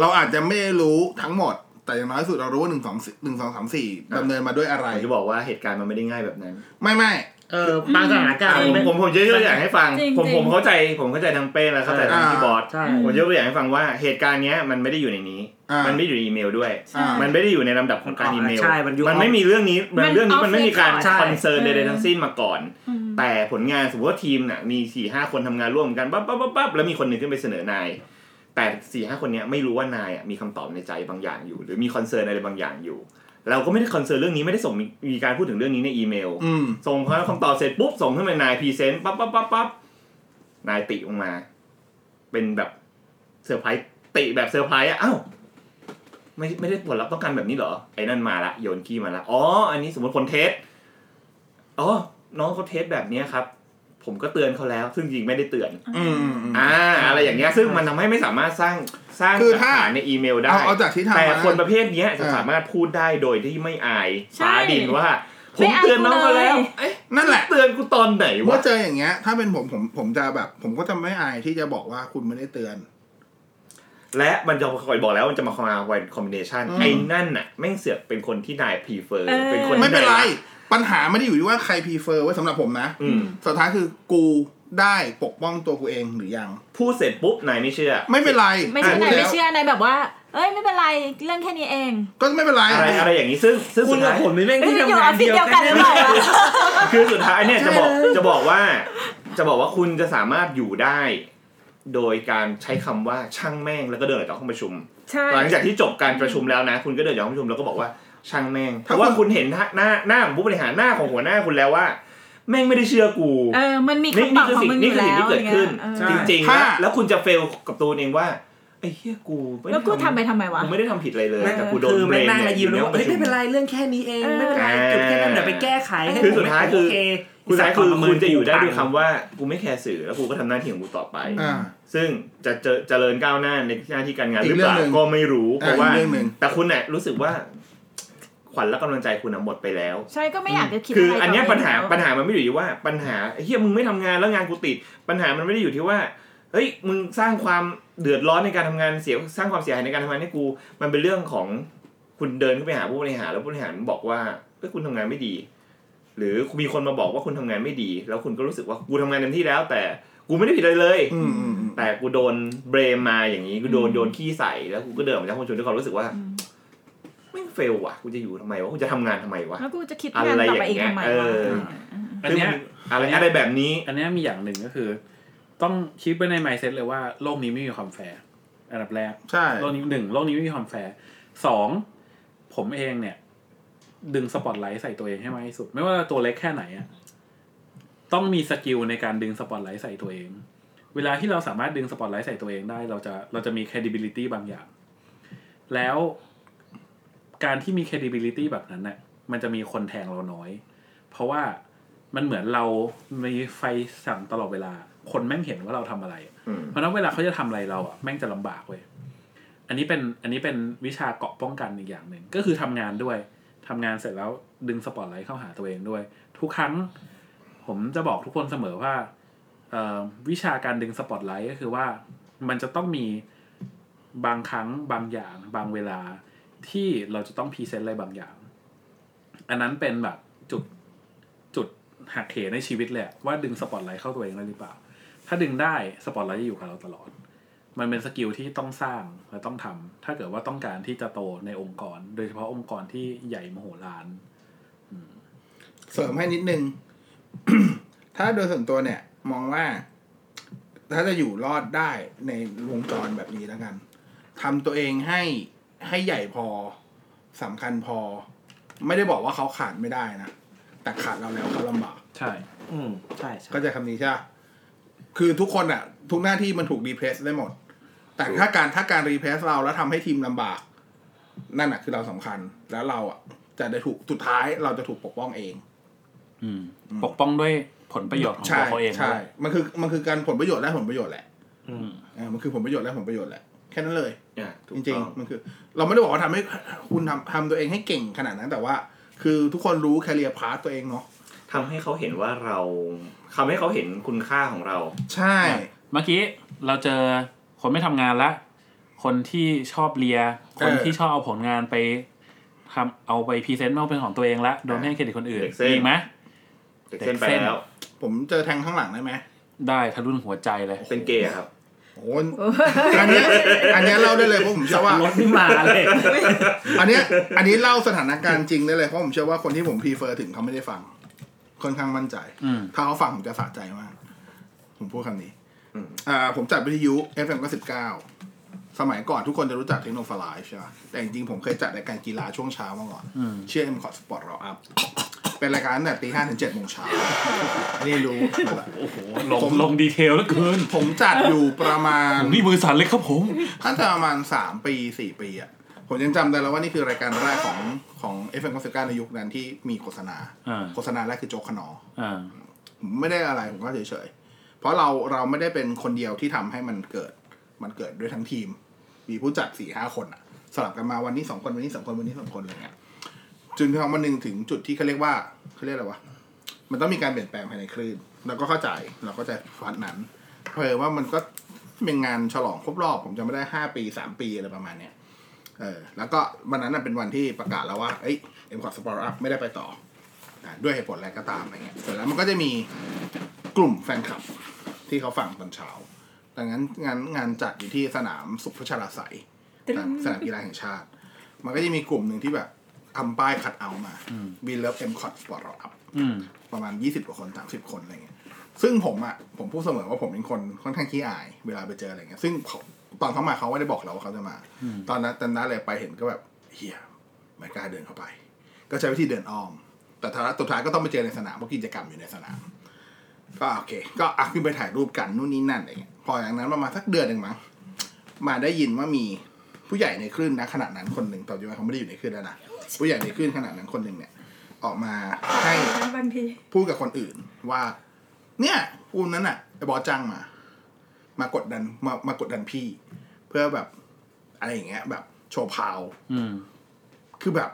[SPEAKER 1] เราอาจจะไม่ได้รู้ทั้งหมด แต่อย่างน้อยสุดเรารู้ว่าหนึ่งสองหนึ่งสองสามสี่ดำเนินมาด้วยอะไร
[SPEAKER 7] ผมจะบอกว่าเหตุการณ์มันไม่ได้ง่ายแบบนั้น
[SPEAKER 1] ไม่ไม่
[SPEAKER 4] เออบางสถานการณ์
[SPEAKER 7] ผม
[SPEAKER 4] มัน
[SPEAKER 7] ผมผมจะยกตัวอย่างให้ฟัง
[SPEAKER 2] จริง
[SPEAKER 7] ผม
[SPEAKER 2] จริง
[SPEAKER 7] ผมเข้าใจผมเข้าใจทางเป้และเข้าใจทางพี่บอส
[SPEAKER 4] ใช่
[SPEAKER 7] ผมยกตัวอย่างให้ฟังว่าเหตุการณ์เนี้ยมันไม่ได้อยู่ในนี้
[SPEAKER 1] อ่า
[SPEAKER 7] มันไม่ได้อยู่ในอีเมลด้วย
[SPEAKER 2] ใช่
[SPEAKER 7] มันไม่ได้อยู่ในลำดับของการอีเมล
[SPEAKER 4] ใช่มันอยู่
[SPEAKER 7] มันไม่มีเรื่องนี้มันเรื่องนี้
[SPEAKER 2] มัน
[SPEAKER 7] มันไม่มีการ
[SPEAKER 2] off
[SPEAKER 4] ใช่
[SPEAKER 7] คอนเซิร์นใด
[SPEAKER 2] เออ
[SPEAKER 7] ๆทั้งสิ้นมาก่อน
[SPEAKER 2] อืม
[SPEAKER 7] แต่ผลงานสมมติว่าทีมน่ะมีสี่ห้าคนทำงานร่วมกันปั๊บปั๊บปั๊บปั๊บแล้วมีคนหนึ่งขึ้นไปเสนอนาย แต่สี่ห้าคนเนี้ยไม่รู้ว่านายอ่ะมีคำตอบในใจบางอย่างอยู่ หรือมีคอนเซิร์นอะไรบางอย่างอยู่ เราก็ไม่ได้คอนเซิร์นเรื่องนี้ไม่ได้ส่งมีมีการพูดถึงเรื่องนี้ในอีเมล
[SPEAKER 1] อืม
[SPEAKER 7] ส่งพอคำตอบเสร็จปุ๊บส่งขึ้นมานายพรีเซนต์ปั๊บปั๊บปั๊บปั๊บนายติออกมา เป็นแบบเซอร์ไพรส์ติแบบเซอร์ไพรส์อ่ะอ้าวไม่ไม่ได้ผลลัพธ์ต้องการแบบนี้เหรอไอ้นั่นมาละโยนขี้มาละอ๋ออันนี้สมมติคนเทสอ๋อน้องเขาเทสแบบเนี้ยครับ ผมก็เตือนเขาแล้ว ซึ่งจริงไม่ได้เตือน
[SPEAKER 1] อืมอืมอืม
[SPEAKER 7] อ่า อะไรอย่างเงี้ยซึ่งมันทำให้ไม่สามารถสร้างสร้าง
[SPEAKER 1] คือ
[SPEAKER 7] หลัก
[SPEAKER 1] ถ้า
[SPEAKER 7] ฐานในอีเมลได้
[SPEAKER 1] เอาเอาจากที่ทำ
[SPEAKER 7] แต่
[SPEAKER 1] มา
[SPEAKER 7] คนประเภทเนี้ยจะ
[SPEAKER 1] อ่า
[SPEAKER 7] สามารถพูดได้โดยที่ไม่อาย
[SPEAKER 2] ใช่
[SPEAKER 7] สาดินว่า ผ
[SPEAKER 2] ไม่
[SPEAKER 7] ม
[SPEAKER 2] อาย
[SPEAKER 7] เตือนน้อง
[SPEAKER 2] กู
[SPEAKER 7] มา
[SPEAKER 2] เลย
[SPEAKER 7] แล้วเอ๊ะ
[SPEAKER 1] นั่นแหละ
[SPEAKER 7] เตือนกูตอนไหนวะ
[SPEAKER 1] ว่าเจออย่างเงี้ย ถ้าเป็นผมผมผมจะแบบ ผมก็จะไม่อายที่จะบอกว่าคุณไม่ได้เตือน
[SPEAKER 7] และมันจะคอยบอกแล้วมันจะมาคอมาเป็นคอมบิเนชัน
[SPEAKER 1] อืม
[SPEAKER 7] ไอ้นั่นน่ะแม่งเสือกเป็นคนที่นายพรีเฟอร์
[SPEAKER 2] เออ
[SPEAKER 7] เป็นคนที่
[SPEAKER 1] ไม่เป็นไร
[SPEAKER 7] ด้
[SPEAKER 1] ปัญหาไม่ได้อยู่ที่ว่าใครพีเฟอร์ไว้ยสำหรับผมนะ
[SPEAKER 7] อืม
[SPEAKER 1] สุดท้ายคือกูได้ปกป้องตัวกูเองหรือยัง
[SPEAKER 7] พูดเสร็จปุ๊บนายไม่เชื่อ
[SPEAKER 1] ไม่เป็นไร
[SPEAKER 2] ไม่ใช่
[SPEAKER 1] อ่ะ
[SPEAKER 2] นาย
[SPEAKER 1] พูด
[SPEAKER 2] ไม่
[SPEAKER 1] แล้ว
[SPEAKER 2] เชื่อนายแบบว่า เอ้ยไม่เป็นไรเรื่องแค่นี้เอง
[SPEAKER 1] ก็ไม่เป็นไร
[SPEAKER 7] อะไรอะไรอย่างนี้ซึ่งซึ่ง
[SPEAKER 4] คุ
[SPEAKER 7] สุ
[SPEAKER 4] ณ
[SPEAKER 7] ด
[SPEAKER 4] กับ
[SPEAKER 7] ท้าย
[SPEAKER 4] ผมนี่แม่ง
[SPEAKER 2] เอ้ย
[SPEAKER 4] ที่
[SPEAKER 2] อยู่อ
[SPEAKER 4] ทำงา
[SPEAKER 2] อน ฟฟิศ
[SPEAKER 4] เดียว
[SPEAKER 2] เดียวกั
[SPEAKER 4] กัน น
[SPEAKER 2] หรือเปล่า
[SPEAKER 7] คือสุดท้ายเนี่ยจะบอกจะบอกว่า จะบอกว่าคุณจะสามารถอยู่ได้ โดยการใช้คำว่าช่างแม่งแล้วก็เดินออกจากห้องประชุม
[SPEAKER 2] ใช่
[SPEAKER 7] หลังจากที่จบการประชุมแล้วนะ คุณก็เดินจากห้องประชุมแล้วก็บอกว่าช่างแม่งเพ
[SPEAKER 1] ถ้า
[SPEAKER 7] ราะว่า
[SPEAKER 1] คุณ
[SPEAKER 7] คุณเห็นหน้าหน้าหน้าของผู้บริหารหน้าของหัวหน้าคุณแล้วว่า แม่งไม่ได้เชื่อกู
[SPEAKER 2] เออมันมี
[SPEAKER 7] นี่
[SPEAKER 2] คำตอ
[SPEAKER 7] นี่
[SPEAKER 2] บ
[SPEAKER 7] คือ
[SPEAKER 2] ของ
[SPEAKER 7] สิ่ง
[SPEAKER 2] มึงอ
[SPEAKER 7] นี่
[SPEAKER 2] ยู่แล้ว
[SPEAKER 7] คือสิ่งที่เกิดขึ้น
[SPEAKER 2] เออ
[SPEAKER 7] จริงๆ
[SPEAKER 1] ถ้า
[SPEAKER 7] นะแล้วคุณจะเฟลกับตัวเองว่าไอ้เหี้ยกูไม่ได้
[SPEAKER 2] แล้วกูทำไปทำไมวะ
[SPEAKER 7] กูไม่ได้ทำผิดอะไรเลยแต่กูโดน
[SPEAKER 4] คือ
[SPEAKER 7] เบรน
[SPEAKER 4] แม่งนั่ง
[SPEAKER 7] เนี่
[SPEAKER 4] และยิ้มแล้
[SPEAKER 7] อ
[SPEAKER 4] วว่าเฮ้ย
[SPEAKER 7] ในห้องป
[SPEAKER 4] ไม่
[SPEAKER 7] ระ
[SPEAKER 4] เป็น
[SPEAKER 7] ชุม
[SPEAKER 4] ไรเรื่องแค่นี้เองไม่เป็นไรจุดแค่นั้นเดี๋ยวไปแก้ไขให้
[SPEAKER 7] คือสุดท้ายคือ
[SPEAKER 4] โอเค
[SPEAKER 7] คุณสายคือ
[SPEAKER 4] สับปะรด
[SPEAKER 7] คุณจะอยู่ได้ด้วย
[SPEAKER 4] ปลูก
[SPEAKER 7] คำว่ากูไม่แคร์สื่อแล้วกูก็ทำหน้าที่ของกูต่อไป
[SPEAKER 1] อ่า
[SPEAKER 7] ซึ่งจะเจอเจริญก้าวหน้าในหน้าที่การงานห
[SPEAKER 1] อี
[SPEAKER 7] รื
[SPEAKER 1] ก
[SPEAKER 7] อ
[SPEAKER 1] เรื่อง
[SPEAKER 7] เปล่า
[SPEAKER 1] หนึ่ง
[SPEAKER 7] ก็ไม่รู้
[SPEAKER 1] อ่า
[SPEAKER 7] เพราะว่า
[SPEAKER 1] อีกเรื่องหนึ่ง
[SPEAKER 7] แต่คุณเนี่ยรู้สึกว่าขวัญและกำลังใจคุณน่ะหมดไปแล้ว
[SPEAKER 2] ใช่ก็ไม่อยากจะคิด
[SPEAKER 7] คือ
[SPEAKER 2] อะไร
[SPEAKER 7] อันเนี้ย
[SPEAKER 2] ต่
[SPEAKER 7] ปัญหา
[SPEAKER 2] แล้ว
[SPEAKER 7] ปัญหามันไม่ได้อยู่ที่ว่าปัญหาเฮียมึงไม่ทำงานแล้วงานกูติด ปัญหามันไม่ได้อยู่ที่ว่าเฮ้ยมึงสร้างความเดือดร้อนในการทำงานเสียสร้างความเสียหายในการทำงานให้กู มันเป็นเรื่องของคุณเดินเข้าไปหาผู้บริหารแล้วผู้บริหารบอกว่าเฮ้ยคุณทำงานไม่ดี หรือมีคนมาบอกว่าคุณทำงานไม่ดี แล้วคุณก็รู้สึกว่ากูทำงานเต็มที่แล้ว แต่กูไม่ได้ผิดอะไรเลย
[SPEAKER 1] อืมอืมอืม
[SPEAKER 7] แต่กูโดนเบรมมาอย่างนี้กูโดนโยนขี้ใส่แล้วกูก็เดินออกมาจากห้องประชุมด้วยความรู้สึกว่าไม่งเฟลว่ะกูจะอยู่ทำไมวะกูจะทำงานทำไมวะ
[SPEAKER 2] แล้วกูจะคิดงานต่อไปอีกทำไม
[SPEAKER 7] อะไร
[SPEAKER 2] วะ
[SPEAKER 7] อย่างเงี้ยเออ
[SPEAKER 5] อันเนี้ย
[SPEAKER 7] อะไรอะไรแบบนี้
[SPEAKER 5] อันเนี้ยมีอย่างหนึ่งก็คือ ต้องคิดไว้ใน mindset เลยว่าโลกนี้ไม่มีความแฟร์อันดับแรก
[SPEAKER 1] ใช่
[SPEAKER 5] โลกนี้หนึ่งโลกนี้ไม่มีความแฟร์สองผมเองเนี่ย ดึงสปอตไลท์ใส่ตัวเองให้มากที่สุด ไม่ว่าตัวเล็กแค่ไหนอะต้องมีสกิลในการดึงสปอตไลท์ใส่ตัวเอง เวลาที่เราสามารถดึงสปอตไลท์ใส่ตัวเองได้ เราจะเราจะมี credibility บางอย่าง แล้วการที่มี credibility แบบนั้นน่ะมันจะมีคนแทงเราน้อย เพราะว่ามันเหมือนเรามีไฟสั่งตลอดเวลา คนแม่งเห็นว่าเราทำอะไร
[SPEAKER 7] อืม
[SPEAKER 5] เพราะฉะนั้นเวลาเขาจะทำอะไรเราอ่ะแม่งจะลำบากเว้ย อันนี้เป็นอันนี้เป็นวิชาเกาะป้องกันอีกอย่างหนึ่งก็คือทำงานด้วยทำงานเสร็จแล้วดึงสปอตไลท์เข้าหาตัวเองด้วย ทุกครั้ง ผมจะบอกทุกคนเสมอว่าเอ่อวิชาการดึงสปอตไลท์ก็คือว่ามันจะต้องมีบางครั้งบางอย่าง บางเวลาที่เราจะต้องพรีเซนต์อะไรบางอย่าง อันนั้นเป็นแบบจุดจุดหักเหในชีวิตเลยอะว่าดึงสปอตไลท์เข้าตัวเองได้หรือเปล่า ถ้าดึงได้สปอตไลท์จะอยู่กับเราตลอด มันเป็นสกิลที่ต้องสร้างและต้องทำ ถ้าเกิดว่าต้องการที่จะโตในองค์กร โดยเฉพาะองค์กรที่ใหญ่มโหฬาร
[SPEAKER 1] เสริมให้นิดนึง ถ้าโดยส่วนตัวเนี่ย มองว่า ถ้าจะอยู่รอดได้ในวงจรแบบนี้แล้วกันทำตัวเองให้ให้ใหญ่พอสำคัญพอ ไม่ได้บอกว่าเขาขาดไม่ได้นะ แต่ขาดเราแล้วเขาลำบาก
[SPEAKER 5] ใช่
[SPEAKER 4] อืมใช่ใช่
[SPEAKER 1] เข้าใจคำนี้ใช่ปะคือทุกคนอะทุกหน้าที่มันถูกรีเพรสได้หมด แต่ถ้าการถ้าการรีเพรสเราแล้วทำให้ทีมลำบาก นั่นอะคือเราสำคัญ แล้วเราอะจะได้ถูกสุดท้ายเราจะถูกปกป้องเอง
[SPEAKER 5] ปกป้องด้วยผลประโยชน์ของ
[SPEAKER 1] ใช่
[SPEAKER 5] ตัวเขาเอง
[SPEAKER 1] ใช่
[SPEAKER 5] ด้วย
[SPEAKER 1] มันคือมันคือการผลประโยชน์และผลประโยชน์แหละ
[SPEAKER 4] อืม
[SPEAKER 1] อ่ามันคือผลประโยชน์และผลประโยชน์แหละ แค่นั้นเลย
[SPEAKER 7] อ่ะถู
[SPEAKER 1] จ
[SPEAKER 7] ก
[SPEAKER 1] ริง
[SPEAKER 7] ต้อง
[SPEAKER 1] ๆ มันคือ เราไม่ได้บอกว่าทำให้คุณทำทำตัวเองให้เก่งขนาดนั้น แต่ว่า คือทุกคนรู้แคเรียพาร์ตัวเองเนาะ
[SPEAKER 7] ทำให้เขาเห็นว่าเราทำให้เขาเห็นคุณค่าของเรา
[SPEAKER 1] ใช่
[SPEAKER 5] เมื่อกี้เราเจอคนไม่ทำงานละ คนที่ชอบเลีย คน
[SPEAKER 1] เออ
[SPEAKER 5] ที่ชอบเอาผลงานไปทำเอาไปพรีเซนต์มาเป็นของตัวเองละ โดนไม่ให้เครดิตคนอื่น
[SPEAKER 7] เด็กเส้น
[SPEAKER 5] มีอีกไหม
[SPEAKER 7] เด็กเส้นไป
[SPEAKER 5] เด็กเส้น
[SPEAKER 7] แล้ว
[SPEAKER 1] ผมเจอแทงข้างหลังได้ไหม
[SPEAKER 5] ได้ทะลุหัวใจเลย
[SPEAKER 7] เป็นเกย์ครับ
[SPEAKER 1] โอ้โหอันเนี้ยอันเนี้ยเล่าได้เลยเพราะผมเชื่อว่า
[SPEAKER 4] รถไม่มาเลย
[SPEAKER 1] อันเนี้ยอันนี้เล่าสถานการณ์จริงได้เลยเพราะผมเชื่อว่าคนที่ผมพรีเฟอร์ถึงเขาไม่ได้ฟัง ค่อนข้างมั่นใจ
[SPEAKER 5] อืม
[SPEAKER 1] ถ้าเขาฟังผมจะสะใจมาก ผมพูดคำนี้
[SPEAKER 7] อืม
[SPEAKER 1] อ่า ผมจัดวิทยุ FM 99สมัยก่อนทุกคนจะรู้จักเทคโนโลยีใช่ไหมแต่จริงๆผมเคยจัดรายการกีฬาช่วงเช้ามาก่อน
[SPEAKER 5] อืม
[SPEAKER 1] ชื่อ M อ็มคอร์ดสปอร์ตเราอัพ เป็นรายการตั้งแต่ตีห้าถึงเจ็ดโมงเช้า นี่รู้
[SPEAKER 5] โอ้โหลง
[SPEAKER 1] ผม
[SPEAKER 5] ลงดีเทลแล้วเกิน
[SPEAKER 1] ผมจัดอยู่ประมาณ
[SPEAKER 5] นี่มือสั่นเลยครับผม
[SPEAKER 1] น่าจะประมาณสามปีสี่ปีอ่ะ ผมยังจำได้แล้วว่านี่คือรายการแรกของของ f อ9 9ในยุคนั้นที่มีโฆษณา
[SPEAKER 5] อ่า
[SPEAKER 1] โฆษณาแรกคือโจ๊กขนอ
[SPEAKER 5] อ่า
[SPEAKER 1] ผมไม่ได้อะไร ผมก็เฉยๆ เพราะเราเราไม่ได้เป็นคนเดียวที่ทำให้มันเกิด มันเกิดด้วยทั้งทีม มีผู้จัดสี่ห้าคนอ่ะ สลับกันมาวันนี้สองคนวันนี้สองคนวันนี้สองคนอะไรเงี้ยจนกระทั่งวันหนึ่งถึงจุดที่เขาเรียกว่าเขาเรียกอะไรวะ มันต้องมีการเปลี่ยนแปลงภายในคลื่นเราก็เข้าใจเราก็จะฟัดนั้นเพราะว่ามันก็เป็นงานฉลองครบรอบ ผมจำไม่ได้ห้าปีสามปีอะไรประมาณเนี้ยเออแล้วก็วันนั้นนะเป็นวันที่ประกาศแล้วว่าเอ้ยเอ็มคอร์สปอร์ตอัพไม่ได้ไปต่ออ่ะด้วยเหตุผลอะไรก็ตามอะไรเงี้ยเสร็จแล้วมันก็จะมีกลุ่มแฟนคลับที่เขาฟังตอนเช้าดังนั้นงานงานจัดอยู่ที่สนามสุขพัชราไสยสนามกีฬาแห่งชาติ มันก็จะมีกลุ่มหนึ่งที่แบบทำป้ายคัดเอาท์มาวีเลิฟเอ็มคอร์สปอร์ตอัพ
[SPEAKER 5] อืม
[SPEAKER 1] ประมาณยี่สิบกว่าคนสามสิบคนอะไรเงี้ย ซึ่งผมอ่ะ ผมพูดเสมอว่าผมเป็นคนค่อนข้างขี้อาย เวลาไปเจออะไรเงี้ย ซึ่งเขาตอนเขามาเขาไม่ได้บอกเราว่าเขาจะมา ตอนนั้นตอนนั้นเลยไปเห็นก็แบบเฮียไม่กล้าเดินเข้าไป ก็ใช้วิธีเดินอ้อม แต่ท้ายสุดท้ายก็ต้องไปเจอในสนามเพราะกิจกรรมอยู่ในสนาม ก็โอเค ก็อ่ะขึ้นไปถ่ายรูปกันนู่นนี่นั่นอะไรเงี้ย พออย่างนั้นประมาณสักเดือนหนึ่งมั้ง มาได้ยินว่ามีผู้ใหญ่ในคลื่นนะขณะนั้นคนหนึ่งตอนนี้เขาไม่ได้อยู่ในคลื่นแล้วนะ ผู้ใหญ่ในคลื่นขณะนั้นคนหนึ่งเนี่ย ออกมาให้
[SPEAKER 6] แล้วบางที
[SPEAKER 1] พูดกับคนอื่นว่า เนี่ยอูนั้นอ่ะไอ้บอสจ้างมา มากดดันมามากดดันพี่ เพื่อแบบอะไรอย่างเงี้ย แบบโชว์พาว
[SPEAKER 5] อืม
[SPEAKER 1] คือแบบ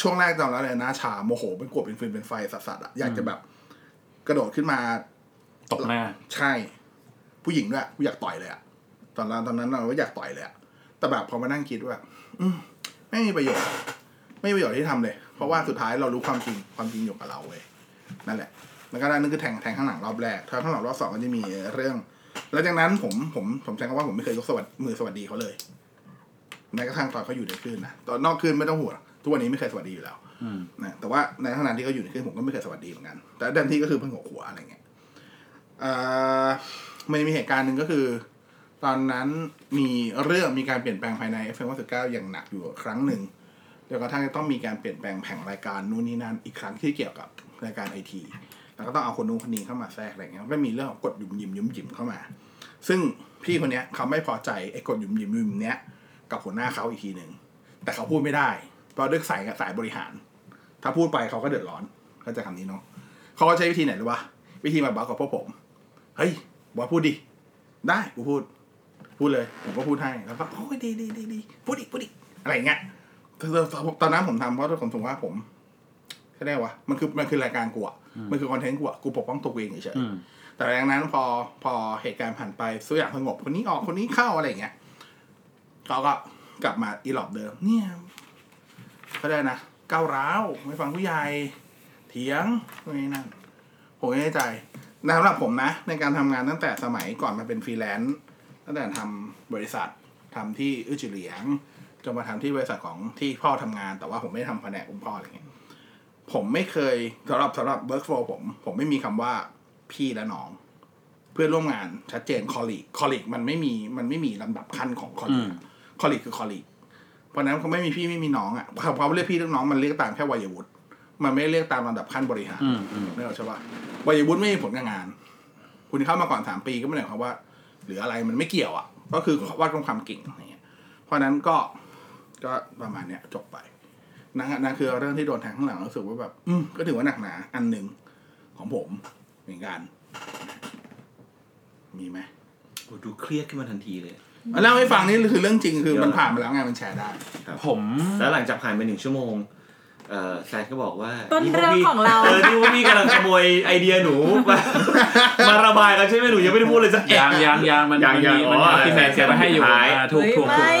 [SPEAKER 1] ช่วงแรกตอนนั้นเลยนะชาโมโหเป็นกวดเป็นฟืนเป็นไฟสัสๆอะอยากจะแบบ กระโดดขึ้นมา
[SPEAKER 5] ตกหน้า
[SPEAKER 1] ใช่ ผู้หญิงด้วยกูอยากต่อยเลยอะตอนนั้นตอนนั้นเราก็อยากต่อยเลยอะแต่แบบพอมานั่งคิดว่า อืมไม่มีประโยชน์ ไม่มีประโยชน์ที่ทำเลย เพราะว่าสุดท้ายเรารู้ความจริงความจริงอยู่กับเราเว้ยนั่นแหละ แล้วก็นั่นคือแทงแทงข้างหลังรอบแรกถ้าข้างหลังรอบสองก็จะมีเรื่อง แล้วจากนั้นผมผมผมใช้คำว่าผมไม่เคยยกสวัสดมือสวัสดีเขาเลยแม้กระทั่งตอนเขาอยู่ในคลื่นนะตอนนอกคลื่นไม่ต้องห่วงทุกวันนี้ไม่เคยสวัสดีอยู่แล้ว
[SPEAKER 5] อืม
[SPEAKER 1] นะแต่ว่าในขณะที่เขาอยู่ในคลื่นผมก็ไม่เคยสวัสดีเหมือนกัน แต่เต็มที่ก็คือเพิ่งหัวหัวอะไรเงี้ย เอ่อมันมีเหตุการณ์หนึ่งก็คือ ตอนนั้นมีเรื่องมีการเปลี่ยนแปลงภายใน F159 อย่างหนักอยู่ครั้งหนึ่งจนกระทั่งจะต้องมีการเปลี่ยนแปลงแผงรายการนู่นนี่นั่นอีกครั้งที่เกี่ยวกับรายการไอทีแล้วก็ต้องเอาคนนู้นคนนี้เข้ามาแทรกอะไรเงี้ยก็มีเรื่องของกฎหยุมหยิมหยุมหยิมเข้ามา ซึ่งพี่คนเนี้ยเขาไม่พอใจไอ้กฎหยุมหยิมหยุมหยิมเนี้ยกับหัวหน้าเขาอีกทีหนึ่งแต่เขาพูดไม่ได้ เพราะด้วยสายสายบริหาร ถ้าพูดไปเขาก็เดือดร้อนเข้าใจคำนี้เนาะเขาก็ใช้วิธีไหนรู้ปะวิธีมาบักกับพวกผม เฮ้ยบอยพูดดิ ได้กูพูด พูดเลย ผมก็พูดให้ แล้วก็โอ้ยดีดีดีดีพูดดิพูดดิอะไรอย่างเงี้ยตอนตอนนั้นผมทำเพราะผมสงว่าผมก็ได้วะมันคือมันคือรายการกูอะมันคือคอนเทนต์กูอะกูปกป้องตัวกูเองเฉย
[SPEAKER 5] อืม
[SPEAKER 1] ๆแต่หลังจากนั้นพอพอเหตุการณ์ผ่านไปสุอย่างสงบคนนี้ออกคนนี้เข้าอะไรอย่างเงี้ยเขาก็กลับมาอีหลอบเดิม เนี่ยก็ได้นะก้าวร้าวไม่ฟังผู้ใหญ่เถียงนู่นนี่นั่น ผมไม่แน่ใจนะสำหรับผมนะ ในการทำงานตั้งแต่สมัยก่อนมาเป็นฟรีแลนซ์ตั้งแต่ทำบริษัททำที่อื้อจือเหลียงจนมาทำที่บริษัทของที่พ่อทำงาน แต่ว่าผมไม่ได้ทำแผนกคุณพ่ออะไรเงี้ยผมไม่เคยสำหรับสำหรับเบิร์กโฟผม ผมไม่มีคำว่าพี่และน้อง เพื่อนร่วมงานชัดเจนคอลีคอลีมันไม่มีมันไม่มีลำดับขั้นของคอลี
[SPEAKER 5] อืม
[SPEAKER 1] คอลีคือคอลีเพราะฉะนั้นเขาไม่มีพี่ไม่มีน้องอ่ะเขาเขาเรียกพี่เรียกน้องมันเรียกตามแค่วัยวุฒิมันไม่ได้เรียกตามลำดับขั้นบริหาร
[SPEAKER 5] อืมอืม
[SPEAKER 1] ไม่เอาใช่ปะวัยวุฒิไม่มีผลกับงาน คุณเข้ามาก่อนสามปีก็ไม่ได้หมายความว่า หรืออะไรมันไม่เกี่ยวอ่ะ ก็คือวัดความเก่งอะไรเงี้ย เพราะฉะนั้นก็ก็ประมาณเนี้ยจบไปนั่นนั่นคือเรื่องที่โดนแทงข้างหลังรู้สึกว่าแบบ อืมก็ถือว่าหนักหนาอันหนึ่งของผมเหมือนกัน มีไหม
[SPEAKER 7] โอ้ดูเครียดขึ้นมาทันทีเลย
[SPEAKER 1] เล่าให้ฟังนี่คือเรื่องจริงคือ
[SPEAKER 7] เดี๋ยว
[SPEAKER 1] มันผ่านมาแล้วไงมันแชร์ได้
[SPEAKER 5] ผม
[SPEAKER 7] แล้วหลังจากผ่านไปหนึ่งชั่วโมง เอ่อแซนก็บอกว่า
[SPEAKER 6] ต้นเรื่องของเรา
[SPEAKER 7] เออที่พวกพี่กำลังขโมยไอเดียหนู มามาระบายกันใช่ไหมหนูยังไม่ได้พูดเลยสักแอะ
[SPEAKER 5] ยางยางยางมัน
[SPEAKER 7] ยาง
[SPEAKER 5] มัน
[SPEAKER 7] ยาง
[SPEAKER 5] มี
[SPEAKER 7] อ๋อ
[SPEAKER 5] มันมีที่แมนเสียไปให้อยู่
[SPEAKER 7] สุดท้าย
[SPEAKER 5] อ่าถูก
[SPEAKER 6] เฮ้ย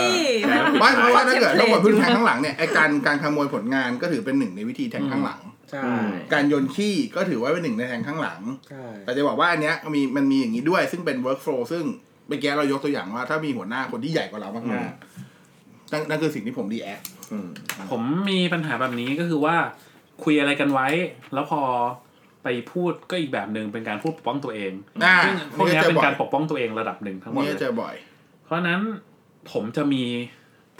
[SPEAKER 5] ถูกถูก
[SPEAKER 6] ไม่
[SPEAKER 1] ไม่เพราะว่าถ้าเกิดถ้าเกิด
[SPEAKER 6] เทมเพลต
[SPEAKER 1] พึ่งแทงข้างหลังเนี่ยไอการการขโมยผลงานก็ถือเป็นหนึ่งในวิธีแทงข้างหลัง
[SPEAKER 4] ใช่
[SPEAKER 7] อืม
[SPEAKER 1] การโยนขี้ก็ถือว่าเป็นหนึ่งในแทงข้างหลัง
[SPEAKER 4] ใช่
[SPEAKER 1] แต่จะบอกว่าอันเนี้ยมีมันมีอย่างนี้ด้วย ซึ่งเป็น workflow ซึ่งเมื่อกี้เรายกตัวอย่างว่าถ้ามีหัวหน้าคนที่ใหญ่กว่าเรามาก
[SPEAKER 7] อืม
[SPEAKER 1] ๆนั่นนั่นคือสิ่งที่ผมดีแอค
[SPEAKER 7] อืม
[SPEAKER 5] ผมมีปัญหาแบบนี้ก็คือว่าคุยอะไรกันไว้ แล้วพอไปพูดก็อีกแบบหนึ่งเป็นการพูดปกป้องตัวเอง
[SPEAKER 1] อ่า
[SPEAKER 5] ซึ่งพวก
[SPEAKER 1] นี่
[SPEAKER 5] เนี้ย
[SPEAKER 1] ก็เจอ
[SPEAKER 5] เป็น
[SPEAKER 1] บ่อย
[SPEAKER 5] การปกป้องตัวเองระดับหนึ่งทั้งหมด
[SPEAKER 1] นี่
[SPEAKER 5] เล
[SPEAKER 1] ก็
[SPEAKER 5] ย
[SPEAKER 1] เจอบ่อย
[SPEAKER 5] เพราะฉะนั้นผมจะมี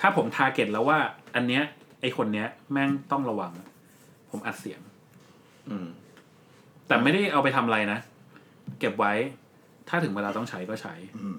[SPEAKER 5] ถ้าผมทาร์เก็ตแล้วว่า อันเนี้ยไอคนเนี้ยแม่งต้องระวัง ผมอัดเสียง
[SPEAKER 7] อืม
[SPEAKER 5] แต่ไม่ได้เอาไปทำอะไรนะ เก็บไว้ถ้าถึงเวลาต้องใช้ก็ใช้
[SPEAKER 1] อืม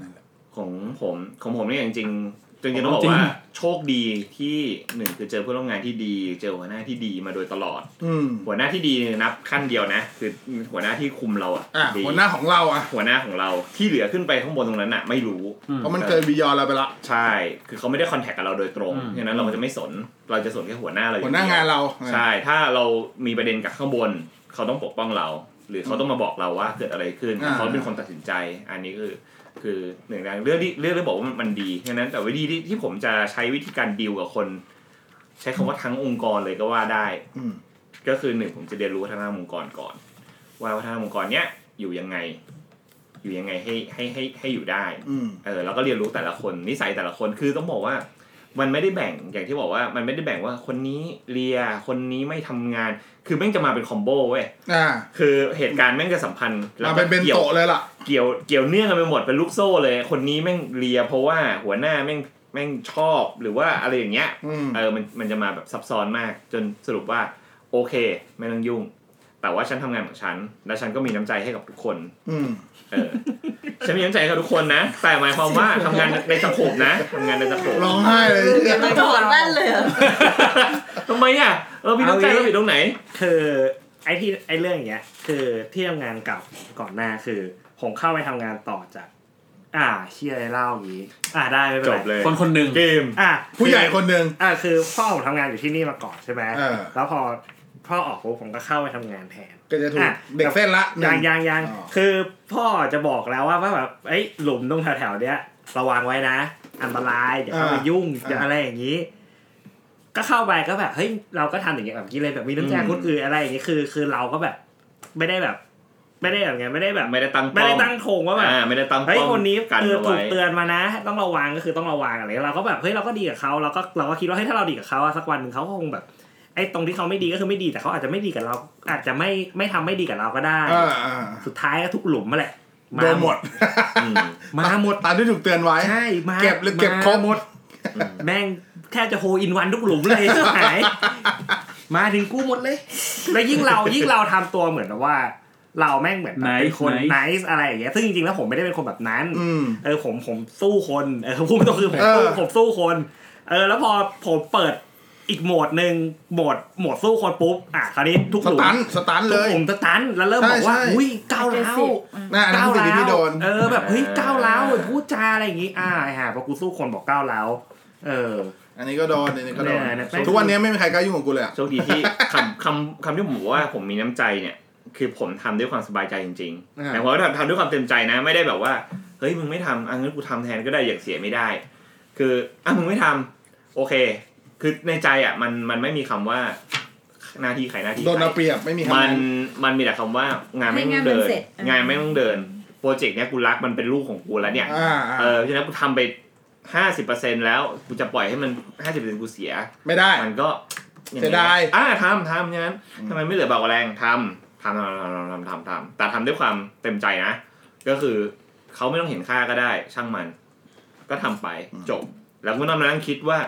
[SPEAKER 1] นั่นแหละ
[SPEAKER 7] ของผมของผมเนี่ยจริงๆจริงๆต้องบอกว่าโชคดีที่หนึ่งคือเจอเพื่อนร่วมงานที่ดี เจอหัวหน้าที่ดีมาโดยตลอด
[SPEAKER 1] อืม
[SPEAKER 7] หัวหน้าที่ดีนับขั้นเดียวนะ คือหัวหน้าที่คุมเราอ่ะ
[SPEAKER 1] อ่ะ
[SPEAKER 7] ดี
[SPEAKER 1] หัวหน้าของเราอ่ะ
[SPEAKER 7] หัวหน้าของเราที่เหลือขึ้นไปข้างบนตรงนั้นอ่ะ ไม่รู้
[SPEAKER 1] เพราะมันเกินบียอนเราไปละ
[SPEAKER 7] ใช่ คือเขาไม่ได้คอนแทคกับเราโดยตรง
[SPEAKER 5] อืม
[SPEAKER 7] ฉะนั้นเราก็จะไม่สน เราจะสนแค่หัวหน้าเราอย่
[SPEAKER 1] หัวหน้างานเราอ่ะ
[SPEAKER 7] ใช่ ถ้าเรามีประเด็นกับข้างบน เขาต้องปกป้องเรา หรือเขาต้องมาบอกเราว่าเกิดอะไรขึ้น เขาเป็นคนตัดสินใจ อันนี้คือ คือหนึ่งอย่างเรื่องที่เรื่องที่บอกว่ามันดีฉะนั้นแต่วิธีที่ที่ผมจะใช้วิธีการดีลกับคน ใช้คำว่าทั้งองค์กรเลยก็ว่าได้
[SPEAKER 1] อืม
[SPEAKER 7] ก็คือหนึ่งผมจะเรียนรู้วัฒนธรรมองค์กรก่อน ว่าวัฒนธรรมองค์กรเนี้ยอยู่ยังไง อยู่ยังไงให้ให้ให้ให้อยู่ได้
[SPEAKER 1] อืม
[SPEAKER 7] เออแล้วก็เรียนรู้แต่ละคนนิสัยแต่ละคนคือต้องบอกว่า มันไม่ได้แบ่งอย่างที่บอกว่ามันไม่ได้แบ่งว่าคนนี้เลียคนนี้ไม่ทำงาน คือแม่งจะมาเป็นคอมโบเว้ย
[SPEAKER 1] อ่า
[SPEAKER 7] คือเหตุการณ์แม่งจะสัมพันธ์แล้ว
[SPEAKER 1] มา
[SPEAKER 7] ก็
[SPEAKER 1] เป็นเบน
[SPEAKER 7] เกี่ยว
[SPEAKER 1] โตะเลยล่ะ
[SPEAKER 7] เกี่ยวเกี่ยวเนื่องกันไปหมดเป็นลูกโซ่เลย คนนี้แม่งเลียเพราะว่าหัวหน้าแม่งแม่งชอบหรือว่าอะไรอย่างเงี้ย
[SPEAKER 1] อืม
[SPEAKER 7] เออ มัน มันจะมาแบบซับซ้อนมาก จนสรุปว่า โอเค ไม่ต้องยุ่ง ไป แต่ว่าฉันทำงานของฉัน และฉันก็มีน้ำใจให้กับทุกคน
[SPEAKER 1] อืม
[SPEAKER 7] เออ ฉันมีน้ำใจให้กับทุกคนนะ แต่หมายความว่าทำงานในสังคมนะทำงานในสังคม
[SPEAKER 1] ร้องไห้เลยเนี่ย
[SPEAKER 6] ไม่ถอดแว่นเลยอะ
[SPEAKER 7] ทำไมอ่ะ เออมีน้ำใจแล้วผิดตรงไหน
[SPEAKER 4] คือไอ้ที่ไอ้เรื่องอย่างเงี้ย คือที่ทำงานเก่าก่อนหน้าคือ ผมเข้าไปทำงานต่อจาก อ่าเชี่ยเล่าอย่างงี้ อ่าได้ไม่เป็น
[SPEAKER 7] จ
[SPEAKER 4] ไร
[SPEAKER 7] บเลย
[SPEAKER 5] คนคนหนึ่ง
[SPEAKER 7] เกม
[SPEAKER 4] อ่ะ
[SPEAKER 1] ผู้ใหญ่คนหนึ่ง
[SPEAKER 4] อ่าคือพ่อผมทำงานอยู่ที่นี่มาก่อนใช่ไหม
[SPEAKER 1] เออ
[SPEAKER 4] แล้วพอพ่อออกปุ๊บผมก็เข้าไปทำงานแทน
[SPEAKER 1] ก็จะถูก
[SPEAKER 4] อ่ะ
[SPEAKER 1] เด็กเส้นละหนึ่
[SPEAKER 4] ยัง งยังยัง
[SPEAKER 1] อ๋อ
[SPEAKER 4] คือพ่อจะบอกแล้วว่าว่าแบบเอ้ยหลุมตรงแถวๆเนี้ยระวังไว้นะ อันตรายอย่าเข้าไปยุ่งอย่าอะไรอย่างนี้ ก็เข้าไปก็แบบเฮ้ยเราก็ทำอย่างเงี้ยแบบกี้เลยแบบมีน้ำใจ
[SPEAKER 7] อืม
[SPEAKER 4] คนอื่นอะไรอย่างงี้คือ คือเราก็แบบ ไม่ได้แบบ ไม่ได้แบบไงไม่ได้แบบ
[SPEAKER 7] ไม่ได้ตั้ง
[SPEAKER 4] ไม่ได้ตั้ง
[SPEAKER 7] ป้อ
[SPEAKER 4] ธงว่าแบบ
[SPEAKER 7] อ่าไม่ได้ตั้ง
[SPEAKER 4] เฮ้ย
[SPEAKER 7] ป้อม
[SPEAKER 4] คนนี้
[SPEAKER 7] กัน
[SPEAKER 4] เออ
[SPEAKER 7] เอา
[SPEAKER 4] ถู
[SPEAKER 7] ไว้
[SPEAKER 4] กเตือนมานะ ต้องระวังก็คือต้องระวังอะไรเงี้ยเราก็แบบเฮ้ยเราก็ดีกับเขาเราก็เราก็คิดว่าเฮ้ยถ้าเราดีกับเขาอะสักวันหนึ่งเขาก็คงแบบไอ้ตรงที่เขาไม่ดีก็คือไม่ดีแต่เขาอาจจะไม่ดีกับเรา อาจจะไม่ไม่ทำไม่ดีกับเราก็ได้
[SPEAKER 1] เออเออ
[SPEAKER 4] สุดท้ายก็ทุกหลุมมาแหละ
[SPEAKER 1] โดนหมด
[SPEAKER 7] อืม
[SPEAKER 4] มาหมด
[SPEAKER 1] ตามที่ถูกเตือนไว้
[SPEAKER 4] ใช่มา
[SPEAKER 1] เก็บหรือเก็บ
[SPEAKER 4] มา
[SPEAKER 1] ครบหมด
[SPEAKER 4] แม่งแทบจะโฮอินวันทุกหลุม เลยหายมาถึงกูหมดเลย แล้วยิ่งเรายิ่งเราทำตัวเหมือนแบบว่า เราแม่งเหมือนแบบเป็นคน
[SPEAKER 5] Nice, nice
[SPEAKER 4] ไนส์อะไรอย่างเงี้ยซึ่งจริงๆแล้วผมไม่ได้เป็นคนแบบนั้น
[SPEAKER 1] อืม
[SPEAKER 4] เออผมผมสู้คนเออพูดตรงคือผมสู้
[SPEAKER 1] เออ
[SPEAKER 4] ผมสู้คน เออแล้วพอผมเปิดอีกโหมดหนึ่งโหมดโหมดสู้คนปุ๊บอ่ะคราวนี้ทุกห
[SPEAKER 1] ส
[SPEAKER 4] ลุม
[SPEAKER 1] ตันสตัน
[SPEAKER 4] ทุก
[SPEAKER 1] เลย
[SPEAKER 4] หลุมสตันแล้วเริ่มบอกว่า
[SPEAKER 1] ใช่ใช่
[SPEAKER 4] อุ้ยก้าวร้าว
[SPEAKER 1] น่าอันนั่
[SPEAKER 4] ก้านว
[SPEAKER 1] คือสิ่งที่
[SPEAKER 4] ร้า
[SPEAKER 1] พี่โด
[SPEAKER 4] วน เออแบบเฮ้ยก้าวร้าวพูดจาอะไรอย่างงี้อ่าไอ้ห่าพอกูสู้คนบอกก้าวร้าวเออ
[SPEAKER 1] อันนี้ก็โดนอันนี้ก็โดน
[SPEAKER 4] เนี่ยเนี่ย
[SPEAKER 1] ทุกวันนี้ไม่มีใครกล้ายุ่งกับกูเลยอะ
[SPEAKER 7] โชคดีที่ คำคำคำที่ผมบอกว่าผมมีน้ำใจเนี่ย คือผมทำด้วยความสบายใจจริง
[SPEAKER 4] อ่า
[SPEAKER 7] ๆแต่ผมก็ทำทำด้วยความเต็มใจนะ ไม่ได้แบบว่า เฮ้ยมึงไม่ทำอันนั้นกูทำแทนก็ได้อย่างเสียไม่ได้ คืออ่ะมึงไม่ทำโอเค คือในใจอ่ะมันมันไม่มีคำว่าหน้าที่ใครหน้าที่
[SPEAKER 1] โดน
[SPEAKER 7] ใคร
[SPEAKER 1] เอาเปรียบไม่มีคำ
[SPEAKER 7] มัน
[SPEAKER 1] นั้น
[SPEAKER 7] มันมีแต่คำว่างานไม่ต้องเดิน งานไม่ต้องเดิน โปรเจกต์เนี้ยกูรักมันเป็นลูกของกูแล้วเนี่ย
[SPEAKER 1] อ่าอ่า
[SPEAKER 7] เออฉะนั้นกูทำไปห้าสิบเปอร์เซ็นแล้วกูจะปล่อยให้มันห้าสิบเปอร์เซ็นกูเสีย
[SPEAKER 1] ไม่ได้
[SPEAKER 7] มันก็องนี้
[SPEAKER 1] เสียดาย
[SPEAKER 7] อ่าทำทำฉะนั้นทำไมไม่เหลือเบากว่าแรงทำทำทำทำทำทำทำทำแต่ทำด้วยความเต็มใจนะ ก็คือเขาไม่ต้องเห็นค่าก็ได้ ช่างมัน ก็ทำไปจบ แล้วก็ไม่ต้องมานั่งคิดว่า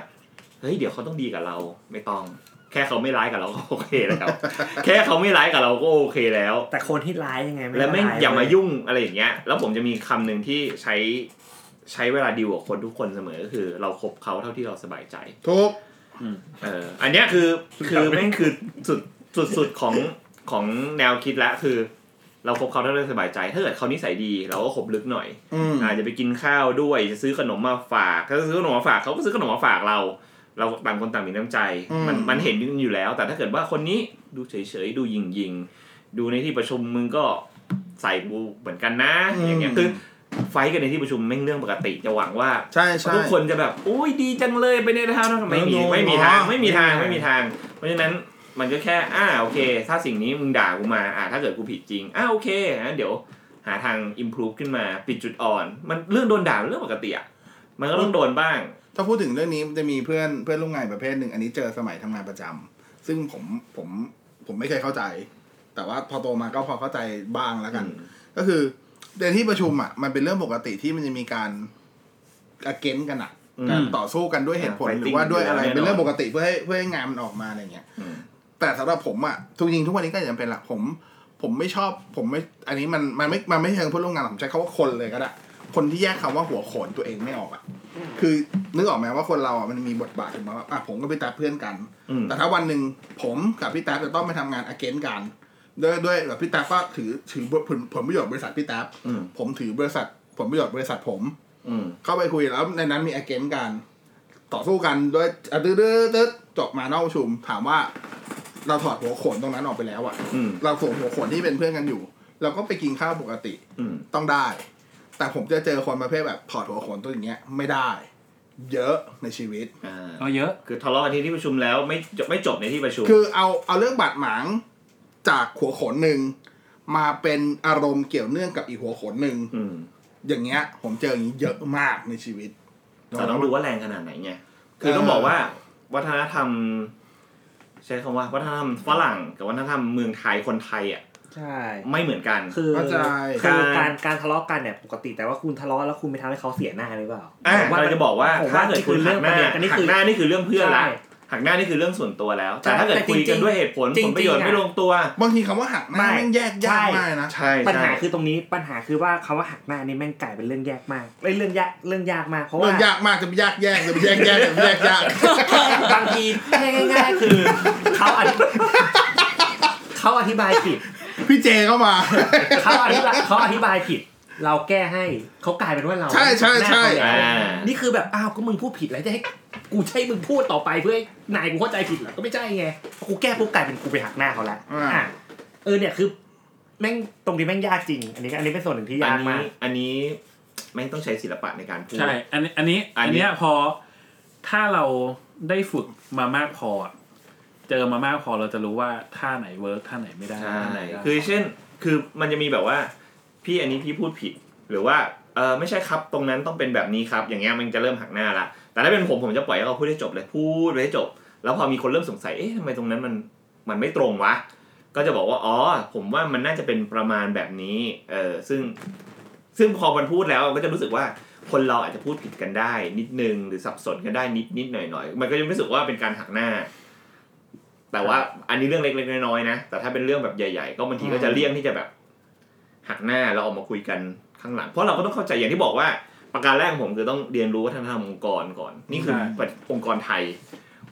[SPEAKER 7] เฮ้ยเดี๋ยวเขาต้องดีกับเราไม่ต้อง แค่เขาไม่ร้ายกับเราก็โอเคแล้ว แค่เขาไม่ร้ายกับเราก็โอเคแล้ว
[SPEAKER 4] แต่คนที่ร้ายยังไงไม่
[SPEAKER 7] และไม่
[SPEAKER 4] ร้
[SPEAKER 7] อย่ามายุ่งอะไรอย่างเงี้ย แล้วผมจะมีคำหนึ่งที่ใช้ใช้เวลาดีลกับคนทุกคนเสมอก็คือ เราคบเขาเท่าที่เราสบายใจ
[SPEAKER 1] ทุก
[SPEAKER 7] เอออันเนี้ยคือคือแม่งคือสุดสุดสุดของของแนวคิดละคือ เราคบเขาเท่าที่สบายใจถ้าเกิดเขานิสัยดีเราก็คบลึกหน่อย
[SPEAKER 1] อืม
[SPEAKER 7] อาจจะไปกินข้าวด้วยจะซื้อขนมมาฝากถ้าซื้อขนมมาฝากเขาก็ซื้อขนมมาฝากเรา เราต่างคนต่างมีน้ำใจ มันมันเห็นอยู่แล้ว แต่ถ้าเกิดว่าคนนี้ดูเฉยๆดูยิงยิงๆดูในที่ประชุมมึงก็ใส่กูเหมือนกันนะอย่างเงี้ย
[SPEAKER 1] อืม
[SPEAKER 7] คือไฟท์กันในที่ประชุมแม่งเรื่องปกติจะหวังว่า
[SPEAKER 1] ใช่ใช่
[SPEAKER 7] ทุกคนจะแบบโอ้ยดีจังเลยไปในทางนั้นไม่มี
[SPEAKER 1] โดน
[SPEAKER 7] ไม่มี
[SPEAKER 1] อ๋อ
[SPEAKER 7] ทางไม่มีทางไม่มีทาง เพราะฉะนั้นมันก็แค่อ่าโอเค ถ้าสิ่งนี้มึงด่ากูมาอ่าถ้าเกิดกูผิดจริงอ่าโอเคงั้นเดี๋ยวหาทาง improve ขึ้นมาปิดจุดอ่อน มันเรื่องโดนด่าเป็นเรื่องปกติอ่ะมันก็ต้องโดนบ้าง
[SPEAKER 1] ถ้าพูดถึงเรื่องนี้มันจะมีเพื่อนเพื่อนร่วมงานประเภทหนึ่งอันนี้เจอสมัยทำงานประจำซึ่งผมผมผมไม่เคยเข้าใจ แต่ว่าพอโตมาก็พอเข้าใจบ้างแล้วกัน
[SPEAKER 7] อืม
[SPEAKER 1] ก็คือในที่ประชุมอ่ะมันเป็นเรื่องปกติที่มันจะมีการอเกนกันอ่ะ
[SPEAKER 7] อืม
[SPEAKER 1] การต่อสู้กันด้วยเหตุผล
[SPEAKER 7] อ่า
[SPEAKER 1] ห
[SPEAKER 7] fighting
[SPEAKER 1] รือว่าด้วยอะไร
[SPEAKER 7] แน่นอน
[SPEAKER 1] เป็นเรื่องปกติเพื่อให้เพื่อให้งานมันออกมาอะไรเงี้ย
[SPEAKER 7] อืม
[SPEAKER 1] แต่สำหรับผมอะทุกยิงทุกวันนี้ก็ยังเป็นละผม ผมไม่ชอบผมไม่ อันนี้มันมันไม่มันไม่เชิงเพื่อนร่วมงานหรอกผมใช้คำว่าคนเลยก็ได้ คนที่แยกคำว่าหัวโขนตัวเองไม่ออกอะคือนึกออกไหมว่าคนเราอะมันมีบทบาทถึงมาว่าอ่ะผมกับพี่แต๊บเพื่อนกัน
[SPEAKER 7] อืม
[SPEAKER 1] แต่ถ้าวันหนึ่งผมกับพี่แต๊บจะต้องไปทำงานอเกนกันด้วยด้วยแบบพี่แต๊บก็ถือถือผลผลประโยชน์บริษัทพี่แต๊บ
[SPEAKER 7] อืม
[SPEAKER 1] ผมถือบริษัทผลประโยชน์บริษัทผม
[SPEAKER 7] อืม
[SPEAKER 1] เข้าไปคุยแล้วในนั้นมีอเกนกัน ต่อสู้กันด้วยอ่ะดื้อดื้อดื้อจบมานอกประชุม ถามว่า เราถอดหัวโขนตรงนั้นออกไปแล้วอะ
[SPEAKER 7] อืม
[SPEAKER 1] เราสวมหัวโขนที่เป็นเพื่อนกันอยู่ เราก็ไปกินข้าวปกติ
[SPEAKER 7] อืม
[SPEAKER 1] ต้องได้ แต่ผมจะเจอคนประเภทแบบถอดหัวโขนตัวอย่างเงี้ยไม่ได้ เยอะในชีวิต
[SPEAKER 7] อ่า
[SPEAKER 5] เอาเยอะ
[SPEAKER 7] คือทะเลาะกันที่ที่ประชุมแล้วไม่จบไม่จบในที่ประชุม
[SPEAKER 1] คือเอาเอาเรื่องบาดหมางจากหัวโขนหนึ่งมาเป็นอารมณ์เกี่ยวเนื่องกับอีกหัวโขนหนึ่ง
[SPEAKER 7] อืม
[SPEAKER 1] อย่างเงี้ย ผมเจออย่างนี้เยอะมากในชีวิต
[SPEAKER 7] แต่ต้องดูว่าแรงขนาดไหนไงคือต้องบอกว่าวัฒนธรรม ใช้คำว่า วัฒนธรรมฝรั่งกับวัฒนธรรมเมืองไทยคนไทยอ่ะ
[SPEAKER 4] ใช่
[SPEAKER 7] ไม่เหมือนกัน
[SPEAKER 4] คือ
[SPEAKER 1] เข้าใจ
[SPEAKER 4] คือ
[SPEAKER 7] การ
[SPEAKER 4] การการทะเลาะกันเนี่ยปกติแต่ว่าคุณทะเลาะแล้วคุณไปทำให้เขาเสียหน้าหรือเปล่า
[SPEAKER 7] อ่า
[SPEAKER 4] ผมว่า
[SPEAKER 7] เราจะบอกว่า
[SPEAKER 4] ผม
[SPEAKER 7] ถ้า
[SPEAKER 4] ว่า
[SPEAKER 7] เกิด
[SPEAKER 4] นี่
[SPEAKER 7] คุ
[SPEAKER 4] คื
[SPEAKER 7] ณ
[SPEAKER 4] อ
[SPEAKER 7] หั
[SPEAKER 4] เรื่อ
[SPEAKER 7] ห
[SPEAKER 4] ก งประ
[SPEAKER 7] น้า
[SPEAKER 4] เด็นกันนี่
[SPEAKER 7] หั
[SPEAKER 4] คื
[SPEAKER 7] ก
[SPEAKER 4] อ
[SPEAKER 7] หน้านี่คือเรื่องเพื่อนละ
[SPEAKER 4] ใช่
[SPEAKER 7] หักหน้านี่คือเรื่องส่วนตัวแล้ว แต่
[SPEAKER 4] ใช่
[SPEAKER 7] ถ้าเกิด
[SPEAKER 4] แต่จ
[SPEAKER 7] คุ
[SPEAKER 4] ริง
[SPEAKER 7] ย
[SPEAKER 4] ๆ
[SPEAKER 7] กันด้วยเหตุผล
[SPEAKER 4] จริ
[SPEAKER 7] ผ
[SPEAKER 4] ง
[SPEAKER 7] ล
[SPEAKER 4] ๆ
[SPEAKER 7] ประโยชน์
[SPEAKER 4] อะ
[SPEAKER 7] ไม่ลงตัว
[SPEAKER 1] บางทีคำว่าหักหน้า
[SPEAKER 4] ไม่
[SPEAKER 1] แม่งแยกยาก
[SPEAKER 4] ใช่
[SPEAKER 1] มากนะ
[SPEAKER 7] ใช่
[SPEAKER 4] ปัญหา
[SPEAKER 7] ใช่
[SPEAKER 4] คือตรงนี้ปัญหาคือว่าคำว่าหักหน้านี่แม่งกลายเป็นเรื่องแยกมากเอ้ยเรื่องยากเรื่องยากมากเพราะ
[SPEAKER 1] เรื่
[SPEAKER 4] ว่า
[SPEAKER 1] องยากมากจะไปยากแยกจะไปแยก แยกจะไปแยกยาก
[SPEAKER 4] บางทีง่ายๆคือเขาอธิเขาอธิบายผิด
[SPEAKER 1] พี่เจเข้ามา
[SPEAKER 4] เขาอธิบายเขาอธิบายผิด เราแก้ให้เขากลายเป็นว่าเรา
[SPEAKER 1] ใช่ใช่ใช่
[SPEAKER 4] หน้า
[SPEAKER 7] อ่า
[SPEAKER 4] เขาแล้วนี่คือแบบอ้าวก็มึงพูดผิดแล้วจะให้กูใช้มึงพูดต่อไปเพื่อให้นายกูเข้าใจผิดเหรอก็ไม่ใช่ไงพอกูแก้ปุ๊บกลายเป็นกูไปหักหน้าเขาละ
[SPEAKER 1] อ่า
[SPEAKER 4] อ่ะเออเนี่ยคือแม่งตรงนี้แม่งยากจริง อันนี้อันนี้เป็นส่วนหนึ่งที่
[SPEAKER 7] อัน
[SPEAKER 4] ยากมา
[SPEAKER 7] นี้
[SPEAKER 4] ก
[SPEAKER 7] อันนี้ไม่ต้องใช้ศิลปะในการพูด
[SPEAKER 5] ใช่ อันนี้อันนี้
[SPEAKER 7] อั
[SPEAKER 5] อั
[SPEAKER 7] น
[SPEAKER 5] น
[SPEAKER 7] นี้
[SPEAKER 5] เนี้ยพอถ้าเราได้ฝึกมามากพออะเจอมามากพอเราจะรู้ว่าท่าไหนเวิร์กท่าไหนไม่ได้
[SPEAKER 7] ใช่
[SPEAKER 5] ท่าไหนได้
[SPEAKER 7] คือเช่น คือมันจะมีแบบว่า พี่อันนี้พี่พูดผิด หรือว่า เออไม่ใช่ครับ ตรงนั้นต้องเป็นแบบนี้ครับ อย่างเงี้ยมันจะเริ่มหักหน้าละ แต่ถ้าเป็นผมผมจะปล่อยให้เขาพูดให้จบเลย พูดไปให้จบ แล้วพอมีคนเริ่มสงสัย เอ๊ะทำไมตรงนั้นมัน มันไม่ตรงวะ ก็จะบอกว่า อ๋อ ผมว่ามันน่าจะเป็นประมาณแบบนี้ เออ ซึ่ง ซึ่งพอมันพูดแล้วก็จะรู้สึกว่า คนเราอาจจะพูดผิดกันได้ นิดนึง หรือสับสนกันได้นิดนิดหน่อยหน่อยๆมันก็ยังรู้สึกว่าเป็นการหักหน้า แต่ว่าอันนี้เรื่องเล็กๆน้อยๆนะ แต่ถ้าเป็นเรื่องแบบใหญ่ ๆ ก็บางทีก็จะเลี่ยงที่จะแบบ หักหน้าเราออกมาคุยกันข้างหลัง เพราะเราก็ต้องเข้าใจอย่างที่บอกว่าประการแรกของผมคือต้องเรียนรู้วัฒนธรรมองค์กรก่อน นี่คือองค์กรไทย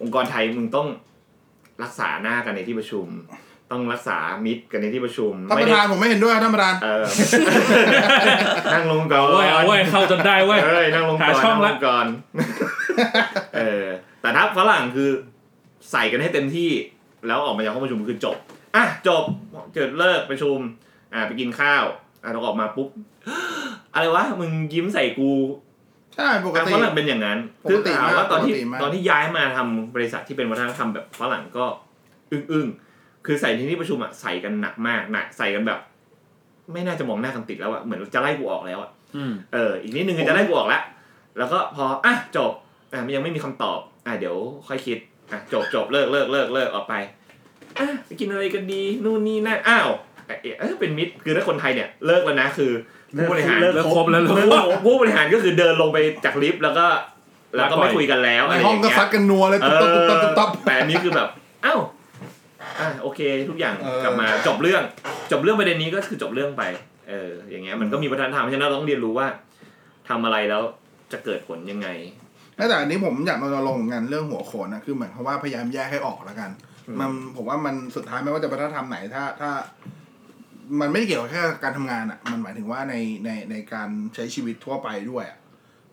[SPEAKER 7] องค์กรไทยมึงต้องรักษาหน้ากันในที่ประ ชุม ต้องรักษามิตรกันในที่ประชุม
[SPEAKER 1] ท่านป
[SPEAKER 7] ไม่
[SPEAKER 1] ระ
[SPEAKER 7] ได้
[SPEAKER 1] ธานผมไม่เห็นด้วยครับท่านประธาน
[SPEAKER 7] เออ นั่งลงก่อน
[SPEAKER 5] เอาเว้ยเอาเว้ยเข้าจนได้เว้ย
[SPEAKER 7] เอ้ยนั่งลงก่อน
[SPEAKER 5] หาช่องละ
[SPEAKER 7] นั่ลก่อน เออ แต่ถ้าฝรั่งคือใส่กันให้เต็มที่ แล้วออกมาจากห้องประชุมคือจบ อ่ะจบเกิดเลิกประชุม อ่ะไปกินข้าว อ่ะเราออกมาปุ๊บ อะไรวะ มึงยิ้มใส่กู
[SPEAKER 1] ใช่ปก
[SPEAKER 7] อ่ะ
[SPEAKER 1] ติ
[SPEAKER 7] ฝรั่งเป็นอย่างนั้น
[SPEAKER 1] ป
[SPEAKER 7] คื
[SPEAKER 1] ก
[SPEAKER 7] อ
[SPEAKER 1] ติ
[SPEAKER 7] ถามว่าตอนที่
[SPEAKER 1] ปกติมาก
[SPEAKER 7] ตอนที่ย้ายมาทำบริษัทที่เป็นวัฒนธรรมแบบฝรั่งก็ อึ้งๆ คือใส่ที่นี่ประชุมอ่ะใส่กันหนักมากหนักใส่กันแบบ ไม่น่าจะมองหน้ากันติดแล้วอ่ะเหมือนจะไล่กูออกแล้วอ่ะ
[SPEAKER 5] อืม
[SPEAKER 7] เออ อีกนิดนึงก็จะได้บวกแล้ว แล้วก็พอ อ่ะ จบ อ่ะมันยังไม่มีคำตอบ อ่ะ เดี๋ยวค่อยคิด อ่ะ จบจบเลิกเลิกเลิกเลิกออกไป อ่ะ ไปกินอะไรกันดี นู่นนี่นั่น อ้าวเอ๊ะเอ๊ะเป็นมิตร คือถ้าคนไทยเนี่ย เลิกแล้วนะ คือผู้บริหาร
[SPEAKER 4] เลิ
[SPEAKER 5] แล้วครบแล้ว
[SPEAKER 7] ผู้
[SPEAKER 5] รู้ว่า
[SPEAKER 7] ผู้บริหารก็คือเดินลงไปจากลิฟต์แล้วก็ แล้วก็
[SPEAKER 5] แล้วปล่
[SPEAKER 7] ไม่
[SPEAKER 5] อย
[SPEAKER 7] คุยกันแล้ว
[SPEAKER 1] ใน
[SPEAKER 7] อะไรอ
[SPEAKER 1] ห้องก็
[SPEAKER 7] ย่างเงี้ย
[SPEAKER 1] ซัดกันนัวเลย
[SPEAKER 7] เอ
[SPEAKER 1] ตุ๊บตุ๊บตุ๊บตุ๊บตุ๊บ
[SPEAKER 7] อแต่อันนี้คือแบบ อ้าว อ่ะ โอเค ทุกอย่าง
[SPEAKER 1] เออ
[SPEAKER 7] กลับมาจบเรื่อง จบเรื่องประเด็นนี้ก็คือจบเรื่องไป เออ อย่างเงี้ย มันก็มีวัฒนธรรมเพราะฉะนั้นเราต้องเรียนรู้ว่า ทำอะไรแล้วจะเกิดผลยังไง
[SPEAKER 1] แต่อันนี้ผมอยากมาลงเหมือนกันเรื่องหัวโขนนะคือเหมือนเขาว่าพยายามแยกให้ออกแล้วกัน
[SPEAKER 7] อืม
[SPEAKER 1] มันผมว่ามันสุดท้ายไม่ว่าจะวัฒนธรรมไหนถ้าถ้า มันไม่ได้เกี่ยวกับแค่การทำงานอ่ะ มันหมายถึงว่าในในในการใช้ชีวิตทั่วไปด้วยอะ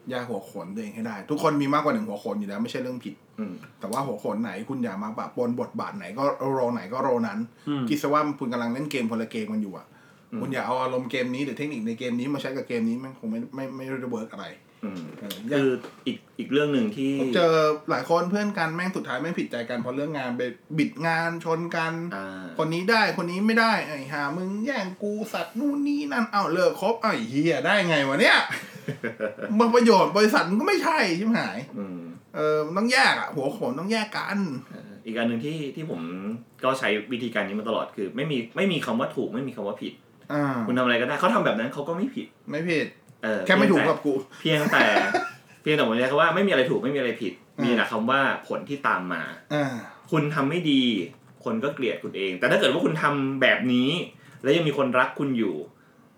[SPEAKER 1] แยกหัวโขนตัวเองให้ได้ ทุกคนมีมากกว่าหนึ่งหัวโขนอยู่แล้วไม่ใช่เรื่องผิด
[SPEAKER 7] อืม
[SPEAKER 1] แต่ว่าหัวโขนไหนคุณอย่ามาปะปนบทบาทไหนก็โรไหนก็โรนั้น
[SPEAKER 5] อืม
[SPEAKER 1] คิดซะว่าคุณกำลังเล่นเกมคนละเกมกันอยู่อ่ะ
[SPEAKER 7] อืม
[SPEAKER 1] คุณอย่าเอาอารมณ์เกมนี้หรือเทคนิคในเกมนี้มาใช้กับเกมนี้มันคงไม่ไม่ไม่ได้เวิร์กอะไร
[SPEAKER 7] อืม
[SPEAKER 1] เอออย่า
[SPEAKER 7] คืออีกอีกเรื่องหนึ่งที่
[SPEAKER 1] ผมเจอหลายคนเพื่อนกันแม่งสุดท้ายแม่งผิดใจกันเพราะเรื่องงานไปบิดงานชนกัน
[SPEAKER 7] อ่า
[SPEAKER 1] คนนี้ได้คนนี้ไม่ได้ไอ้หามึงแย่งกูสัตว์นู่นนี่นั่นเอ้าเลิกครบไอ้เฮียได้ไงวะเนี่ย มาประโยชน์บริษัทมันก็ไม่ใช่ใช่ไหม
[SPEAKER 7] อืม
[SPEAKER 1] เออมันต้องแยกอ่ะหัวโขนต้องแยกกัน
[SPEAKER 7] เอ่ออีกอันหนึ่งที่ที่ผมก็ใช้วิธีการนี้มาตลอดคือ ไม่มีไม่มีคำว่าถูกไม่มีคำว่าผิด
[SPEAKER 1] อ่า
[SPEAKER 7] คุณทำอะไรก็ได้เขาทำแบบนั้นเขาก็ไม่ผิด
[SPEAKER 1] ไม่ผิด
[SPEAKER 7] เออ
[SPEAKER 1] แค่ไม่ถูกกับกู
[SPEAKER 7] เพียง แต่ เพียงแต่ผมใช้คำว่าไม่มีอะไรถูกไม่มีอะไรผิด มีแต่คำว่าผลที่ตามมา
[SPEAKER 1] อ่า
[SPEAKER 7] คุณทำไม่ดี คนก็เกลียดคุณเอง แต่ถ้าเกิดว่าคุณทำแบบนี้ แล้วยังมีคนรักคุณอยู่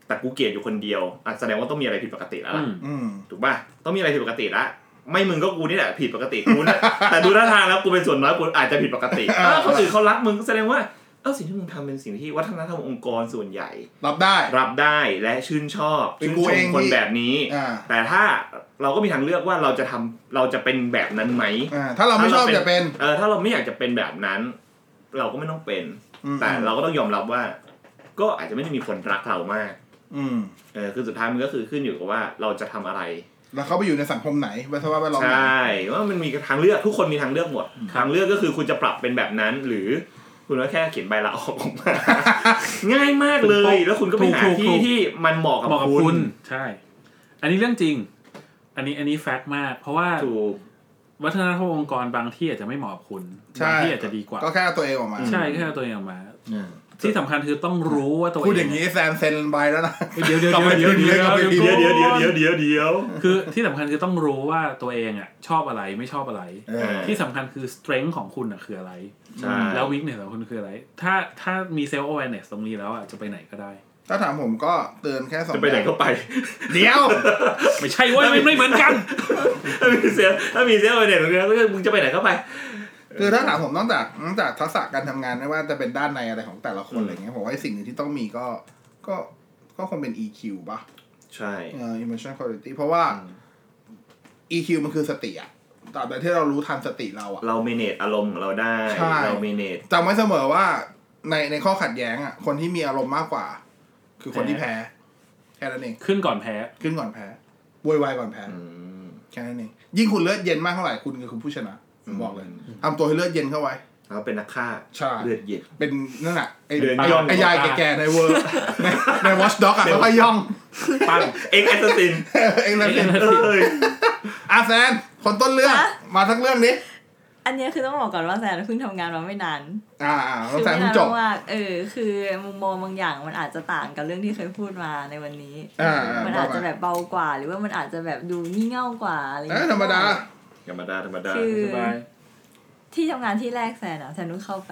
[SPEAKER 7] แต่กูเกลียดอยู่คนเดียวอ่ะแสดงว่าต้องมีอะไรผิดปกติแล้ว
[SPEAKER 5] อื
[SPEAKER 7] ล่ะ
[SPEAKER 5] ม
[SPEAKER 1] อืม
[SPEAKER 7] ถูกป่ะต้องมีอะไรผิดปกติละไม่มึงก็กูนี่แหละผิดปกติกูนะ แต่ดูท่าทางแล้วกูเป็นส่วนน้อยกูอาจจะผิดป กติ
[SPEAKER 1] อ่า
[SPEAKER 7] เออคนอื่นเขารักมึงแสดงว่าเออสิ่งที่มึงทำเป็นสิ่งที่วัฒนธรรมองค์กรส่วนใหญ่
[SPEAKER 1] รับได้
[SPEAKER 7] รับได้และชื่นชอบ
[SPEAKER 1] เป็น
[SPEAKER 7] ชื่
[SPEAKER 1] กู
[SPEAKER 7] นช
[SPEAKER 1] เอ
[SPEAKER 7] ม
[SPEAKER 1] ง
[SPEAKER 7] คน
[SPEAKER 1] ที่
[SPEAKER 7] แบบนี้
[SPEAKER 1] อ่า
[SPEAKER 7] แต่ถ้าเราก็มีทางเลือกว่าเราจะทำเราจะเป็นแบบนั้นไหม
[SPEAKER 1] อ่า ถ้าเราไม่ชอบอย่าเป็น
[SPEAKER 7] เออถ้าเราไม่อยากจะเป็นแบบนั้น เราก็ไม่ต้องเป็น
[SPEAKER 1] อืม
[SPEAKER 7] แต่เราก็ต้องยอมรับว่า ก็อาจจะไม่ได้มีคนรักเรามาก
[SPEAKER 1] อืม
[SPEAKER 7] เออคือสุดท้ายมันก็คือขึ้นอยู่กับว่าเราจะทำอะไร
[SPEAKER 1] แล้วเขาไปอยู่ในสังคมไหนวัฒนธรรมแวดล้อม
[SPEAKER 7] ใช
[SPEAKER 1] ไหน่
[SPEAKER 7] ว่ามันมีทางเลือกทุกคนมีทางเลือกหมด ทางเลือกก็คือคุณจะปรับเป็นแบบนั้น หรือคุณก็แค่เขียนใบลาออกออกมา ง่ายมากเลย แล้วคุณก็ไปหาที่ที่มันเหมาะกับ
[SPEAKER 5] เหมาะกับ
[SPEAKER 7] คุ
[SPEAKER 5] คุณ ณใช่ อันนี้เรื่องจริง อันนี้อันนี้แฟกต์มาก เพราะว่า
[SPEAKER 7] ถูก
[SPEAKER 5] วัฒนธรรมองค์กรบางที่อาจจะไม่เหมาะกับคุณ
[SPEAKER 1] ใช่
[SPEAKER 5] บางที่อาจจะดีกว่า
[SPEAKER 1] ก็แค่เอาตัวเองออกมา
[SPEAKER 5] ใช่แค่เอาตัวเองออกมา ที่สำคัญคือต้องรู้ว่าตัวเอง
[SPEAKER 1] พูดอย่างนี้แซมเซ็นใบแล้วนะ
[SPEAKER 5] เดี๋ยวเดี๋ยว
[SPEAKER 1] กลับไป
[SPEAKER 5] เดี๋ยว
[SPEAKER 1] พิมพ์เล
[SPEAKER 5] เดี๋
[SPEAKER 1] ย
[SPEAKER 5] ยว
[SPEAKER 1] กลับไปพิมพ์
[SPEAKER 7] เดี๋
[SPEAKER 5] เดี๋
[SPEAKER 7] ย
[SPEAKER 5] ย
[SPEAKER 7] ว
[SPEAKER 5] ว
[SPEAKER 7] เดี๋
[SPEAKER 5] เดี๋
[SPEAKER 7] ย
[SPEAKER 5] ยวว
[SPEAKER 7] เดี๋ยวเดี๋ยวเดี๋ยว
[SPEAKER 5] เดี๋ยว
[SPEAKER 7] เดี๋ยว
[SPEAKER 5] คือที่สำคัญคือต้องรู้ว่าตัวเองอ่ะชอบอะไรไม่ชอบอะไร
[SPEAKER 1] เออ
[SPEAKER 5] ที่สำคัญคือ strength ของคุณอ่ะคืออะไร
[SPEAKER 7] ใช่
[SPEAKER 5] แล้ว weakness ของคุณคืออะไร ถ้าถ้ามี self awareness ตรงนี้แล้วอ่ะจะไปไหนก็ได้
[SPEAKER 1] ถ้าถามผมก็เตือนแค่สอง
[SPEAKER 7] จะไปไหนก็ไป
[SPEAKER 1] เดี๋ยว
[SPEAKER 5] ไม่ใช่เว่ามันไม่เหมือนกัน
[SPEAKER 7] ถ้ามีเซลลถ้ามีเซลล์ไปไหนมึงก็มึงจะไปไหนก็ไป
[SPEAKER 1] คือถ้าถามผมนอกจากนอกจากทักษะการทำงานไม่ว่าจะเป็นด้านในอะไรของแต่ละคน
[SPEAKER 7] อืม
[SPEAKER 1] อะไรเงี้ยผมว่าไอ้สิ่งหนึ่งที่ต้องมีก็ก็ก็คงเป็น EQ ป่ะ
[SPEAKER 7] ใช่
[SPEAKER 1] เอ่อ emotion quality เพราะว่า EQ มันคือสติอะตราบใดที่เรารู้ทันสติเราอะ
[SPEAKER 7] เราเมเนจอารมณ์ของเราได้
[SPEAKER 1] ใช่
[SPEAKER 7] เราเมเนจ
[SPEAKER 1] จำไว้เสมอว่าในในข้อขัดแย้งอะคนที่มีอารมณ์มากกว่า คือคนที่แพ้ แค่นั้นเอง
[SPEAKER 5] ขึ้นก่อนแพ้
[SPEAKER 1] ขึ้นก่อนแพ้โวยวายก่อนแพ้
[SPEAKER 7] อืม
[SPEAKER 1] แค่นั้นเอง ยิ่งคุณเลือดเย็นมากเท่าไหร่คุณคือคุณผู้ชนะผมบอกเลย
[SPEAKER 7] อืม
[SPEAKER 1] ทำตัวให้เลือดเย็นเข้าไว้
[SPEAKER 7] เราเป็นนักฆ่า
[SPEAKER 1] ใช่
[SPEAKER 7] เลือดเย็น
[SPEAKER 1] เป็นนั่นแหละไอ้
[SPEAKER 7] เดิน
[SPEAKER 1] ไอ้
[SPEAKER 7] ย่อง
[SPEAKER 1] ไอ้ยายแก่ๆในเวอร์ ในในวอชด็อกอะแล้วก็ย่อง
[SPEAKER 5] ปั้ง
[SPEAKER 7] เอ็กแอสซิน
[SPEAKER 1] เองเลย
[SPEAKER 5] เอ็งเลย
[SPEAKER 7] เอ้ย
[SPEAKER 1] อาแซนคนต้นเรื่อง
[SPEAKER 6] ฮะ
[SPEAKER 1] มาทั้งเรื่องนี้
[SPEAKER 6] อันเนี้ยคือต้องบอกก่อนว่าแซนเพิ่งทำงานมาไม่นาน
[SPEAKER 1] อ่าอ่าแล้วแซนเพิ่
[SPEAKER 6] ไม่นาง น
[SPEAKER 1] จบ
[SPEAKER 6] มากๆเออ คือมุมมองบางอย่างมันอาจจะต่างกับเรื่องที่เคยพูดมาในวันนี้
[SPEAKER 1] อ่าอ่า
[SPEAKER 6] มันอาจจะแบบเบากว่า หรือว่ามันอาจจะแบบดูงี่เง่ากว่าอะไรอย่าง
[SPEAKER 1] เอ้ย
[SPEAKER 6] เงี้ย
[SPEAKER 1] ธรรมดา
[SPEAKER 7] ธรรมดาธรรมดา
[SPEAKER 6] คือ
[SPEAKER 5] สบาย
[SPEAKER 6] ที่ทำงานที่แรกแซนอะแซนนุ่งเข้าไป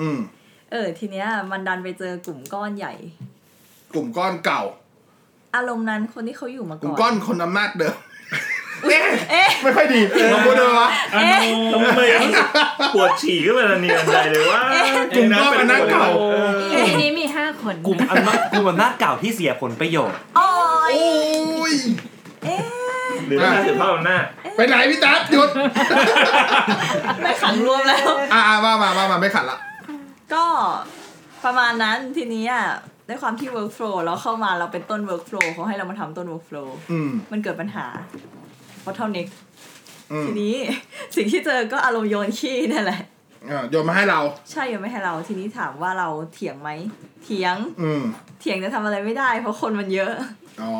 [SPEAKER 1] อืม
[SPEAKER 6] เออ ทีเนี้ยมันดันไปเจอกลุ่มก้อนใหญ่
[SPEAKER 1] กลุ่มก้อนเก่า
[SPEAKER 6] อารมณ์นั้นคนที่เขาอยู่มาก
[SPEAKER 1] ลุ่ม
[SPEAKER 6] ก่
[SPEAKER 1] ก้
[SPEAKER 6] อ
[SPEAKER 1] อน นคนอำนาจเดิม
[SPEAKER 6] เอ๊ะ
[SPEAKER 1] ไม่ค่อยดีลองพูดเลยวะ
[SPEAKER 5] อ่ะโน
[SPEAKER 7] ทำไมรู้สึกปวดฉี่ขึ้นมาทันทีทันใดเลยว่า
[SPEAKER 1] จุ่มน้ำเป็นหน้าเก่า
[SPEAKER 7] ออ
[SPEAKER 2] ทีนี้มีห้าคน
[SPEAKER 4] กลุ่มอำนาจกลุ่มอำนาจเก่าที่เสียผลประโยชน์
[SPEAKER 6] โอ้ย
[SPEAKER 1] โอ้ย
[SPEAKER 7] หรือหน้าสืบทอดอำนาจ
[SPEAKER 1] ไปไหนพี่ตั๊ดหยุด
[SPEAKER 6] ไม่ขังรวมแล้ว
[SPEAKER 1] อ่าอ่ามามามามาไม่ขัดละ
[SPEAKER 6] ก็ประมาณนั้นทีนี้อ่ะด้วยความที่ workflow เราเข้ามาเราเป็นต้น workflow เขาให้เรามาทำต้น workflow
[SPEAKER 1] อืม
[SPEAKER 6] มันเกิดปัญหา bottleneck
[SPEAKER 1] อืม
[SPEAKER 6] ทีนี้ สิ่งที่เจอก็อารมณ์โยนขี้นั่นแหละ
[SPEAKER 1] อ่าโยนมาให้เรา
[SPEAKER 6] ใช่ยังไม่ให้เราทีนี้ถามว่าเราเถียงไหมเถียง
[SPEAKER 1] อืม
[SPEAKER 6] เถียงจะทำอะไรไม่ได้ เพราะคนมันเยอะ
[SPEAKER 1] อ๋อ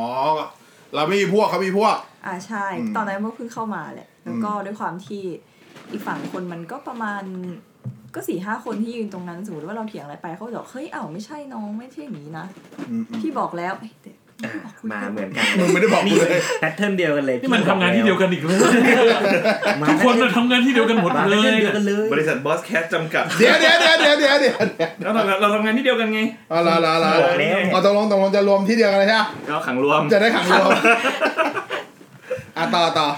[SPEAKER 1] เราไม่มีพวกเขามีพวก
[SPEAKER 6] อ่าใช่
[SPEAKER 1] อืม
[SPEAKER 6] ตอนนั้นเมื่อเพิ่งเข้ามาแหละ แล้วก็
[SPEAKER 1] อืม
[SPEAKER 6] ด้วยความที่อีกฝั่งคนมันก็ประมาณก็สี่ห้าคนที่ยืนตรงนั้นสมมติว่าเราเถียงอะไรไปเขาจะบอกเฮ้ยเอ้าวไม่ใช่น้องไม่ใช่อย่างนี้นะ
[SPEAKER 1] อืมอืม
[SPEAKER 6] พี่บอกแล้วเอ้ยแต่พี่บอกคุณ
[SPEAKER 4] มา
[SPEAKER 6] แล้ว
[SPEAKER 4] เหมือนกัน
[SPEAKER 1] มึงไม่ได้บอกกู
[SPEAKER 4] นี่
[SPEAKER 1] เลย
[SPEAKER 4] แพทเทิร์นเดียวกันเลย
[SPEAKER 5] นี่มันทำงานที่เดียวกันอีกเลย
[SPEAKER 4] มา
[SPEAKER 5] ทุกคนมันทำงานที่เดียวกันหมด
[SPEAKER 4] มา
[SPEAKER 5] เล
[SPEAKER 4] แพท
[SPEAKER 5] ย
[SPEAKER 4] เทิร์นเดียวกันเลย
[SPEAKER 7] บริษัทบอสแคสจำกัด
[SPEAKER 1] เดี๋ยวเดี๋ยวเดี๋ยวเดี๋ยวเดี๋ยวเดี๋ยวเดี๋ยว
[SPEAKER 7] เราทำงานเราทำงานที่เดียวกันไง
[SPEAKER 1] เอาละละละ
[SPEAKER 4] บอกแล้ว
[SPEAKER 1] เอาตกลงตกลงจะรวมที่เดียวกันเลยใช่ไหม
[SPEAKER 7] เราขังรวม
[SPEAKER 1] จะได้ขังรวมอ่ะต่อต่อ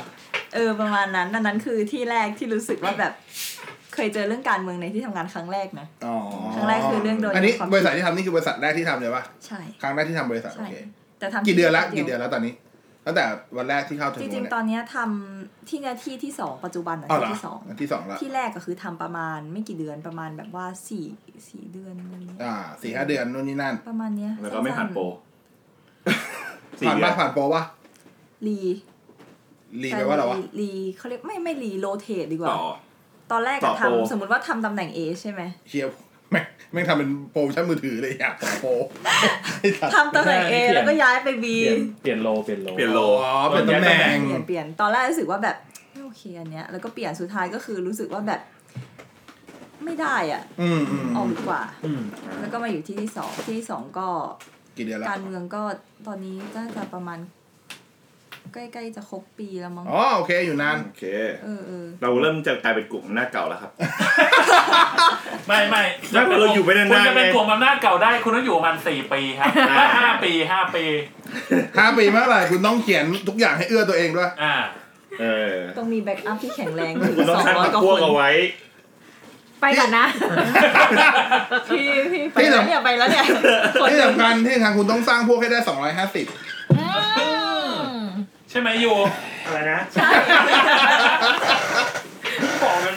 [SPEAKER 6] เออประมาณนั้นอันนั้นคือที่แรกที่รู้สึกว่าแบบ เคยเจอเรื่องการเมืองในที่ทำงานครั้งแรกนะ
[SPEAKER 1] อ๋อ
[SPEAKER 6] ครั้งแรกคือเรื่องโดย
[SPEAKER 1] อันนี้
[SPEAKER 6] ความคิด
[SPEAKER 1] บริษัทที่ทำนี่คือบริษัทแรกที่ทำเลยป่ะ
[SPEAKER 6] ใช่
[SPEAKER 1] ครั้งแรกที่ทำบริษัท โอ
[SPEAKER 6] ใช่
[SPEAKER 1] เค
[SPEAKER 6] แต่ทำ
[SPEAKER 1] กี่เดือนแล้วกี่เดือนแล้วตอนนี้ ตั้งแต่วันแรกที่เข้าถึง
[SPEAKER 6] จ
[SPEAKER 1] วั
[SPEAKER 6] ริ
[SPEAKER 1] น
[SPEAKER 6] ง
[SPEAKER 1] เนี้ย
[SPEAKER 6] ๆ ตอนเนี้ยทำที่หน้าที่ที่สองปัจจุบันนะ
[SPEAKER 1] อ๋อเหรอ
[SPEAKER 6] ที่สอง
[SPEAKER 1] อันที่สองละ
[SPEAKER 6] ที่แรกก็คือทำประมาณไม่กี่เดือนประมาณแบบว่าสี่สี่เดือนอะไรเงี้ย
[SPEAKER 1] อ่าสี่ห้าเดือนนู่นนี่นั่น
[SPEAKER 6] ประมาณเนี้ย
[SPEAKER 7] แล้วก็ไม่ผ่านโปรสี่
[SPEAKER 1] ผ่าน
[SPEAKER 7] เดือ
[SPEAKER 1] มาน ผ่านโปรวะ
[SPEAKER 6] รี
[SPEAKER 1] รีไปลว่าอะไรวะ
[SPEAKER 6] รีเขาเรียกไม่ไม่รีโรเทตดีกว่า
[SPEAKER 7] ต่อ
[SPEAKER 6] ตอนแรก
[SPEAKER 7] ต่
[SPEAKER 6] อะ
[SPEAKER 7] อโปร
[SPEAKER 6] ทำสมมติว่าทำตำแหน่ง A ใช่ไหม
[SPEAKER 1] เชียแม่งแม่งทำเป็นโปรโมชั่นมือถือเลยอยากขอโปรไอ้สัตว์
[SPEAKER 6] ทำตำแหน่ง A แล้วก็ย้ายไป B
[SPEAKER 5] เปลี่ยนเปลี่ยนโลเปลี่ยนโล
[SPEAKER 7] เปลี่ยนโล
[SPEAKER 1] อ๋อเป็นตำแหน่ง
[SPEAKER 6] เปลี่ยนเปลี่ยนตอนแรกรู้สึกว่าแบบไม่โอเคอันเนี้ยแล้วก็เปลี่ยนสุดท้ายก็คือรู้สึกว่าแบบ ไม่ได้อ่ะ
[SPEAKER 1] อืมอืม
[SPEAKER 6] อ
[SPEAKER 1] อื
[SPEAKER 6] อก
[SPEAKER 1] ม
[SPEAKER 6] ดีกว่า
[SPEAKER 5] อืม
[SPEAKER 6] แล้วก็มาอยู่ที่ที่สองที่ที่สองก็
[SPEAKER 1] กี่เดือนละ
[SPEAKER 6] การเมืองก็ตอนนี้น่าจะประมาณ ใกล้ๆจะครบปีแล้วมั้ง
[SPEAKER 1] อ๋อโอเคอยู่นาน
[SPEAKER 7] โอเค
[SPEAKER 6] เออเออ
[SPEAKER 7] เราเริ่มจะกลายเป็นกลุ่มหน้าจเก่าแล้วครับ
[SPEAKER 5] ไม่ไม่
[SPEAKER 7] ไม่เพราะเราอยู่ไม่นานๆ
[SPEAKER 5] คุณจะเป็น
[SPEAKER 7] ไง
[SPEAKER 5] กลุ่มอำนาจเก่าได้ คุณต้องอยู่ประมาณสี่ปีครับห้าปีห้าปี
[SPEAKER 1] ห้าปีเมื่อไหร่คุณต้องเขียนทุกอย่างให้เอื้อตัวเอง ด้วย
[SPEAKER 5] อ่า
[SPEAKER 7] เออ
[SPEAKER 6] ต้องมีแบ็กอัพที่แข็งแรงถึง
[SPEAKER 7] คุณต้อง
[SPEAKER 6] ส
[SPEAKER 7] ส
[SPEAKER 6] อง
[SPEAKER 7] ร้าง
[SPEAKER 6] ร้อยกว่า
[SPEAKER 7] พวก
[SPEAKER 6] ค
[SPEAKER 7] เอา
[SPEAKER 6] น
[SPEAKER 7] ไว้
[SPEAKER 2] ไปก่อนนะ
[SPEAKER 6] พี่พี่ไปแล้วเนี่ยไปแล้วเนี่ยคน
[SPEAKER 1] ที่
[SPEAKER 6] เดียว
[SPEAKER 1] สำคัญที่สำคัญคุณต้องสร้างพวกให้ได้ 250
[SPEAKER 5] ใช่ไหมอยู่
[SPEAKER 4] อะไรนะ
[SPEAKER 6] ใช่
[SPEAKER 4] บอกมัน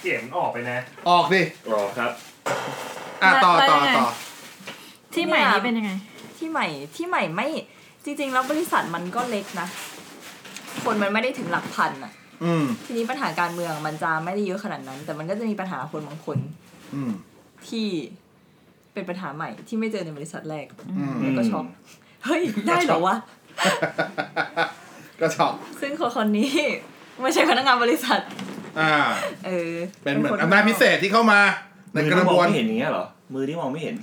[SPEAKER 4] เสียงออกไปนะ
[SPEAKER 1] ออกดิ
[SPEAKER 7] รอครับ
[SPEAKER 1] อ่ะต่อต่อต่อ
[SPEAKER 2] ที่ใหม่นี้เป็นยังไง
[SPEAKER 6] ที่ใหม่ที่ใหม่ไม่ จริง ๆ แล้วบริษัทมันก็เล็กนะ คนมันไม่ได้ถึงหลักพันอ่ะ
[SPEAKER 1] อืม
[SPEAKER 6] ทีนี้ปัญหาการเมืองมันจะไม่ได้เยอะขนาดนั้น แต่มันก็จะมีปัญหาคนบางคน
[SPEAKER 1] อืม
[SPEAKER 6] ที่เป็นปัญหาใหม่ที่ไม่เจอในบริษัทแรก
[SPEAKER 1] อืม
[SPEAKER 6] แล้วก็ช็อกเฮ้ย ได้เหรอวะ
[SPEAKER 1] ก็ช็อก
[SPEAKER 6] ซึ่งคนคนนี้ ไม่ใช่พนักงานบริษัท
[SPEAKER 1] อ่า
[SPEAKER 6] เออ
[SPEAKER 1] เป็นเหมือน
[SPEAKER 6] ค
[SPEAKER 1] อำนาจพิเศษที่เข้ามาในกระบวน
[SPEAKER 7] มือที่มองไม่เห็นอย่างเงี้ยเหรอ มือที่มองไม่เห็น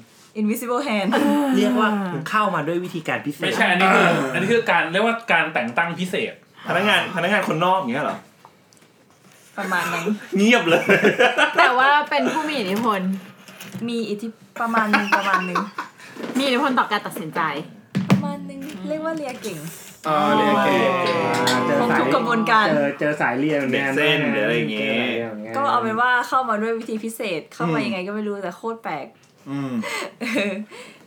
[SPEAKER 6] invisible hand
[SPEAKER 4] เรียกว่าเข้ามาด้วยวิธีการพิเศษ
[SPEAKER 5] ไม่ใช่อันนี้คืออันนี้คือการเรียกว่าการแต่งตั้งพิเศษ
[SPEAKER 7] พนักงานพนักงานคนนอกอย่างเงี้ยเหรอ
[SPEAKER 6] ประมาณนั้น
[SPEAKER 7] เงียบเลย
[SPEAKER 8] แต่ว่าเป็นผู้มีอิทธิพล
[SPEAKER 6] มีอิทธิประมาณนึงประมาณนึง
[SPEAKER 2] มีอิทธิพลต่อการตัดสินใจ
[SPEAKER 6] ประมาณนึงเรียกว่าเลียเก่ง
[SPEAKER 1] อ่าเรียกเก่ง
[SPEAKER 4] เจอ
[SPEAKER 6] ครบ
[SPEAKER 4] สาย
[SPEAKER 6] ทุกกระบวนการ
[SPEAKER 4] เจอเจอสายเรียน
[SPEAKER 7] เด็กเส้นหรืออะไรอย่างเงี้ย
[SPEAKER 6] ก็เอาเป็นว่าเข้ามาด้วยวิธีพิเศษเข้ามายังไงก็ไม่รู้แต่โคตรแปลก
[SPEAKER 1] อืม
[SPEAKER 6] เออ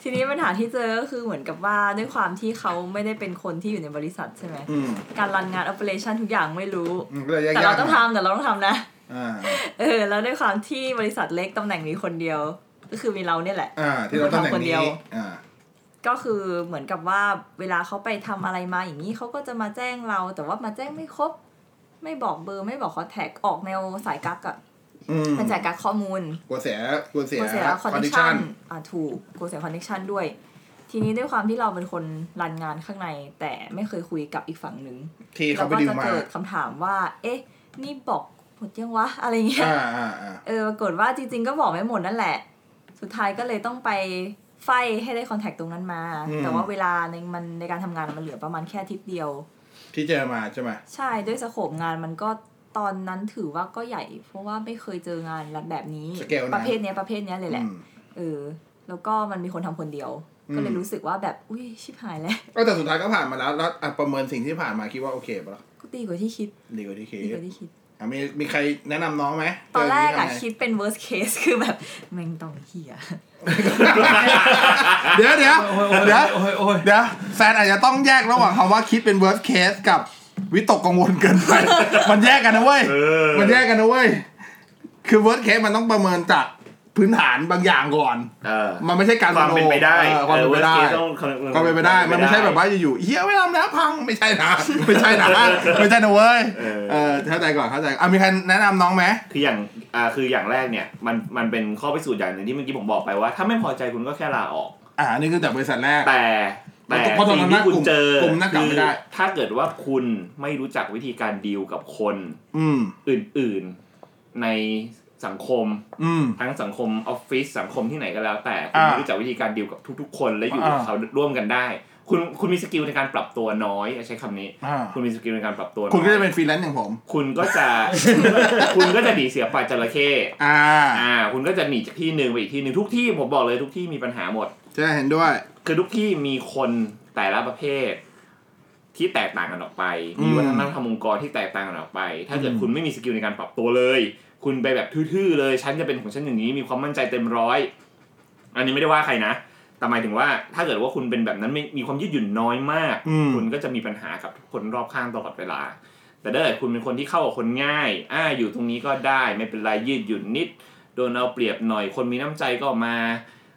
[SPEAKER 6] ทีนี้ปัญหาที่เจอก็คือเหมือนกับว่าด้วยความที่เขาไม่ได้เป็นคนที่อยู่ในบริษัทใช่ไหม
[SPEAKER 1] อืม
[SPEAKER 6] การรันงาน operation ทุกอย่างไม่รู้
[SPEAKER 1] อืมก็เลยยาก
[SPEAKER 6] แต่
[SPEAKER 1] ๆ
[SPEAKER 6] เราต้อง
[SPEAKER 1] หน่ย
[SPEAKER 6] ทำแต่เราต้องทำนะ
[SPEAKER 1] อ่า
[SPEAKER 6] เออ แล้วด้วยความที่บริษัทเล็กตำแหน่งมีคนเดียว ก็คือมีเราเนี่ยแหละ
[SPEAKER 1] อ่า ที่เราตำแหน่ง
[SPEAKER 6] คนเดี
[SPEAKER 1] นี้
[SPEAKER 6] ยว
[SPEAKER 1] อ่า
[SPEAKER 6] ก็คือเหมือนกับว่าเวลาเขาไปทำอะไรมาอย่างนี้เขาก็จะมาแจ้งเรา แต่ว่ามาแจ้งไม่ครบ ไม่บอกเบอร์ไม่บอกคอนแทคออกแนวสายกักอะ
[SPEAKER 1] อืม
[SPEAKER 6] เป็นสายกักข้อมูล
[SPEAKER 1] กลัวเสียกลัวเสีย
[SPEAKER 6] กลัวเสียคอนเนคชั่
[SPEAKER 1] condition
[SPEAKER 6] นอ่าถูกกลัวเสียคอนเนคชั่นด้วย ทีนี้ด้วยความที่เราเป็นคนรันงานข้างใน แต่ไม่เคยคุยกับอีกฝั่งหนึ่ง
[SPEAKER 1] ที่
[SPEAKER 6] เรา
[SPEAKER 1] เขาไป
[SPEAKER 6] ก็
[SPEAKER 1] ดิว
[SPEAKER 6] จะ
[SPEAKER 1] มา
[SPEAKER 6] เกิดคำถามว่า เอ๊ะ นี่บอกหมดยังวะ อะไรเงี้ย
[SPEAKER 1] อ่าอ่าอ่า
[SPEAKER 6] เออ ปรากฏว่าจริง ๆ ก็บอกไม่หมดนั่นแหละ สุดท้ายก็เลยต้องไปไฟให้ได้คอนแทคตรงนั้นมา แต่ว่าเวลาในมันในการทำงานมันเหลือประมาณแค่อาทิตย์เดียว
[SPEAKER 1] ที่เจอมาใช่ไหม
[SPEAKER 6] ใช่ด้วยสโคปงานมันก็ตอนนั้นถือว่าก็ใหญ่ เพราะว่าไม่เคยเจองานแบบนี้
[SPEAKER 1] สเกล
[SPEAKER 6] ป
[SPEAKER 1] นั้น
[SPEAKER 6] ระเภทเนี้ยประเภทเนี้ยเลยแหละ
[SPEAKER 1] อืม
[SPEAKER 6] เออแล้วก็มันมีคนทำคนเดียว
[SPEAKER 1] อืม
[SPEAKER 6] ก็เลยรู้สึกว่าแบบ อุ้ยชิบหายแล้ว
[SPEAKER 1] ก็แต่สุดท้ายก็ผ่านมาแล้ว แล้วอ่ะประเมินสิ่งที่ผ่านมาคิดว่าโอเคปะล่ะ
[SPEAKER 6] ก็ดีกว่าที่คิด
[SPEAKER 1] ดีกว่าที่คิด
[SPEAKER 6] ดีกว่าที่คิด
[SPEAKER 1] อ่ะมีมีใครแนะนำน้องไหม
[SPEAKER 6] ตอนแรกอะ
[SPEAKER 1] เจย่างนี้ทำไง
[SPEAKER 6] คิดเป็น worst case คือแบบแม่งต้องเหีย
[SPEAKER 1] เดี๋ยวเดี๋ยวเดี๋ยว
[SPEAKER 5] โอ้ยโอ้ย
[SPEAKER 1] เดี๋ยวแซนอาจจะต้องแยกระหว่างคำว่าคิดเป็น worst case กับวิตกกังวลเกินไป มันแยกกันนะเว้ย
[SPEAKER 7] เออ
[SPEAKER 1] มันแยกกันนะเว้ย คือ worst case มันต้องประเมินจากพื้นฐานบางอย่างก่อน
[SPEAKER 7] เออ
[SPEAKER 1] มันไม่ใช่การ
[SPEAKER 7] ความเป็นไปได้
[SPEAKER 1] เออความเป็นไปได้
[SPEAKER 7] ออ worst case ต้อง
[SPEAKER 1] ความเป็นไปได้ มันไม่ใช่แบบว่าอยู่ๆเฮียไม่ทำแล้วพัง ไม่ใช่นะ ไม่ใช่นะ ไม่ใช่นะเว้ย
[SPEAKER 7] เออ
[SPEAKER 1] เออเข้าใจก่อนเข้าใจอ่ะมีใครแนะนำน้องไหม
[SPEAKER 7] คืออย่างอ่าคืออย่างแรกเนี่ยมันมันเป็นข้อพิสูจน์อย่างหนึ่งที่เมื่อกี้ผมบอกไปว่า ถ้าไม่พอใจคุณก็แค่ลาออก
[SPEAKER 1] อ่าอันนี่คือจากบริษัทแรก
[SPEAKER 7] แต่แต่
[SPEAKER 1] เพราะตอน
[SPEAKER 7] สิ่
[SPEAKER 1] นั้น
[SPEAKER 7] งที่คุณเจอก
[SPEAKER 1] ลุ่มหน้ากากไม่ได้
[SPEAKER 7] คือถ้าเกิดว่าคุณไม่รู้จักวิธีการดีลกับคน
[SPEAKER 1] อืม
[SPEAKER 7] อื่นๆในสังคม
[SPEAKER 1] อืม
[SPEAKER 7] ทั้งสังคมออฟฟิศสังคมที่ไหนก็แล้ว แต่คุณ
[SPEAKER 1] อ่า
[SPEAKER 7] ไม่รู้จักวิธีการดีลกับทุก ๆ คนและอยู่กับ
[SPEAKER 1] อ่า
[SPEAKER 7] เขาร่วมกันได้ คุณคุณมีสกิลในการปรับตัวน้อยใช้คำนี้
[SPEAKER 1] อ่า
[SPEAKER 7] คุณมีสกิลในการปรับตัวน้อย
[SPEAKER 1] คุณก็จะเป็นฟรีแลนซ์อย่างผม
[SPEAKER 7] คุณก็จะ คุณก็จะหนีเสียปลาจระเข้
[SPEAKER 1] อ่า
[SPEAKER 7] อ่า คุณก็จะหนีจากที่หนึ่งไปอีกที่หนึ่งทุกที่ผมบอกเลยทุกที่มีปัญหาหมด
[SPEAKER 1] จะเห็นด้วย
[SPEAKER 7] คือทุกที่มีคนแต่ละประเภท ที่แตกต่างกันออกไป มี
[SPEAKER 1] อืม
[SPEAKER 7] วัฒนธรรมองค์กรที่แตกต่างกันออกไป ถ้าเกิด
[SPEAKER 1] อืม
[SPEAKER 7] คุณไม่มีสกิลในการปรับตัวเลย คุณไปแบบทื่อๆเลย ฉันจะเป็นของฉันอย่างนี้มีความมั่นใจเต็มร้อย อันนี้ไม่ได้ว่าใครนะ แต่หมายถึงว่า ถ้าเกิดว่าคุณเป็นแบบนั้นไม่มีความยืดหยุ่นน้อยมาก
[SPEAKER 1] อืม
[SPEAKER 7] คุณก็จะมีปัญหากับคนรอบข้างตลอดเวลา แต่ถ้าเกิดคุณเป็นคนที่เข้ากับคนง่าย อ่า อยู่ตรงนี้ก็ได้ไม่เป็นไรยืดหยุ่นนิด โดนเอาเปรียบหน่อย คนมีน้ำใจก็มา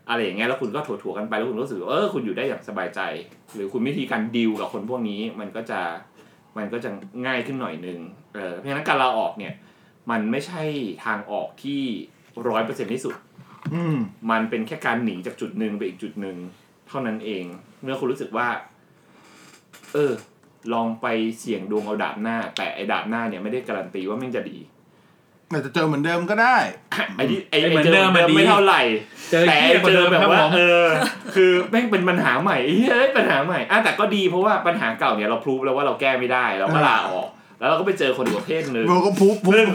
[SPEAKER 7] อะไรอย่างเงี้ย แล้วคุณก็ถัวๆกันไป แล้วคุณก็รู้สึกว่าเออ คุณอยู่ได้อย่างสบายใจ หรือคุณวิธีการดีลกับคนพวกนี้ มันก็จะ มันก็จะง่ายขึ้นหน่อยนึง เออ เพราะฉะนั้นการลาออกเนี่ย มันไม่ใช่ทางออกที่ร้อยเปอร์เซ็นต์ที่สุด
[SPEAKER 1] อืม
[SPEAKER 7] มันเป็นแค่การหนีจากจุดหนึ่งไปอีกจุดหนึ่งเท่านั้นเอง เมื่อคุณรู้สึกว่า เออ ลองไปเสี่ยงดวงเอาดาบหน้า แต่ไอ้ดาบหน้าเนี่ยไม่ได้การันตีว่าแม่งจะดี
[SPEAKER 1] อาจจะเจอเหมือนเดิมก็ได้
[SPEAKER 7] ไอ้ที่ไอ้
[SPEAKER 5] ไอ้เหมือน
[SPEAKER 7] จ
[SPEAKER 5] เดิมอะดี
[SPEAKER 7] ไม่เท่าไหร่
[SPEAKER 5] เจอ
[SPEAKER 7] แต่
[SPEAKER 5] ที่
[SPEAKER 7] ไอ้
[SPEAKER 5] คน
[SPEAKER 7] เจ
[SPEAKER 5] เดิ
[SPEAKER 7] อ
[SPEAKER 5] ม
[SPEAKER 7] แบ
[SPEAKER 5] ครับบ
[SPEAKER 7] ว่า
[SPEAKER 5] ผม
[SPEAKER 7] เออ คือแม่งเป็นปัญหาใหม่เฮ้ยปัญหาใหม่อ่ะแต่ก็ดีเพราะว่าปัญหาเก่าเนี่ยเราพรูฟแล้วว่าเราแก้ไม่ได้เราก็ลาออก แล้วเราก็ไปเจอคนอีกประเภทหนึ่ง
[SPEAKER 1] โบก็พุบพุบ
[SPEAKER 7] ซึ่ง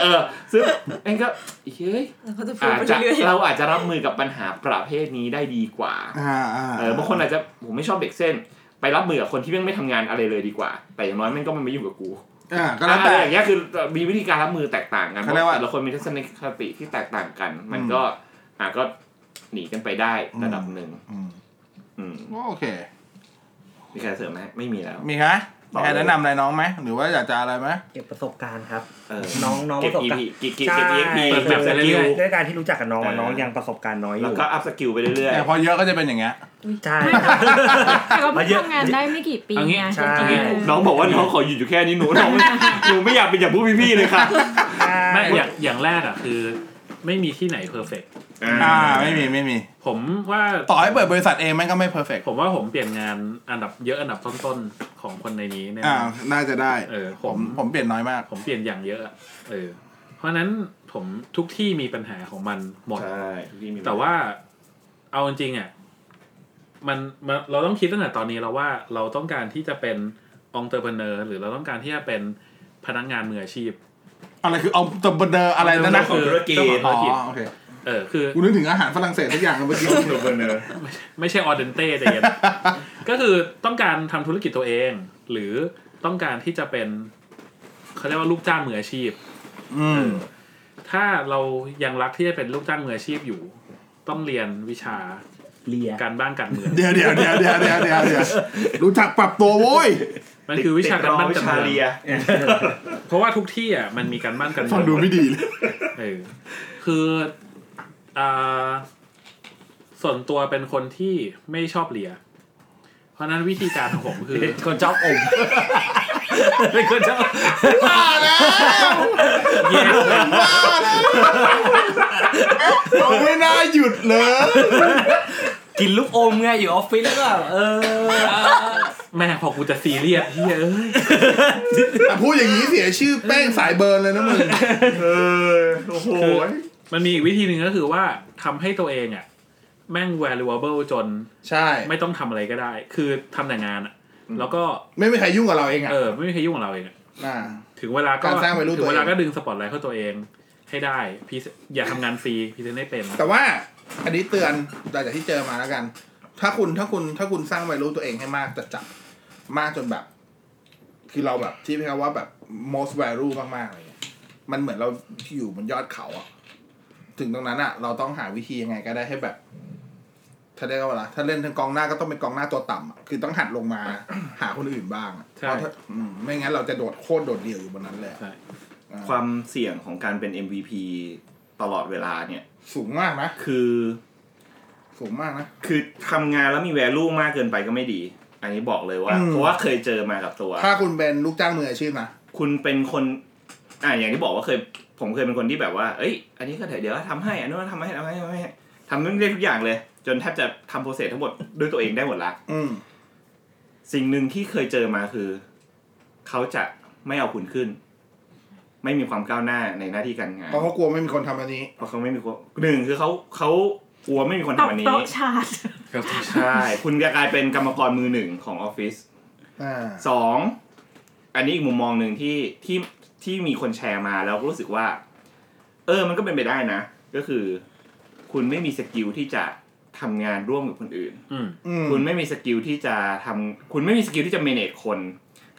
[SPEAKER 7] เออซึ่งเองก็เฮ้ย
[SPEAKER 6] แล้วก็จะพูด
[SPEAKER 7] อาจ
[SPEAKER 6] ไป
[SPEAKER 7] จะ
[SPEAKER 6] เรื่อย
[SPEAKER 7] เราอาจจะรับมือกับปัญหาประเภทนี้ได้ดีกว่า
[SPEAKER 1] อ่าอ่า
[SPEAKER 7] เออบางคนอาจจะผมไม่ชอบเด็กเส้น ไปรับมือกับคนที่แม่งไม่ทำงานอะไรเลยดีกว่า แต่อย่างน้อยแม่งก็มันไม่อยู่กับกู
[SPEAKER 1] อ่าก็
[SPEAKER 7] อะ
[SPEAKER 1] แล้ว
[SPEAKER 7] ไร
[SPEAKER 1] แต่
[SPEAKER 7] อย่างเงี้ยคือมีวิธีการรับมือแตกต่างกัน
[SPEAKER 1] เขาเรียกว่า
[SPEAKER 7] แต่ละคนมีทัศนคติที่แตกต่างกัน มันก็อ่ะก็หนีกันไปได้ระดับ
[SPEAKER 1] อืม
[SPEAKER 7] หนึ่ง
[SPEAKER 1] อืม
[SPEAKER 7] อืม
[SPEAKER 1] โอเค
[SPEAKER 7] มีใครเสริมไหมไม่มีแล้ว
[SPEAKER 1] มีไหม
[SPEAKER 7] ต่อ
[SPEAKER 1] ใคร
[SPEAKER 7] เลย
[SPEAKER 1] แนะนำอะไรน้องไหมหรือว่าอยากจะอะไรไหม
[SPEAKER 4] เก็บประสบการณ์ครับ
[SPEAKER 7] เออ
[SPEAKER 4] น้องน้อง
[SPEAKER 7] เก็บ
[SPEAKER 4] ประสบ
[SPEAKER 7] EP
[SPEAKER 4] การณ์
[SPEAKER 7] เก็บเก็บเก็บ EP
[SPEAKER 4] ใช่
[SPEAKER 7] เก็บแบบสกิล
[SPEAKER 4] ด้วยการที่รู้จักกับน้อง
[SPEAKER 7] เอ
[SPEAKER 4] อะ
[SPEAKER 7] อ
[SPEAKER 4] น้องยังประสบการณ์น้อยอ
[SPEAKER 7] แล้ว
[SPEAKER 4] ยู่
[SPEAKER 7] ก็อัพสกิลไปเรื่อย
[SPEAKER 1] แต่พอเยอะก็จะเป็นอย่างเงี้ย
[SPEAKER 4] ใช่
[SPEAKER 2] แต่ก็เพิ่
[SPEAKER 4] มาง เยอะ
[SPEAKER 2] ทำงานได้ไม่กี่ปี
[SPEAKER 5] เอางี้
[SPEAKER 2] ไง
[SPEAKER 4] ใช่
[SPEAKER 7] ๆน้องบอกว่าน้องขออยู่อยู่แค่นี้หนูน้องหนูไม่อยากเป็นอย่างพวกพี่ๆเลยค่ะ
[SPEAKER 5] ไม่อย่างอย่างแรกอ่ะคือ ไม่มีที่ไหนเพอร์เฟก
[SPEAKER 1] อ่า ไม่มีไม่มี
[SPEAKER 5] ผมว่า
[SPEAKER 1] ต่อให้เปิดบริษัทเองมันก็ไม่เพอร์เฟก
[SPEAKER 5] ผมว่าผมเปลี่ยนงานอันดับเยอะอันดับต้นๆของคนในนี้เนี่ย
[SPEAKER 1] อ่า น่าจะได้
[SPEAKER 5] เออผ
[SPEAKER 1] ผม
[SPEAKER 5] ม
[SPEAKER 1] ผมเปลี่ยนน้อยมาก
[SPEAKER 5] ผมเปลี่ยนอย่างเยอะอะเออ เพราะฉะนั้นผมทุกที่มีปัญหาของมันหมด
[SPEAKER 7] ใช่ที่มี
[SPEAKER 5] แต่ว่า เอาจริงๆอ่ะมันมันเราต้องคิดตั้งแต่ตอนนี้แล้วว่าเราต้องการที่จะเป็นองเตอร์เบเนอร์หรือเราต้องการที่จะเป็นพนักงานมืออาชีพ
[SPEAKER 1] อะไรคือเอาตบเดอร์อะไรนั่นนะ
[SPEAKER 5] ขงธุรกิจ
[SPEAKER 1] อ๋อโอเค
[SPEAKER 5] เออคือ
[SPEAKER 1] กูนึกถึงอาหารฝรั่งเศสทุกอย่างเลยเมื่อกี้
[SPEAKER 7] เบอร์เนอร์
[SPEAKER 5] ไม่ใช่ออเดนเต้แต่เย็น ก็คือต้องการทำธุรกิจตัวเอง หรือต้องการที่จะเป็นเขาเรียกว่าลูกจ้างมืออาชีพ
[SPEAKER 1] อืม
[SPEAKER 5] ถ้าเรายังรักที่จะเป็นลูกจ้างมืออาชีพอยู่ ต้องเรียนวิชา
[SPEAKER 4] เลีย
[SPEAKER 5] การบ้านการเมือง
[SPEAKER 1] เดี๋ยวเดี๋ยวเดี๋ยวเดี๋ยวเดี๋ยวเดี๋ยวเดี๋ยวรู้จักปรับตัวโว้ย
[SPEAKER 5] มันคือวิชาการบ้าน
[SPEAKER 7] วิ
[SPEAKER 5] การ
[SPEAKER 7] ชา
[SPEAKER 5] เมือง
[SPEAKER 7] เรีย
[SPEAKER 5] เพราะว่าทุกที่อ่ะมันมีการบ้านการเมื
[SPEAKER 1] ฟัง
[SPEAKER 5] อง
[SPEAKER 1] ดูไม่ดีเลย
[SPEAKER 5] เออคืออ่าส่วนตัวเป็นคนที่ไม่ชอบเลีย เพราะฉะนั้นวิธีการของผมคือ
[SPEAKER 4] คนชอบอมเป็นคนชอบ
[SPEAKER 1] มาแล้วมาแล้วเราไม่น่าหยุดเลย
[SPEAKER 4] กินลูกอมไงอยู่ออฟฟิศแล้วก็เออ
[SPEAKER 5] แม่พอกูจะซีเรียสเฮ้ยเอ้ย
[SPEAKER 1] แต่พูดอย่างนี้เสียชื่อแป้งสายเบิร์นเลยนะมึง
[SPEAKER 7] เออ โอ้โห
[SPEAKER 5] มันมีอีกวิธีหนึ่งก็คือว่าทำให้ตัวเองอ่ะ แม่ง valuable จน
[SPEAKER 1] ใช่
[SPEAKER 5] ไม่ต้องทำอะไรก็ได้ คือทำแต่งานอ่ะ
[SPEAKER 7] อืม
[SPEAKER 5] แล้วก็
[SPEAKER 1] ไม่มีใครยุ่งกับเราเองอ่ะ
[SPEAKER 5] เออไม่มีใครยุ่งกับเราเองอะ
[SPEAKER 1] อ่า
[SPEAKER 5] ถึงเวลาก็
[SPEAKER 1] การสร้าง value
[SPEAKER 5] ถึงเว
[SPEAKER 1] ตั
[SPEAKER 5] ลา
[SPEAKER 1] วเอง
[SPEAKER 5] ก็ดึงสปอตไลท์เข้าตัวเองให้ได้พรีเซอย่าทำงานฟรีพรีเซนต์ให้เป็น
[SPEAKER 1] แต่ว่าอันนี้เตือนหลังจากที่เจอมาแล้วกัน ถ้าคุณถ้าคุณถ้าคุณสร้างไวรู้ตัวเองให้มากจะจับมากจนแบบ คือเราแบบที่พี่เขาว่าแบบ most value มากๆอะไรเงี้ยมันเหมือนเราอยู่บนยอดเขาอะถึงตรงนั้นอะเราต้องหาวิธียังไงก็ได้ให้แบบ ถ้าได้ก็เวลาถ้าเล่นทางกองหน้าก็ต้องเป็นกองหน้าตัวต่ำอะคือต้องหัดลงมา หาคนอื่นบ้างอะ
[SPEAKER 5] ใช่
[SPEAKER 1] เพราะถ้าอืมไม่งั้นเราจะโดดโคตรโดดเดี่ยวอยู่บนนั้นเลยอะ
[SPEAKER 5] ใช่
[SPEAKER 7] ความเสี่ยงของการเป็น MVP ตลอดเวลาเนี่ย
[SPEAKER 1] สูงมากนะ
[SPEAKER 7] คือ
[SPEAKER 1] สูงมากนะ
[SPEAKER 7] คือทำงานแล้วมีแวลูมากเกินไปก็ไม่ดี อันนี้บอกเลยว่า
[SPEAKER 1] อืม
[SPEAKER 7] เพราะว่าเคยเจอมากับตัว
[SPEAKER 1] ถ้าคุณเป็นลูกจ้างมืออาชีพนะ
[SPEAKER 7] คุณเป็นคน อ่าอย่างที่บอกว่าเคย ผมเคยเป็นคนที่แบบว่า เอ้ย อันนี้ก็เดี๋ยวเดี๋ยวทำให้ อันนู้นก็ทำให้ทำให้ทำให้ทำได้ทุกอย่างเลย จนแทบจะทำโปรเซสทั้งหมดด้วยตัวเองได้หมดละ
[SPEAKER 1] อืม
[SPEAKER 7] สิ่งหนึ่งที่เคยเจอมาคือ เขาจะไม่เอาคุณขึ้น ไม่มีความก้าวหน้าในหน้าที่การงาน
[SPEAKER 1] เพราะเขากลัวไม่มีคนทำอันนี้
[SPEAKER 7] เพราะเขาไม่มีคนหนึ่งคือเขาเขากลัวไม่มีคน
[SPEAKER 2] ตบ
[SPEAKER 7] ทำอันนี้
[SPEAKER 2] โต๊ะชาร์จ
[SPEAKER 7] ใช่ คุณจะกลายเป็นกรรมกรมือหนึ่งของออฟฟิศ
[SPEAKER 1] อ่า
[SPEAKER 7] สองอันนี้อีกมุมมองหนึ่งที่ที่ที่มีคนแชร์มาแล้วรู้สึกว่า เออมันก็เป็นไปได้นะ ก็คือ คุณไม่มีสกิลที่จะทำงานร่วมกับคนอื่น
[SPEAKER 5] อืม
[SPEAKER 1] อืม
[SPEAKER 7] คุณไม่มีสกิลที่จะทำคุณไม่มีสกิลที่จะ manage คน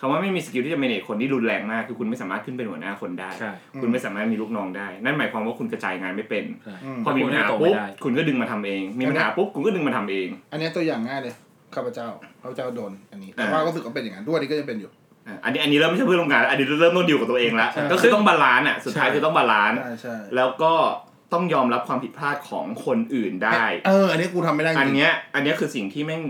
[SPEAKER 7] คำว่าไม่มีสกิลที่จะ manage คนที่รุนแรงมาก คือคุณไม่สามารถขึ้นเป็นหัวหน้าคนได้
[SPEAKER 5] ใช่
[SPEAKER 7] คุณไม่สามารถมีลูกน้องได้ นั่นหมายความว่าคุณกระจายงานไม่เป็น
[SPEAKER 5] ใช่
[SPEAKER 7] พอมีปัญหา
[SPEAKER 5] คุณไม่
[SPEAKER 7] ปุ๊บ
[SPEAKER 5] ได้
[SPEAKER 7] คุณก็ดึงมาทำเอง มีปัญหาปุ๊บคุณก็ดึงมาทำเอง
[SPEAKER 1] อันเนี้ยตัวอย่างง่ายเลย ข้าพเจ้า ข้าพเจ้าโดนอันนี้ แต่
[SPEAKER 7] อ่า
[SPEAKER 1] ว่ารู้สึกว่าเป็นอย่างนั้นด้วยนี่ก็จะเป็นอยู่
[SPEAKER 7] อ่ะอันนี้อันนี้เริ่มไม่ใช่เพื่อนร่วมงานอันนี้เริ่มต้นดีลกับตัวเองแล้ว
[SPEAKER 1] ใช่
[SPEAKER 7] ก็คือต้องบาลานซ์อ่ะสุดท้ายคือต้องบาลานซ์
[SPEAKER 1] ใช่ใช่
[SPEAKER 7] แล้วก็ต้องยอมรับความผิดพลาดของคนอื่นได้
[SPEAKER 1] เออ อันนี้กูทำไม่ได้จ
[SPEAKER 7] อัน
[SPEAKER 1] ริง
[SPEAKER 7] เนี้ยอันเนี้ยคือสิ่งที่แม่ง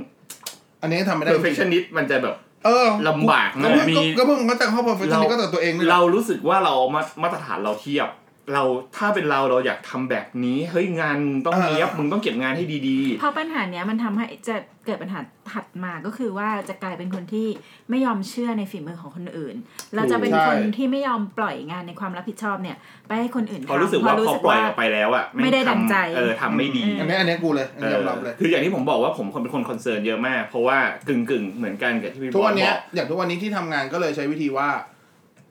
[SPEAKER 1] อันนี้ทำไม่ได้จริง
[SPEAKER 7] perfectionist มันจะแบบ
[SPEAKER 1] เออ
[SPEAKER 7] ลำบาก
[SPEAKER 1] ก็
[SPEAKER 7] มาก
[SPEAKER 1] เพิ่ง
[SPEAKER 5] มี
[SPEAKER 1] ก็ก็เพิ่งเข้าใจข้อ perfectionist
[SPEAKER 7] เรา
[SPEAKER 1] ก็ต่อตัวเองนี่แห
[SPEAKER 7] เรา
[SPEAKER 1] ละ
[SPEAKER 7] รู้สึกว่าเราเอามามาตรฐานเราเทียบ เราถ้าเป็นเราเราอยากทำแบบนี้เฮ้ยงานมึงต้องเนี้ยบมึงต้องเก็บงานให้ดี
[SPEAKER 8] เพราะปัญหาเนี้ยมันทำให้จะเกิดปัญหาถัดมาก็คือว่าจะกลายเป็นคนที่ไม่ยอมเชื่อในฝีมือของคนอื่น เราจะเป็นคนที่ไม่ยอมปล่อยงานในความรับผิดชอบเนี่ย ไปให้คนอื่น
[SPEAKER 7] ๆ
[SPEAKER 8] ทำ
[SPEAKER 7] พอรู้สึกว่า
[SPEAKER 8] เพ
[SPEAKER 7] พอปล่อยออกไปแล้วอ่ะแง
[SPEAKER 8] ไม่ได้
[SPEAKER 7] ทำ
[SPEAKER 8] ดังใจ
[SPEAKER 7] เออทำไม่ดี
[SPEAKER 1] อันนี้อันนี้กูเลย อัน
[SPEAKER 7] เอ
[SPEAKER 1] นี้
[SPEAKER 7] อย
[SPEAKER 1] อมรับเลย
[SPEAKER 7] คืออย่างที่ผมบอกว่าผมคนเป็นคนคอนเซิร์นเยอะมาก เพราะว่ากึ่งกึ่งๆเหมือนกันกับที่พี่บ
[SPEAKER 1] ทุก
[SPEAKER 7] อ
[SPEAKER 1] วัน
[SPEAKER 7] ลบ
[SPEAKER 1] เนี้ย
[SPEAKER 7] อก
[SPEAKER 1] อย่างทุกวันนี้ที่ทำงานก็เลยใช้วิธีว่า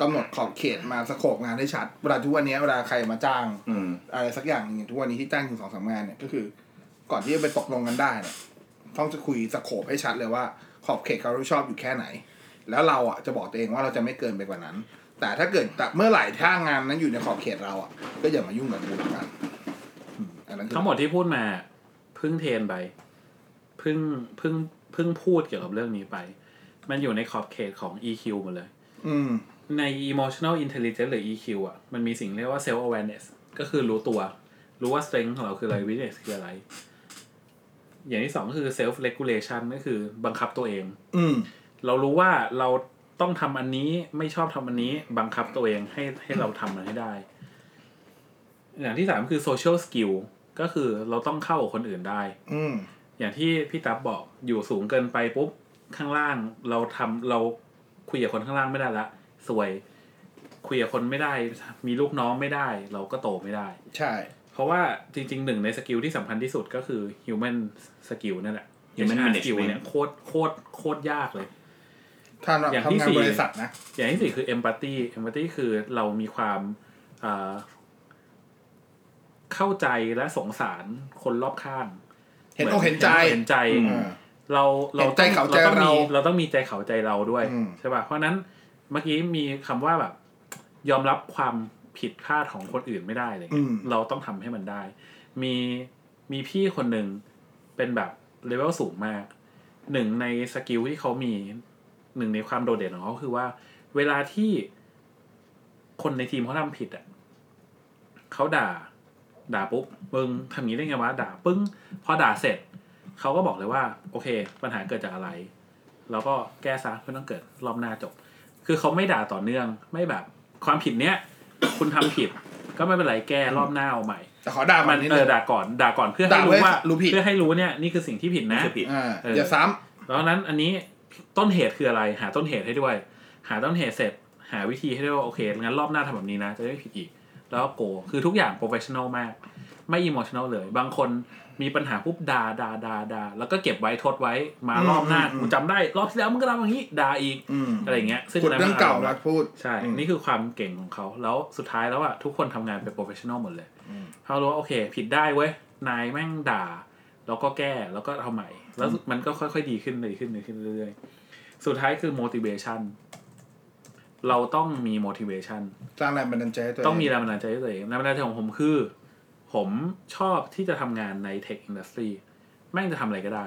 [SPEAKER 1] กำหนดขอบเขตมาสโคปงานให้ชัด เวลาทุกวันเนี้ยเวลาใครมาจ้าง
[SPEAKER 7] อืม
[SPEAKER 1] อะไรสักอย่างหนึ่งทุกวันนี้ที่จ้างถึงสองสามงานเนี่ยก็คือ ก่อนที่จะไปตกลงกันได้เนี่ยต้องจะคุยสโคบให้ชัดเลยว่า ขอบเขตความรับผิดชอบอยู่แค่ไหน แล้วเราอ่ะจะบอกตัวเองว่าเราจะไม่เกินไปกว่านั้น แต่ถ้าเกิดแต่เมื่อไหร่ถ้างานนั้นอยู่ในขอบเขตเราอ่ะก็อย่ามายุ่งกับกูแล้วกันอืมอันนั้นคือ
[SPEAKER 5] ทั้งหมดที่พูดมาเพึ่งเทรนไปเพึ่งเพึ่งเพึ่งพูดเกี่ยวกับเรื่องนี้ไป มันอยู่ในขอบเขตของ EQ หมดเลย
[SPEAKER 1] อืม
[SPEAKER 5] ใน emotional intelligence หรือ EQ อ่ะ มันมีสิ่งเรียกว่า self awareness ก็คือรู้ตัว รู้ว่า strength ของเราคืออะไร weakness คืออะไร อย่างที่สองคือ self regulation ก็คือบังคับตัวเอง
[SPEAKER 1] อืม
[SPEAKER 5] เรารู้ว่าเราต้องทำอันนี้ไม่ชอบทำอันนี้ บังคับตัวเองให้ให้เราทำมันให้ได้ อย่างที่สามคือ social skill ก็คือเราต้องเข้ากับคนอื่นได้
[SPEAKER 1] อืม
[SPEAKER 5] อย่างที่พี่ตั๊บบอกอยู่สูงเกินไปปุ๊บข้างล่างเราทำเราคุยกับคนข้างล่างไม่ได้ละสวย คุยกับคนไม่ได้ มีลูกน้องไม่ได้ เราก็โตไม่ได้
[SPEAKER 1] ใช่
[SPEAKER 5] พ เพราะว่าจริงๆหนึ่งในสกิลที่สำคัญที่สุดก็คือ human skill นั่นแหละ
[SPEAKER 7] Human
[SPEAKER 5] HR
[SPEAKER 7] management
[SPEAKER 5] skill เนี่ยโคตรโคตรโคตรยากเลย
[SPEAKER 1] ถ้าเรา
[SPEAKER 5] อย่าง
[SPEAKER 1] ทำ
[SPEAKER 5] ที่
[SPEAKER 1] งาน
[SPEAKER 5] สี่
[SPEAKER 1] บริษัทนะ
[SPEAKER 5] อย่างที่สี่คือ empathy empathy คือเรามีความเอ่อเข้าใจและสงสารคนรอบข้าง
[SPEAKER 1] เห็นอกเห็นใจ
[SPEAKER 5] เห็นใจ
[SPEAKER 7] อืม
[SPEAKER 5] เราเรา
[SPEAKER 1] เห็นใจเขาใจ
[SPEAKER 5] ต้อง
[SPEAKER 1] เรา
[SPEAKER 5] มีเราต้องมีใจเขาใจเราด้วย
[SPEAKER 1] อืม
[SPEAKER 5] ใช่ป่ะเพราะฉะนั้นเมื่อกี้มีคำว่าแบบ ยอมรับความผิดพลาดของคนอื่นไม่ได้อะไร
[SPEAKER 1] อื
[SPEAKER 5] เงี้ย
[SPEAKER 1] ม
[SPEAKER 5] เราต้องทำให้มันได้ มีมีพี่คนหนึ่งเป็นแบบเลเวลสูงมากหนึ่งในสกิลที่เขามีหนึ่งในความโดดเด่นของเขาคือว่า เวลาที่คนในทีมเขาทำผิดอ่ะเขาด่า ด่าปุ๊บมึงทำอย่างนี้ได้ไงวะด่าปึ้งพอด่าเสร็จ เขาก็บอกเลยว่า โอเค ปัญหาเกิดจากอะไร แล้วก็แก้ซะไม่ต้องเกิดรอบหน้าจบ คือเขาไม่ด่าต่อเนื่องไม่แบบความผิดเนี้ย คุณทำผิด ก็ไม่เป็นไรแก้รอบหน้าเอาใหม่
[SPEAKER 1] แต่ขอด่ามั
[SPEAKER 5] มัน น
[SPEAKER 1] นิด
[SPEAKER 5] เอ
[SPEAKER 1] นึ
[SPEAKER 5] อง ด่าก่อนด่าก่อนเพื่อให้
[SPEAKER 1] ด่า
[SPEAKER 5] รู้ว่า
[SPEAKER 1] ให้รู้ผิด
[SPEAKER 5] เพื่อให้รู้เนี่ยนี่คือสิ่งที่ผิดนะ
[SPEAKER 7] คือผิด
[SPEAKER 1] อ่า
[SPEAKER 5] เอออ
[SPEAKER 1] อย่าซ้
[SPEAKER 5] แล้วนั้นอันนี้ต้นเหตุคืออะไร หาต้นเหตุให้ด้วย หาต้นเหตุเสร็จ หาวิธีให้ด้วยว่าโอเคงั้นรอบหน้าทำแบบนี้นะ จะได้ไม่ผิดอีก แล้วก็โกคือทุกอย่างโปรเฟชชั่นอลมาก ไม่อิมมชั่นอลเลย บางคนมีปัญหาปุ๊บด่าด่าด่าด่าแล้วก็เก็บไว้ทดไว้มารอบหน้ากูจำได้รอบที่แล้วมึงก็ทำอย่างนี้ด่าอีก
[SPEAKER 1] ำอืม
[SPEAKER 5] อะไรอย่างเงี้ยซึ่ง
[SPEAKER 1] ขุด
[SPEAKER 5] นั้น
[SPEAKER 1] เรื่อง
[SPEAKER 5] มัน
[SPEAKER 1] เก่า
[SPEAKER 5] อ
[SPEAKER 1] มา
[SPEAKER 5] ละ
[SPEAKER 1] พูด
[SPEAKER 5] ใช่
[SPEAKER 1] อืม
[SPEAKER 5] นี่คือความเก่งของเขาแล้วสุดท้ายแล้วอะทุกคนทำงานเป็นโปรเฟชชั่นอลหมดเลยเขารู้ว่าโอเค ผิดได้เว้ยนายแม่งด่า แล้วก็แก้แล้วก็เอาใหม่ แล้วมันก็ค่อยๆดีขึ้นเลยขึ้นเลยขึ้นเรื่อยๆสุดท้ายคือ motivation เราต้องมี motivation
[SPEAKER 1] สร้างแรงบันดาลใจให้ตัวเอง
[SPEAKER 5] ต้องมีแรงบันดาลใจให้ตัวเองแรงบันดาลใจของผมคือ ผมชอบที่จะทำงานในเทคอินดัสทรีแม่งจะทำอะไรก็ได้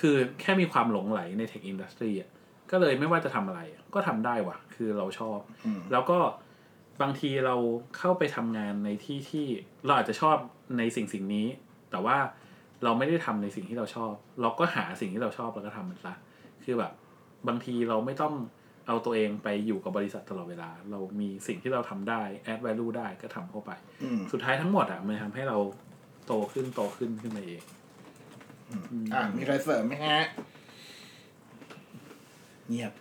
[SPEAKER 5] คือแค่มีความหลงไหลในเทคอินดัสทรีอ่ะก็เลยไม่ว่าจะทำอะไรอะก็ทำได้ว่ะ คือเราชอบ
[SPEAKER 1] อืม
[SPEAKER 5] แล้วก็บางทีเราเข้าไปทำงานในที่ที่เราอาจจะชอบในสิ่งสิ่งนี้ แต่ว่าเราไม่ได้ทำในสิ่งที่เราชอบ เราก็หาสิ่งที่เราชอบแล้วก็ทำมันซะคือแบบ บางทีเราไม่ต้องเอาตัวเองไปอยู่กับบริษัทตลอดเวลา เรามีสิ่งที่เราทำได้ add value ได้ก็ทำเข้าไป
[SPEAKER 1] อืม
[SPEAKER 5] สุดท้ายทั้งหมดอ่ะมันทำให้เราโตขึ้นโตขึ้นขึ้นมาเอง
[SPEAKER 1] อ่ะมีอะไรเสริมไหมฮะเงียบ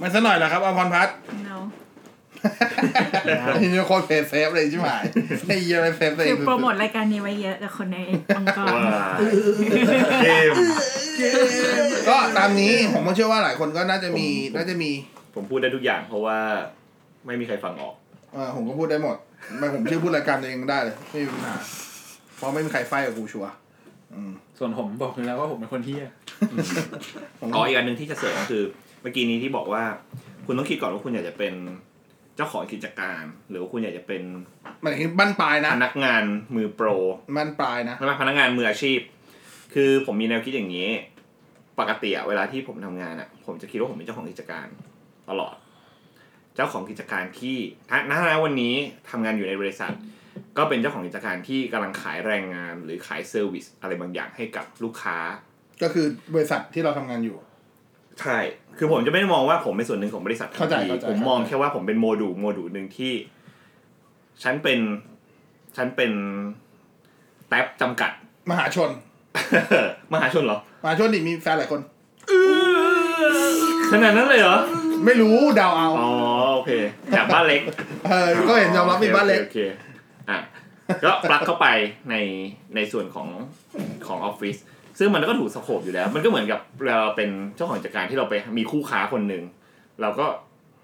[SPEAKER 1] มันซะหน่อยเหรอครับอภรพัฒน์
[SPEAKER 8] เนาะ
[SPEAKER 1] นี่โคตรเพย์เซฟเลยใช่ไหมไอ้เหี้ยอะไปเซฟเลย
[SPEAKER 8] คือโปรโมทรายการนี้ไว้เยอะกับคนในองค์กร
[SPEAKER 7] เกม
[SPEAKER 1] ก็ตามนี้ผมก็เชื่อว่าหลายคนก็น่าจะมีน่าจะมี
[SPEAKER 7] ผมพูดได้ทุกอย่างเพราะว่าไม่มีใครฟังออก
[SPEAKER 1] เออผมก็พูดได้หมดไม่ผมชื่อพูดรายการตัวเองได้เลยไม่มีปัญหาเพราะไม่มีใครไฟกับกูชัวร์อืม
[SPEAKER 5] ส่วนผมบอกเลยแล้วว่าผมเป็นคนเที่ย
[SPEAKER 1] ผม
[SPEAKER 7] อ๋ออีกอันหนึ่งที่จะเสริมก็คือ เมื่อกี้นี้ที่บอกว่า คุณต้องคิดก่อนว่าคุณอยากจะเป็นเจ้าของกิจการ หรือว่าคุณอยากจะเป็น
[SPEAKER 1] มันถึงบ้านปลายนะ
[SPEAKER 7] พนักงานมือโปร
[SPEAKER 1] บ้านปลายนะ
[SPEAKER 7] พนักพนักงานมืออาชีพ คือผมมีแนวคิดอย่างนี้ ปกติอะเวลาที่ผมทำงานอะผมจะคิดว่าผมเป็นเจ้าของกิจการตลอด เจ้าของกิจการที่ณณณวันนี้ทำงานอยู่ในบริษัท ก็เป็นเจ้าของกิจการที่กำลังขายแรงงาน หรือขายเซอร์วิสอะไรบางอย่างให้กับลูกค้า
[SPEAKER 1] ก็คือบริษัทที่เราทำงานอยู่
[SPEAKER 7] ใช่ คือผมจะไม่ได้มองว่าผมเป็นส่วนหนึ่งของบริษัททัน
[SPEAKER 1] เข้าใจ
[SPEAKER 7] ที
[SPEAKER 1] เข้าใจ
[SPEAKER 7] ผมมอง
[SPEAKER 1] เข้าใจ
[SPEAKER 7] แค่ว่าผมเป็นโมดูลโมดูลหนึ่งที่ ฉันเป็น ฉันเป็นแท็บจำกัด
[SPEAKER 1] มหาชน
[SPEAKER 7] มหาชนเหรอ
[SPEAKER 1] มหาชนนี่มีแฟนหลายคน
[SPEAKER 7] ขนาดนั้นเลยเหรอ
[SPEAKER 1] ไม่รู้เดาเอา
[SPEAKER 7] อ๋อโอเคจากบ้านเล็ก
[SPEAKER 1] เออก็เห็นยอมรับมีบ้านเล็ก
[SPEAKER 7] โอเคโอคอ่ะก็ปลักเข้าไปในในส่วนของของออฟฟิศซึ่งมันก็ถูกสโคบอยู่แล้ว มันก็เหมือนกับเราเป็นเจ้าของกิจการที่เราไปมีคู่ค้าคนหนึ่งเราก็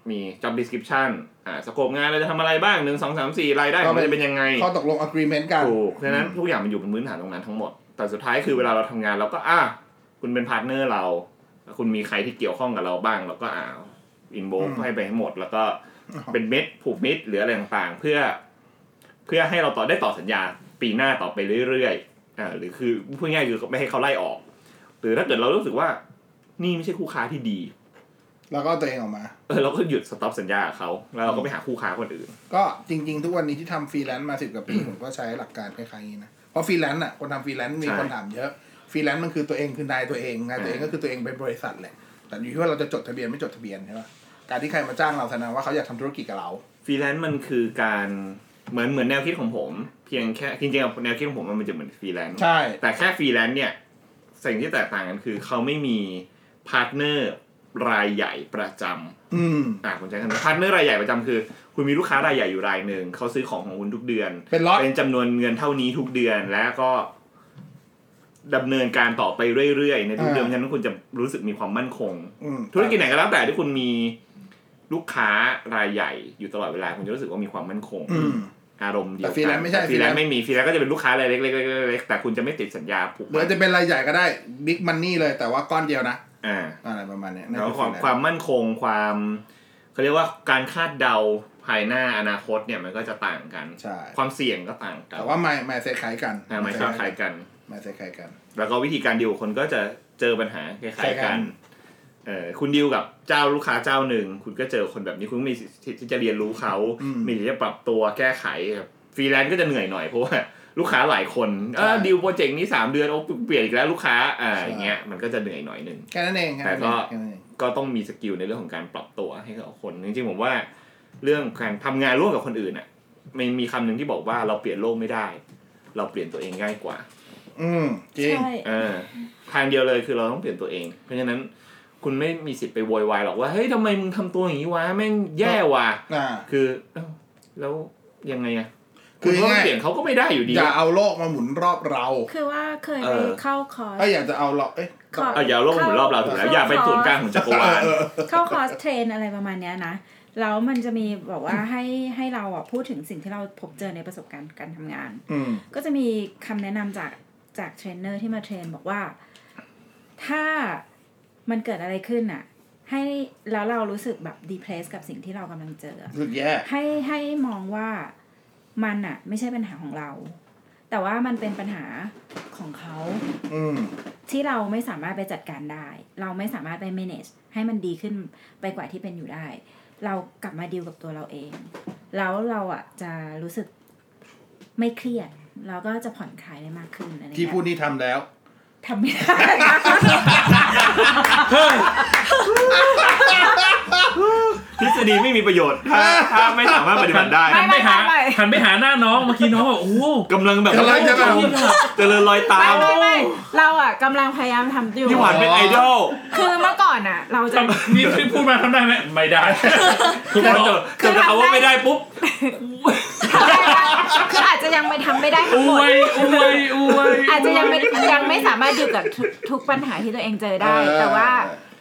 [SPEAKER 7] มี job description อ่าสโคบงานเราจะทำอะไรบ้างหนึ่งสองสามสี่รายได้ของมันจะเป็นยังไง
[SPEAKER 1] ข้อตกลง agreement กัน
[SPEAKER 7] ถูกเพราะฉะนั้นทุกอย่างมันอยู่บนพื้นฐานตรงนั้นทั้งหมด แต่สุดท้ายคือเวลาเราทำงานเราก็อ่ะคุณเป็นพาร์ทเนอร์เรา คุณมีใครที่เกี่ยวข้องกับเราบ้าง เราก็อ่าอินโบ
[SPEAKER 1] อืม
[SPEAKER 7] ให้ไปให้หมด แล้วก็เป็นเม็ดผูกเม็ดหรืออะไรต่างๆ เพื่อ เพื่อให้เราต่อได้ต่อสัญญาปีหน้าต่อไปเรื่อยๆอ่าหรือคือพูดง่ายๆคือไม่ให้เขาไล่ออก หรือถ้าเกิดเรารู้สึกว่า นี่ไม่ใช่คู่ค้าที่ดี
[SPEAKER 1] แล้วก็เอาตัวเองออกมา
[SPEAKER 7] เออเราก็หยุดสต็อปสัญญากับเขาแล้วเราก็ไปหาคู่ค้าคนอื่น
[SPEAKER 1] ก็จริงๆ ทุกวันนี้ที่ทำฟรีแลนซ์มาสิบกว่าปี ผมก็ใช้หลักการคล้ายๆนี้นะ เพราะฟรีแลนซ์อ่ะคนทำฟรีแลนซ์มี
[SPEAKER 7] ใช่
[SPEAKER 1] คนถามเยอะฟรีแลนซ์มันคือตัวเองคือนายตัวเองนายตัวเองก็คือตัวเองเป็นบริษัทแหละแต่อยู่ที่ว่าเราจะจดทะเบียนไม่จดทะเบียนใช่ป่ะการที่ใครมาจ้างเราแสดงว่าเขาอยากทำธุรกิจกับเรา
[SPEAKER 7] ฟรีแลนซ์มันคือการเหมือนเหมือนแนวคิดของผม เพียงแค่จริงๆแนวคิดของผมมันจะเหมือนฟรีแลนซ์
[SPEAKER 1] ใช่
[SPEAKER 7] แต่แค่ฟรีแลนซ์เนี่ยสิ่งที่แตกต่างกันคือเขาไม่มีพาร์ทเนอร์ รายใหญ่ประจำ
[SPEAKER 1] อืม
[SPEAKER 7] อ่าคุณใช้คำนี้พาร์ทเนอร์รายใหญ่ประจำคือ คุณมีลูกค้ารายใหญ่อยู่รายหนึ่งเขาซื้อของของคุณทุกเดือน
[SPEAKER 1] เป็นล็อต
[SPEAKER 7] เป็นจำนวนเงินเท่านี้ทุกเดือนแล้วก็ดำเนินการต่อไปเรื่อยๆ ในทุกเดือน
[SPEAKER 1] อ่า
[SPEAKER 7] ฉะนั้นคุณจะรู้สึกมีความมั่นคง
[SPEAKER 1] อืม
[SPEAKER 7] ธุรกิจไหนก็แล้วแต่ที่คุณมีลูกค้ารายใหญ่อยู่ตลอดเวลาคุณจะรู้สึกว่ามีความมั่นคง
[SPEAKER 1] อืม
[SPEAKER 7] อารมณ์เดียว
[SPEAKER 1] แต่
[SPEAKER 7] กัน
[SPEAKER 1] ฟรีแลนซ์ไม่ใช่
[SPEAKER 7] แต่ฟ
[SPEAKER 1] ฟรี
[SPEAKER 7] รีแล
[SPEAKER 1] แล
[SPEAKER 7] น
[SPEAKER 1] นซ์
[SPEAKER 7] ซ์ไม่มีฟรีแลนซ์ก็จะเป็นลูกค้ารายเล็กๆๆๆแต่คุณจะไม่ติดสัญญาผูก
[SPEAKER 1] หรือ
[SPEAKER 7] มั
[SPEAKER 1] อาจ
[SPEAKER 7] น
[SPEAKER 1] จะเป็นรายใหญ่ก็ได้บิ๊กมันนี่เลยแต่ว่าก้อนเดียวนะ
[SPEAKER 7] อ่า
[SPEAKER 1] อะไรประมาณเนี้ยนั่น
[SPEAKER 7] แล้ว
[SPEAKER 1] คือ
[SPEAKER 7] ความ
[SPEAKER 1] ฟรีแลนซ์
[SPEAKER 7] ความมั่นคงความเขาเรียกว่าการคาดเดาภายหน้าอนาคตเนี่ยมันก็จะต่างกัน
[SPEAKER 1] ใช่
[SPEAKER 7] ความเสี่ยงก็ต่างกัน
[SPEAKER 1] แต่ว่าไม่ไม่เซตคล้ายกัน
[SPEAKER 7] อ่าไม่ชอบคล้ายกัน
[SPEAKER 1] ไม่เซตคล้ายกัน
[SPEAKER 7] แล้วก็วิธีการดีลกับคนก็จะเจอปัญหาค
[SPEAKER 1] ค
[SPEAKER 7] ล้า
[SPEAKER 1] ล้าย ยกั
[SPEAKER 7] ๆกัน
[SPEAKER 1] น
[SPEAKER 7] เออคุณดีลกับเจ้าลูกค้าเจ้าหนึ่ง คุณก็เจอคนแบบนี้คุณมีสิทธิ์ที่จะเรียนรู้เขา
[SPEAKER 1] อืม
[SPEAKER 7] มีสิทธิ์จะปรับตัวแก้ไขครับฟรีแลนซ์ก็จะเหนื่อยหน่อยเพราะว่าลูกค้าหลายคนเออ
[SPEAKER 1] ใช่
[SPEAKER 7] ดีลโปรเจกต์นี้สามเดือนโอ้เปลี่ยนอีกแล้วลูกค้าอ่าอย่างเงี้ยมันก็จะเหนื่อยหน่อยหนึ่ง
[SPEAKER 1] แค่นั้นเองค่นั้นเอง
[SPEAKER 7] แต่ก็
[SPEAKER 1] ค่นั้นเอง
[SPEAKER 7] ก็ต้องมีสกิลในเรื่องของการปรับตัวให้กับคน จริงๆผมว่าเรื่องการทำงานร่วมกับคนอื่นอ่ะมันมีคำหนึ่งที่บอกว่าเราเปลี่ยนโลกไม่ได้ เราเปลี่ยนตัวเองง่ายกว่า
[SPEAKER 1] อืมจริง
[SPEAKER 6] ใช่
[SPEAKER 7] เออทางเดียวเลยคือเราต้องเปลี่ยนตัวเอง เพราะฉะนั้นคุณไม่มีสิทธิ์ไปโวยวายหรอกว่าเฮ้ยทำไมมึงทำตัวอย่างนี้วะแม่งแย่ว่ะ
[SPEAKER 1] อ่า
[SPEAKER 7] คือเอ้าแล้วยังไงอ่ะ
[SPEAKER 1] คื
[SPEAKER 7] คืออ
[SPEAKER 1] ง่าย
[SPEAKER 7] เปลี่ยนเขาก็ไม่ได้อยู่ดี
[SPEAKER 1] อย่า
[SPEAKER 7] อะ
[SPEAKER 1] เอาโลกมาหมุนรอบเรา
[SPEAKER 2] คือว่าเคย
[SPEAKER 7] เอ
[SPEAKER 2] ไป
[SPEAKER 7] อ
[SPEAKER 2] เข้าคอร์ส
[SPEAKER 1] เอ้ยอยากจะเอาเราเอ๊ะ
[SPEAKER 2] ขอ
[SPEAKER 7] เอาอย่าเอาโลกหมุนรอบเราถูกแล้วอย่าเป็นศูนย์กลางของจักรวาล
[SPEAKER 2] เข้าคอร์สเทรนอะไรประมาณเนี้ยนะ แล้วมันจะมีบอกว่าให้ให้เราอ่ะพูดถึงสิ่งที่เราพบเจอในประสบการณ์การทำงาน
[SPEAKER 1] อืม
[SPEAKER 2] ก็จะมีคำแนะนำจากจากเทรนเนอร์ที่มาเทรนบอกว่า ถ้ามันเกิดอะไรขึ้นอ่ะ ให้แล้วเรารู้สึกแบบดีเพลสกับสิ่งที่เรากำลังเจออะ
[SPEAKER 1] รู้สึกแย่
[SPEAKER 2] ให้ให้มองว่ามันอะไม่ใช่ปัญหาของเรา แต่ว่ามันเป็นปัญหาของเขา
[SPEAKER 1] อืม
[SPEAKER 2] ที่เราไม่สามารถไปจัดการได้ เราไม่สามารถไป manage ให้มันดีขึ้นไปกว่าที่เป็นอยู่ได้ เรากลับมาดีลกับตัวเราเอง แล้วเราอะจะรู้สึกไม่เครียด แล้วก็จะผ่อนคลายได้มากขึ้นอะไรเงี้ย
[SPEAKER 1] ที่พูดนี่ทำแล้ว
[SPEAKER 2] ทำไม่ได้
[SPEAKER 7] ทฤษฎีไม่มีประโยชน์ถ้าถ้าไม่สามารถปฏิบัติได้
[SPEAKER 5] หันไปหาหันไปหาหน้าน้องเมื่อกี้น้องบอกโอ้โห
[SPEAKER 7] กำลังแบบ
[SPEAKER 1] กำลังจะแบบ
[SPEAKER 7] เจริญรอยตาม
[SPEAKER 2] ไม่ไม่เราอะกำลังพยายามทำอยู่
[SPEAKER 7] พี่หวานเป็นไอดอล
[SPEAKER 2] คือเมื่อก่อนอะเราจะ
[SPEAKER 5] ทำนี่ที่พูดมาทำได้ไหมไม่ได้
[SPEAKER 7] คือพอเจอเจอเขาว่าไม่ได้ปุ๊บ
[SPEAKER 2] คืออาจจะยังไม่ทำไม่ได้ทั้
[SPEAKER 5] อง
[SPEAKER 2] หมด
[SPEAKER 5] วยอวยอวย
[SPEAKER 2] อาจจะยังไม่ยังไม่สามารถดีลกับทุกทุกปัญหาที่ตัวเองเจอได้
[SPEAKER 1] เออ
[SPEAKER 2] แต่ว่า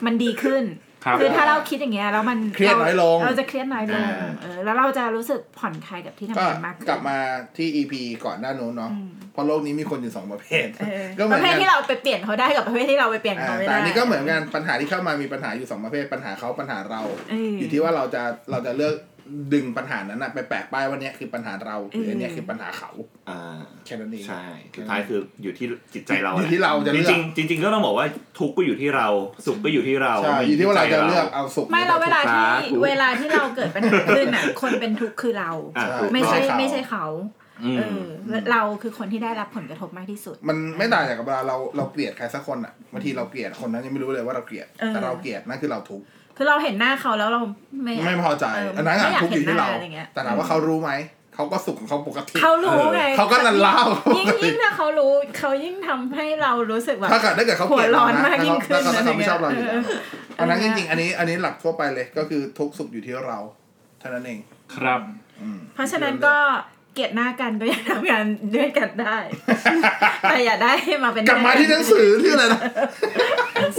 [SPEAKER 2] มันดีขึ้น
[SPEAKER 5] ครับ
[SPEAKER 2] คือถ้าเราคิดอย่างเงี้ยแล้วมัน
[SPEAKER 1] เครียดน้อยลง
[SPEAKER 2] เราจะเครียดน้อยลงเออแล้วเราจะรู้สึกผ่อนคลายกับที่ทำ
[SPEAKER 1] ก็
[SPEAKER 2] งานมากขึ้น
[SPEAKER 1] กลับมาที่ EP ก่อนหน้านู้นเนาะ
[SPEAKER 2] อืม
[SPEAKER 1] เพราะโลกนี้มีคนอยู่สองประเภท
[SPEAKER 2] เออ
[SPEAKER 1] ก็เห
[SPEAKER 2] ป
[SPEAKER 1] มือ
[SPEAKER 2] ระ
[SPEAKER 1] น
[SPEAKER 2] เภ
[SPEAKER 1] กั
[SPEAKER 2] ท
[SPEAKER 1] น
[SPEAKER 2] ที่เราไปเปลี่ยนเขาได้กับประเภทที่เราไปเปลี่ยน
[SPEAKER 1] อ่า
[SPEAKER 2] เขาไม่
[SPEAKER 1] แต่
[SPEAKER 2] ได้
[SPEAKER 1] อันนี้ก็เหมือนกันปัญหาที่เข้ามามีปัญหาอยู่สองประเภทปัญหาเขาปัญหาเรา
[SPEAKER 2] เออ
[SPEAKER 1] อยู่ที่ว่าเราจะเราจะเลือกดึงปัญหานั้นนะไปแปะป้ายว่าเนี้ยคือปัญหาเราหรืออันเนี้ยคือปัญหาเขา
[SPEAKER 7] อ่า
[SPEAKER 1] แค่นั้นเอง
[SPEAKER 7] ใช่สุดท้ายคืออยู่ที่จิตใจเรา
[SPEAKER 1] อยู่ที่เราจะ
[SPEAKER 7] จ
[SPEAKER 1] เลือก
[SPEAKER 7] ริงๆจริง ๆ ก็ต้องบอกว่าทุกข์ก็อยู่ที่เรา สุขก็อยู่ที่เรา
[SPEAKER 1] ใช่
[SPEAKER 7] มัน
[SPEAKER 1] อยู่ที่ว่าเราจะ
[SPEAKER 7] ใจ
[SPEAKER 1] เลือกเอาสุข
[SPEAKER 2] ไม่เราเวลาที่
[SPEAKER 7] ถูก
[SPEAKER 2] เวลาที่เราเกิดปัญหาขึ้น อ่ะ คนเป็นทุกข์คือเรา
[SPEAKER 7] อ่ะถูก
[SPEAKER 2] ไม่ใช่
[SPEAKER 7] ต้อง
[SPEAKER 2] ไม่ใช่เขา
[SPEAKER 7] อืม
[SPEAKER 2] เออเราคือคนที่ได้รับผลกระทบมากที่สุด
[SPEAKER 1] มันไม่ต่างจากเวลาเราเราเกลียดใครสักคนอ่ะบางทีเราเกลียดคนนั้นยังไม่รู้เลยว่าเราเกลียด
[SPEAKER 2] เออ
[SPEAKER 1] แต่เราเกลียดนั่นคือเราทุกข์
[SPEAKER 2] คือเราเห็นหน้าเขาแล้วเราไม่
[SPEAKER 1] ไม่พอใจ
[SPEAKER 2] เ
[SPEAKER 1] อันนั้นอะ
[SPEAKER 2] ไม่ยาก
[SPEAKER 1] ทุกข์อ
[SPEAKER 2] เห็น
[SPEAKER 1] ยู่
[SPEAKER 2] ห
[SPEAKER 1] ที่
[SPEAKER 2] น้า
[SPEAKER 1] เรา
[SPEAKER 2] อะไรเงี้ย
[SPEAKER 1] แต่ถามว่าเขารู้ไหมเขาก็สุขของเขาปกติ
[SPEAKER 2] เขารู้ไง
[SPEAKER 1] เขาก็ลันเล่า
[SPEAKER 2] ยิ่งยิ่งถ้าเขารู้เขายิ่งทำให้เรารู้สึกแบบ
[SPEAKER 1] ถ้าเกิดถ้าเกิดเขาเกลียด
[SPEAKER 2] หัวร้
[SPEAKER 1] เรา
[SPEAKER 2] อน
[SPEAKER 1] นะ
[SPEAKER 2] มากยิ่งขึ้น
[SPEAKER 1] ถ้าเขาไม่ชอบเราอยู่
[SPEAKER 2] เอ
[SPEAKER 1] แล้ว
[SPEAKER 2] อ
[SPEAKER 1] อันนั้นจริงๆอันนี้อันนี้หลักทั่วไปเลยก็คือทุกข์สุขอยู่ที่เราเท่านั้นเอง
[SPEAKER 5] ครับ
[SPEAKER 1] อืม
[SPEAKER 2] เพราะฉะนั้นก็เกลียดหน้ากันก็ยังทำงานด้วยกันได้ แต่อย่าได้มาเป็น
[SPEAKER 1] กลับมาที่หนังสือที่อะไรนะ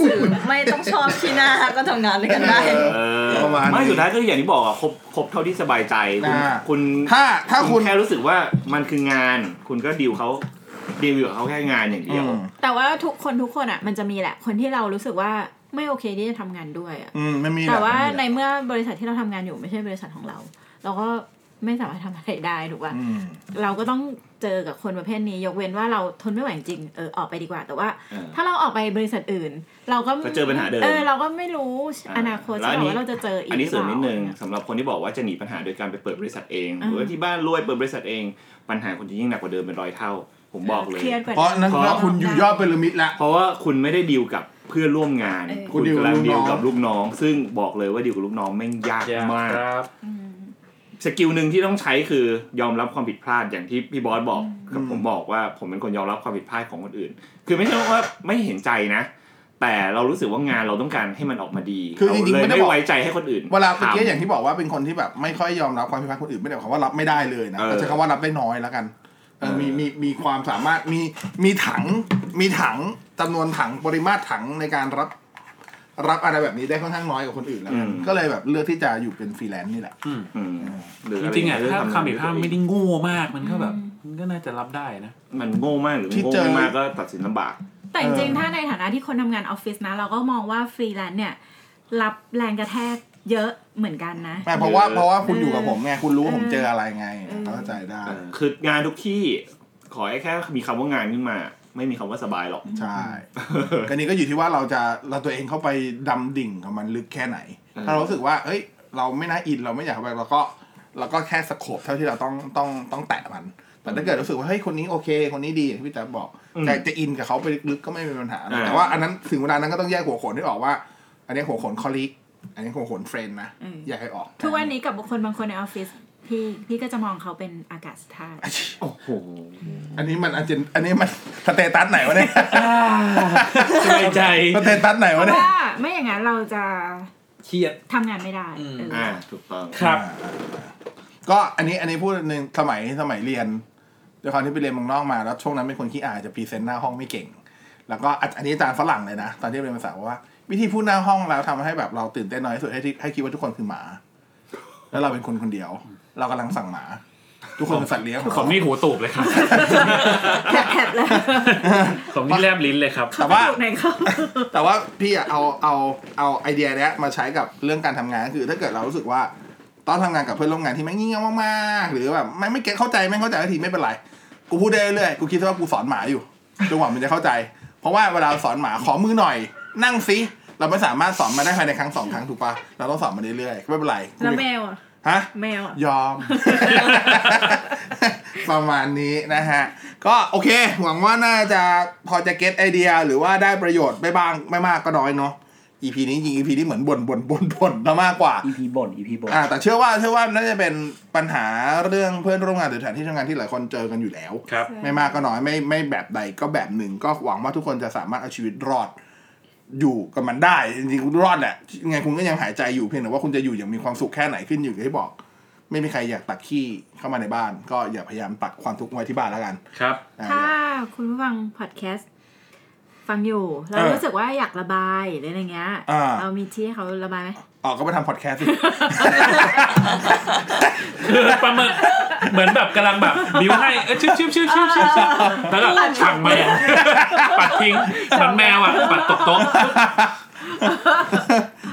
[SPEAKER 6] สื่อไม่ต้องชอบที่หน้าก็ทำงานด้วยกันได้
[SPEAKER 1] เออ
[SPEAKER 7] เออ
[SPEAKER 1] ประมาณนี้
[SPEAKER 7] ไม่สุดท้ายก็อย่างที่บอกอะครบครบเท่าที่สบายใจ คุณ
[SPEAKER 1] อ่า
[SPEAKER 7] คุณ
[SPEAKER 1] ถ้าถ้าคุณ
[SPEAKER 7] แค่รู้สึกว่ามันคืองาน คุณก็ดีลเขาดีลอยู่กับเขาแค่งานอย่างเดียว
[SPEAKER 2] แต่ว่าทุกคนทุกคนอ่ะ มันจะมีแหละ คนที่เรารู้สึกว่าไม่โอเคที่จะทำงานด้วยอะ
[SPEAKER 1] อืมไม่มีหรอก
[SPEAKER 2] แต่ว่า
[SPEAKER 1] ไม่มีหรอก
[SPEAKER 2] ในเมื่อบริษัทที่เราทำงานอยู่ไม่ใช่บริษัทของเรา เราก็ไม่สามารถทำอะไรได้ถูกป่ะ
[SPEAKER 1] อืม
[SPEAKER 2] เราก็ต้องเจอกับคนประเภทนี้ ยกเว้นว่าเราทนไม่ไหวจริงๆเออออกไปดีกว่า แต่ว่า
[SPEAKER 7] เออ
[SPEAKER 2] ถ้าเราออกไปบริษัทอื่น เราก็
[SPEAKER 7] ก็เจอปัญหาเดิม
[SPEAKER 2] เออเราก็ไม่รู้
[SPEAKER 7] อ่า
[SPEAKER 2] อนาคต
[SPEAKER 7] แล้วอันนี้
[SPEAKER 2] ว่าเราจะเจออีก
[SPEAKER 7] อันนี้เสริม
[SPEAKER 2] ป
[SPEAKER 7] นิ
[SPEAKER 2] ล่า
[SPEAKER 7] ดนึงสำหรับคนที่บอกว่าจะหนีปัญหาโดยการไปเปิดบริษัทเอง
[SPEAKER 2] อืม
[SPEAKER 7] หรือว่าที่บ้านรวยเปิดบริษัทเอง ปัญหาคุณจะยิ่งหนักกว่าเดิมเป็นร้อยเท่า ผมบอกเลย
[SPEAKER 2] เครียดกว่า
[SPEAKER 1] เพราะนั้น
[SPEAKER 7] เพราะ
[SPEAKER 1] ถ้าคุณอยู่ยอดพีระมิดละ
[SPEAKER 7] เพราะว่าคุณไม่ได้ดีลกับเพื่อนร่วมงาน
[SPEAKER 2] เออ
[SPEAKER 1] คุณดีล
[SPEAKER 7] กำลั
[SPEAKER 1] กับลูกน้อง
[SPEAKER 7] ดีลกับลูกน้อง ซึ่งบอกเลยว่าดีลกับลูกน้องแม่งยากมาก
[SPEAKER 5] ครับ
[SPEAKER 2] อืม
[SPEAKER 7] สกิลหนึ่งที่ต้องใช้คือยอมรับความผิดพลาดอย่างที่พี่บอสบอกกับผมบอกว่าผมเป็นคนยอมรับความผิดพลาดของคนอื่น คือไม่ใช่ว่าไม่เห็นใจนะ แ แต่เรารู้สึกว่างานเราต้องการให้มันออกมาดี
[SPEAKER 1] คือจริงๆ
[SPEAKER 7] เาเลย
[SPEAKER 1] ไม่ได้
[SPEAKER 7] ไม่
[SPEAKER 1] บอก
[SPEAKER 7] ไว้ใจให้คนอื่น
[SPEAKER 1] เวลาเมื่อกี้
[SPEAKER 7] ทำ
[SPEAKER 1] อย่างที่บอกว่าเป็นคนที่แบบไม่ค่อยยอมรับความผิดพลาดคนอื่นไม่ได้บอกว่ารับไม่ได้เลยนะ
[SPEAKER 7] เออ
[SPEAKER 1] แต่ใช้คำว่ารับได้น้อยแล้วกันเออ
[SPEAKER 7] เออ
[SPEAKER 1] มีมีมีความสามารถมีมีถังมีถังจำนวนถังปริมาตรถังในการรับ รับอะไรแบบนี้ได้ค่อนข้างน้อยกว่าคนอื่นแล้วกันก็เลยแบบเลือกที่จะอยู่เป็นฟรีแลนซ์นี่แหละ
[SPEAKER 5] อืม
[SPEAKER 7] อืมห
[SPEAKER 5] จ
[SPEAKER 7] ไ
[SPEAKER 5] ริงๆอ่ะ
[SPEAKER 7] เ
[SPEAKER 5] ถ้าคำผิดพลาดไม่ได้โง่มากมันก็แบบ
[SPEAKER 2] อืม
[SPEAKER 5] มันก็น่าจะรับได้นะ
[SPEAKER 7] มันโง่มากหรือ
[SPEAKER 1] ที่
[SPEAKER 7] โง่
[SPEAKER 1] เจอ
[SPEAKER 7] ไม่มากก็ตัดสินลำบาก
[SPEAKER 2] แต่จริงๆ ถ้าในฐานะที่คนทำงานออฟฟิศนะ เราก็มองว่าฟรีแลนซ์เนี่ย รับแรงกระแทกเยอะเหมือนกันนะ
[SPEAKER 1] ไม่เพราะว่า
[SPEAKER 7] เออ
[SPEAKER 1] เพราะว่าคุณอยู่กับผมไงคุณรู้ว่าผม
[SPEAKER 2] เออ
[SPEAKER 1] เจออะไรไงเข้าใจได้
[SPEAKER 7] เออคืองานทุกที่ขอให้แค่มีคำว่างานขึ้นมา ไม่มีคำว่าสบายหรอก
[SPEAKER 1] ใช่ก็นี้ก็อยู่ที่ว่าเราจะเราตัวเองเข้าไปดำดิ่งกับมันลึกแค่ไหน
[SPEAKER 7] เออ
[SPEAKER 1] ถ้าเรารู้สึกว่าเอ้ย เราไม่น่าอินเราไม่อยากเข้าไปเราก็เราก็แค่สโคบเท่าที่เราต้องต้องต้องแตะมัน แต่ถ้าเกิดรู้สึกว่าเฮ้ยคนนี้โอเค คนนี้ดีอย่างที่พี่แจ๊บบอกแต่จะอินกับเขาไปลึกๆก็ไม่มีปัญหานะ
[SPEAKER 7] อ่า
[SPEAKER 1] แต่ว่าอันนั้นถึงเวลานั้นก็ต้องแยกหัวโขนที่ออกว่า อันนี้หัวโขนคอลิกอันนี้หัวโขนเฟรนนะ
[SPEAKER 2] อืม
[SPEAKER 1] แยกให้ออก
[SPEAKER 2] ทุกวันนี้กับบุคคลบางคนในออฟฟิศพี่พี่ก็จะมองเขาเป็นอากาศธาตุ
[SPEAKER 7] โอ้โห
[SPEAKER 1] อันนี้มันอาจจะอันนี้มันสเตตัสไหนวะเนี่ย
[SPEAKER 5] สบายใจ
[SPEAKER 1] สเตตัสไหน
[SPEAKER 2] เพ
[SPEAKER 1] วะ
[SPEAKER 2] ราะ
[SPEAKER 1] เนี่ย
[SPEAKER 2] ว่าไม่อย่างนั้นเราจะ
[SPEAKER 5] เครียด
[SPEAKER 2] ทำงานไม่ได้
[SPEAKER 5] อืม
[SPEAKER 2] เอออ
[SPEAKER 7] อ่าถูกต้อง
[SPEAKER 5] ครับ
[SPEAKER 1] ก็อันนี้อันนี้พูดหนึ่งสมัยสมัยเรียนด้วยความที่ไปเรียนเมืองนอกมาแล้วช่วงนั้นเป็นคนขี้อายจะพรีเซนต์หน้าห้องไม่เก่ง แล้วก็อันอันนี้อาจารย์ฝรั่งเลยนะ ตอนที่เรียนภาษาบอกว่า วิธีพูดหน้าห้องแล้วทำให้แบบเราตื่นเต้นน้อยที่สุดให้ที่ให้คิดว่าทุกคนคือหมา แล้วเราเป็นคนคนเดียว เรากำลังสั่งหมา ทุกคนเป็นสัตว์เลี้ยงของ
[SPEAKER 5] ขอ
[SPEAKER 1] เรา
[SPEAKER 5] งนี่หูตูบเลยครับ
[SPEAKER 2] แผลบๆเลย
[SPEAKER 5] ของนี่แลบลิ้นเลยครับ
[SPEAKER 1] แต่ว่า
[SPEAKER 2] ไหนเขา
[SPEAKER 1] แต่ว่าพี่อะเอาเอาเอาไอเดียเนี้ยมาใช้กับเรื่องการทำงานคือ ถ้าเกิดเรารู้สึกว่าต้องทำงานกับเพื่อนร่วมงานที่แม่งงี่เง่ามากๆหรือแบบไม่งไม่เก็ตเข้าใจไม่งเข้าใจสักทีไม่เป็นไรกูพูดได้เรื่อยๆกูคิดว่ากูสอนหมาอยู่จนกว่ามันจะเข้าใจ เพราะว่าเวลาสอนหมาขอมือหน่อย นั่งซิเราไม่สามารถสอนมาได้ภายในครั้งสองครั้งถูกปะเราต้องสอนมาเรื่อยๆไม่เป็นไร
[SPEAKER 2] แล้วแมวอ่ะ
[SPEAKER 1] ฮะ
[SPEAKER 2] แมวอ่ะ
[SPEAKER 1] ยอม ประมาณนี้นะฮะ ก็โอเค หวังว่าน่าจะพอจะเก็ตไอเดียหรือว่าได้ประโยชน์ไม่บ้างไม่มากก็น้อยเนาะ EP นี้จริง EP นี้เหมือนบ่นบ่นบ่นบ่นนะมากกว่า
[SPEAKER 4] อีพีบ่นอีพีบ่น
[SPEAKER 1] อ่าแต่เชื่อว่าเชื่อว่าน่าจะเป็นปัญหาเรื่องเพื่อนร่วมงานหรือสถานที่ทำงานที่หลายคนเจอกันอยู่แล้ว
[SPEAKER 5] ครับ
[SPEAKER 1] ไม่มากก็น้อยไม่ไม่แบบใดก็แบบหนึ่งก็หวังว่าทุกคนจะสามารถเอาชีวิตรอด อยู่กับมันได้จริงๆคุณรอดแหละยังไงคุณก็ยังหายใจอยู่เพียงแต่ว่าคุณจะอยู่อย่างมีความสุขแค่ไหนขึ้นอยู่กับที่บอก ไม่มีใครอยากตักขี้เข้ามาในบ้าน ก็อย่าพยายามตักความทุกข์ไว้ที่บ้านแล้วกัน
[SPEAKER 5] ครับ
[SPEAKER 1] อ่า
[SPEAKER 2] ถ้าคุณผู้ฟังพอดแคสต์ฟังอยู่แล้ว
[SPEAKER 1] เออ
[SPEAKER 2] รู้สึกว่าอยากระบายหรืออะไรเงี้ย
[SPEAKER 1] อ่า
[SPEAKER 2] เรามีที่ให้เขาระบายไหม
[SPEAKER 1] ออกก็ไปทำพอดแคสต์สิ
[SPEAKER 5] คือปลาหมึกเหมือนแบบกำลังแบบบิ้วให้เออชิบชิบชิบชิบชิบชิบแล้วก็ฉักมาอย่างปัดทิ้งเหมือนแมวอ่ะปัดตกโต๊ะ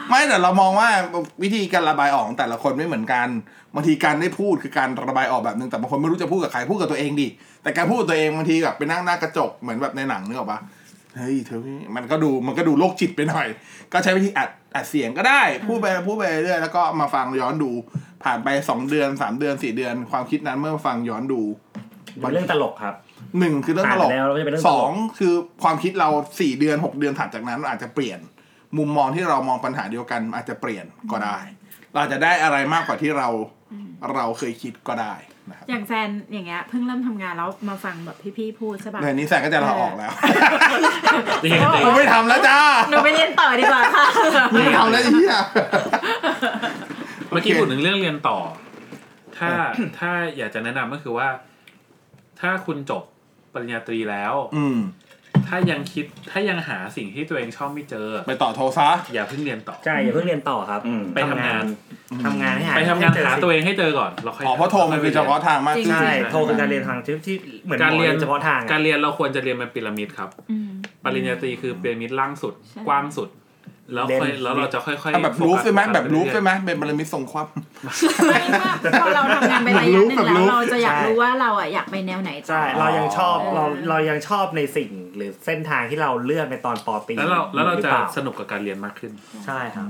[SPEAKER 1] ไม่แต่เรามองว่าวิธีการระบายออกของแต่ละคนไม่เหมือนกันบางทีการได้พูดคือการระบายออกแบบนึงแต่บางคนไม่รู้จะพูดกับใครพูดกับตัวเองดิแต่การพูดกับตัวเองบางทีแบบไปนั่งหน้ากระจกเหมือนแบบในหนังนึกออกปะเฮ้ยเธอมันก็ดูมันก็ดูโรคจิตไปหน่อย ก็ใช้วิธีอัดอัดเสียงก็ได้ พูดไปพูดไปเรื่อยแล้วก็มาฟังย้อนดู ผ่านไปสองเดือนสามเดือนสี่เดือน ความคิดนั้นเมื่อฟังย้อนดู
[SPEAKER 4] เป็นเรื่องตลกครับ
[SPEAKER 1] หนึ่งคือเรื่องตลก
[SPEAKER 4] ผ่านไปแล้วแล้วไม่เป็นเรื่องตล
[SPEAKER 1] ส
[SPEAKER 4] ก
[SPEAKER 1] องคือความคิดเราสี่เดือนหกเดือนถัดจากนั้นอาจจะเปลี่ยน มุมมองที่เรามองปัญหาเดียวกันอาจจะเปลี่ยนก็ได้ เราอาจจะได้อะไรมากกว่าที่เราเราเคยคิดก็ได้นะครับ
[SPEAKER 2] อย่างแฟนอย่างเงี้ยเพิ่งเริ่มทำงานแล้วมาฟังแบบพี่ๆพูดใช่ปะ
[SPEAKER 1] ในนี้แซงก็จะลาออกแล้ว
[SPEAKER 5] จริงจริง
[SPEAKER 1] กู ไม่ทำแล้วจ้า
[SPEAKER 2] หนูไปเรียนต่อดีกว่าค่ะ
[SPEAKER 1] ไม่ทำแล้วไอ้เฮีย
[SPEAKER 5] เมื่อกี้พูดถึงเรื่องเรียนต่อ ถ้า ถ้าอยากจะแนะนำก็คือว่า ถ้าคุณจบปริญญาตรีแล้ว
[SPEAKER 1] อืม
[SPEAKER 5] ถ้ายังคิดถ้ายังหาสิ่งที่ตัวเองชอบไม่เจอ
[SPEAKER 1] ไปต่อโทรซะ
[SPEAKER 5] อย่าเพิ่งเรียนต่อ
[SPEAKER 4] ใช่อย่าเพิ่งเรียนต่อครับ
[SPEAKER 7] อืม
[SPEAKER 5] ไปทำงาน
[SPEAKER 4] ทำงานให้หาย
[SPEAKER 5] ไปทำงาน
[SPEAKER 4] ใเจอ
[SPEAKER 5] หา
[SPEAKER 4] สิ
[SPEAKER 5] ตัวเองให้เจอก่อนแล้วค่อย
[SPEAKER 1] อ๋อเพราะโทรมันคือเฉพาะทางมาก
[SPEAKER 2] จริง
[SPEAKER 1] ขึ้น
[SPEAKER 4] ใช่โทรเป็นการเรียนทางที่ที่เหมือน
[SPEAKER 5] การเรียน
[SPEAKER 4] หมอเฉพาะทางอะ
[SPEAKER 5] การเรียนเราควรจะเรียนเป็นพีระมิดครับ ปริญญาตรีคือพีระมิดล่างสุด
[SPEAKER 2] ใช่
[SPEAKER 5] กว้างสุด แล้วค่อยแล้วเราจะค่อย
[SPEAKER 1] เอา
[SPEAKER 5] ๆ
[SPEAKER 1] แบบรูฟใช่ไหม
[SPEAKER 5] โฟกัส
[SPEAKER 1] แบบรูฟ
[SPEAKER 5] เอยๆ
[SPEAKER 1] ใช่ไหมเป็นบารมีทรงความ
[SPEAKER 2] ไม่ว่าพอเราทำงานไประยะหนึ่ง
[SPEAKER 1] แบบรู้
[SPEAKER 2] แล้วเราจะอยากรู้ว่าเราอ่ะอยากไปแนวไหนต่อ
[SPEAKER 4] ใช่เรายังชอบ
[SPEAKER 2] อ๋อ
[SPEAKER 4] เราเรายังชอบในสิ่งหรือเส้นทางที่เราเลือกในตอนปอตรี
[SPEAKER 5] แล้วเราแล้วเรา
[SPEAKER 4] หอ
[SPEAKER 5] จะ
[SPEAKER 4] ปล่
[SPEAKER 5] สนุกกับการเรียนมากขึ้น
[SPEAKER 4] ใช่ครับ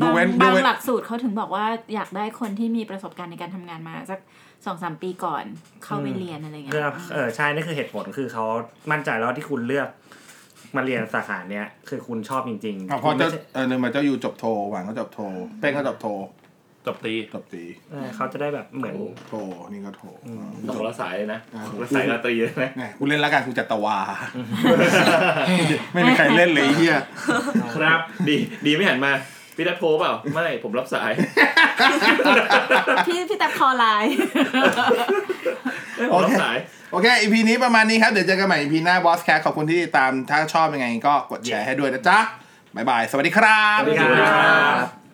[SPEAKER 1] ดู
[SPEAKER 2] บาง
[SPEAKER 1] เว้นดู
[SPEAKER 2] บาง
[SPEAKER 1] เว้น
[SPEAKER 2] หลักสูตรเขาถึงบอกว่าอยากได้คนที่มีประสบการณ์ในการทำงานมาสักสองสามปีก่อนเข้าไป
[SPEAKER 4] อืม
[SPEAKER 2] เรียนอะไรเงี้ย
[SPEAKER 4] เพื่อเออใช่นั่นคือเหตุผลคือเขามั่นใจแล้วที่คุณเลือกมาเรียนสาขาเนี้ยคือคุณชอบจริง
[SPEAKER 1] อ่ะ
[SPEAKER 4] ๆ
[SPEAKER 1] พอ
[SPEAKER 4] คุณ
[SPEAKER 1] เจ้า
[SPEAKER 4] ไม่ใช่
[SPEAKER 1] เออหนึ่งมาเจ้าอยู่จบโทหวานก็จบโทเป้งก็จบโท
[SPEAKER 5] ตบตี
[SPEAKER 1] ตบตี
[SPEAKER 4] เออเขาจะได้แบบเหมือน
[SPEAKER 1] โถนี่ก็โถ
[SPEAKER 4] อืม
[SPEAKER 7] ตกละสายเลยนะ
[SPEAKER 1] อ่า
[SPEAKER 7] ละสายราตรีเลยนะ
[SPEAKER 1] แหมกูเล่นแล้วกันกูจัดตะวา ไม่มีใครเล่นเลยไอ้เฮีย
[SPEAKER 7] ครับ ดี ดีไม่หันมา พี่นัทโทรเปล่า ไม่ ผมรับสาย
[SPEAKER 2] พี่พี่แต่คอไลน์
[SPEAKER 7] ไม่ผมรับสาย
[SPEAKER 1] โอเคอีพีนี้ประมาณนี้ครับ เดี๋ยวเจอกันใหม่อีพีหน้าบอสแคสขอบคุณที่ติดตามถ้าชอบยังไงก็กดแชร์ให้ด้วยนะจ๊ะ บ๊ายบาย สวัสดีครับ
[SPEAKER 7] สวัสดีครับ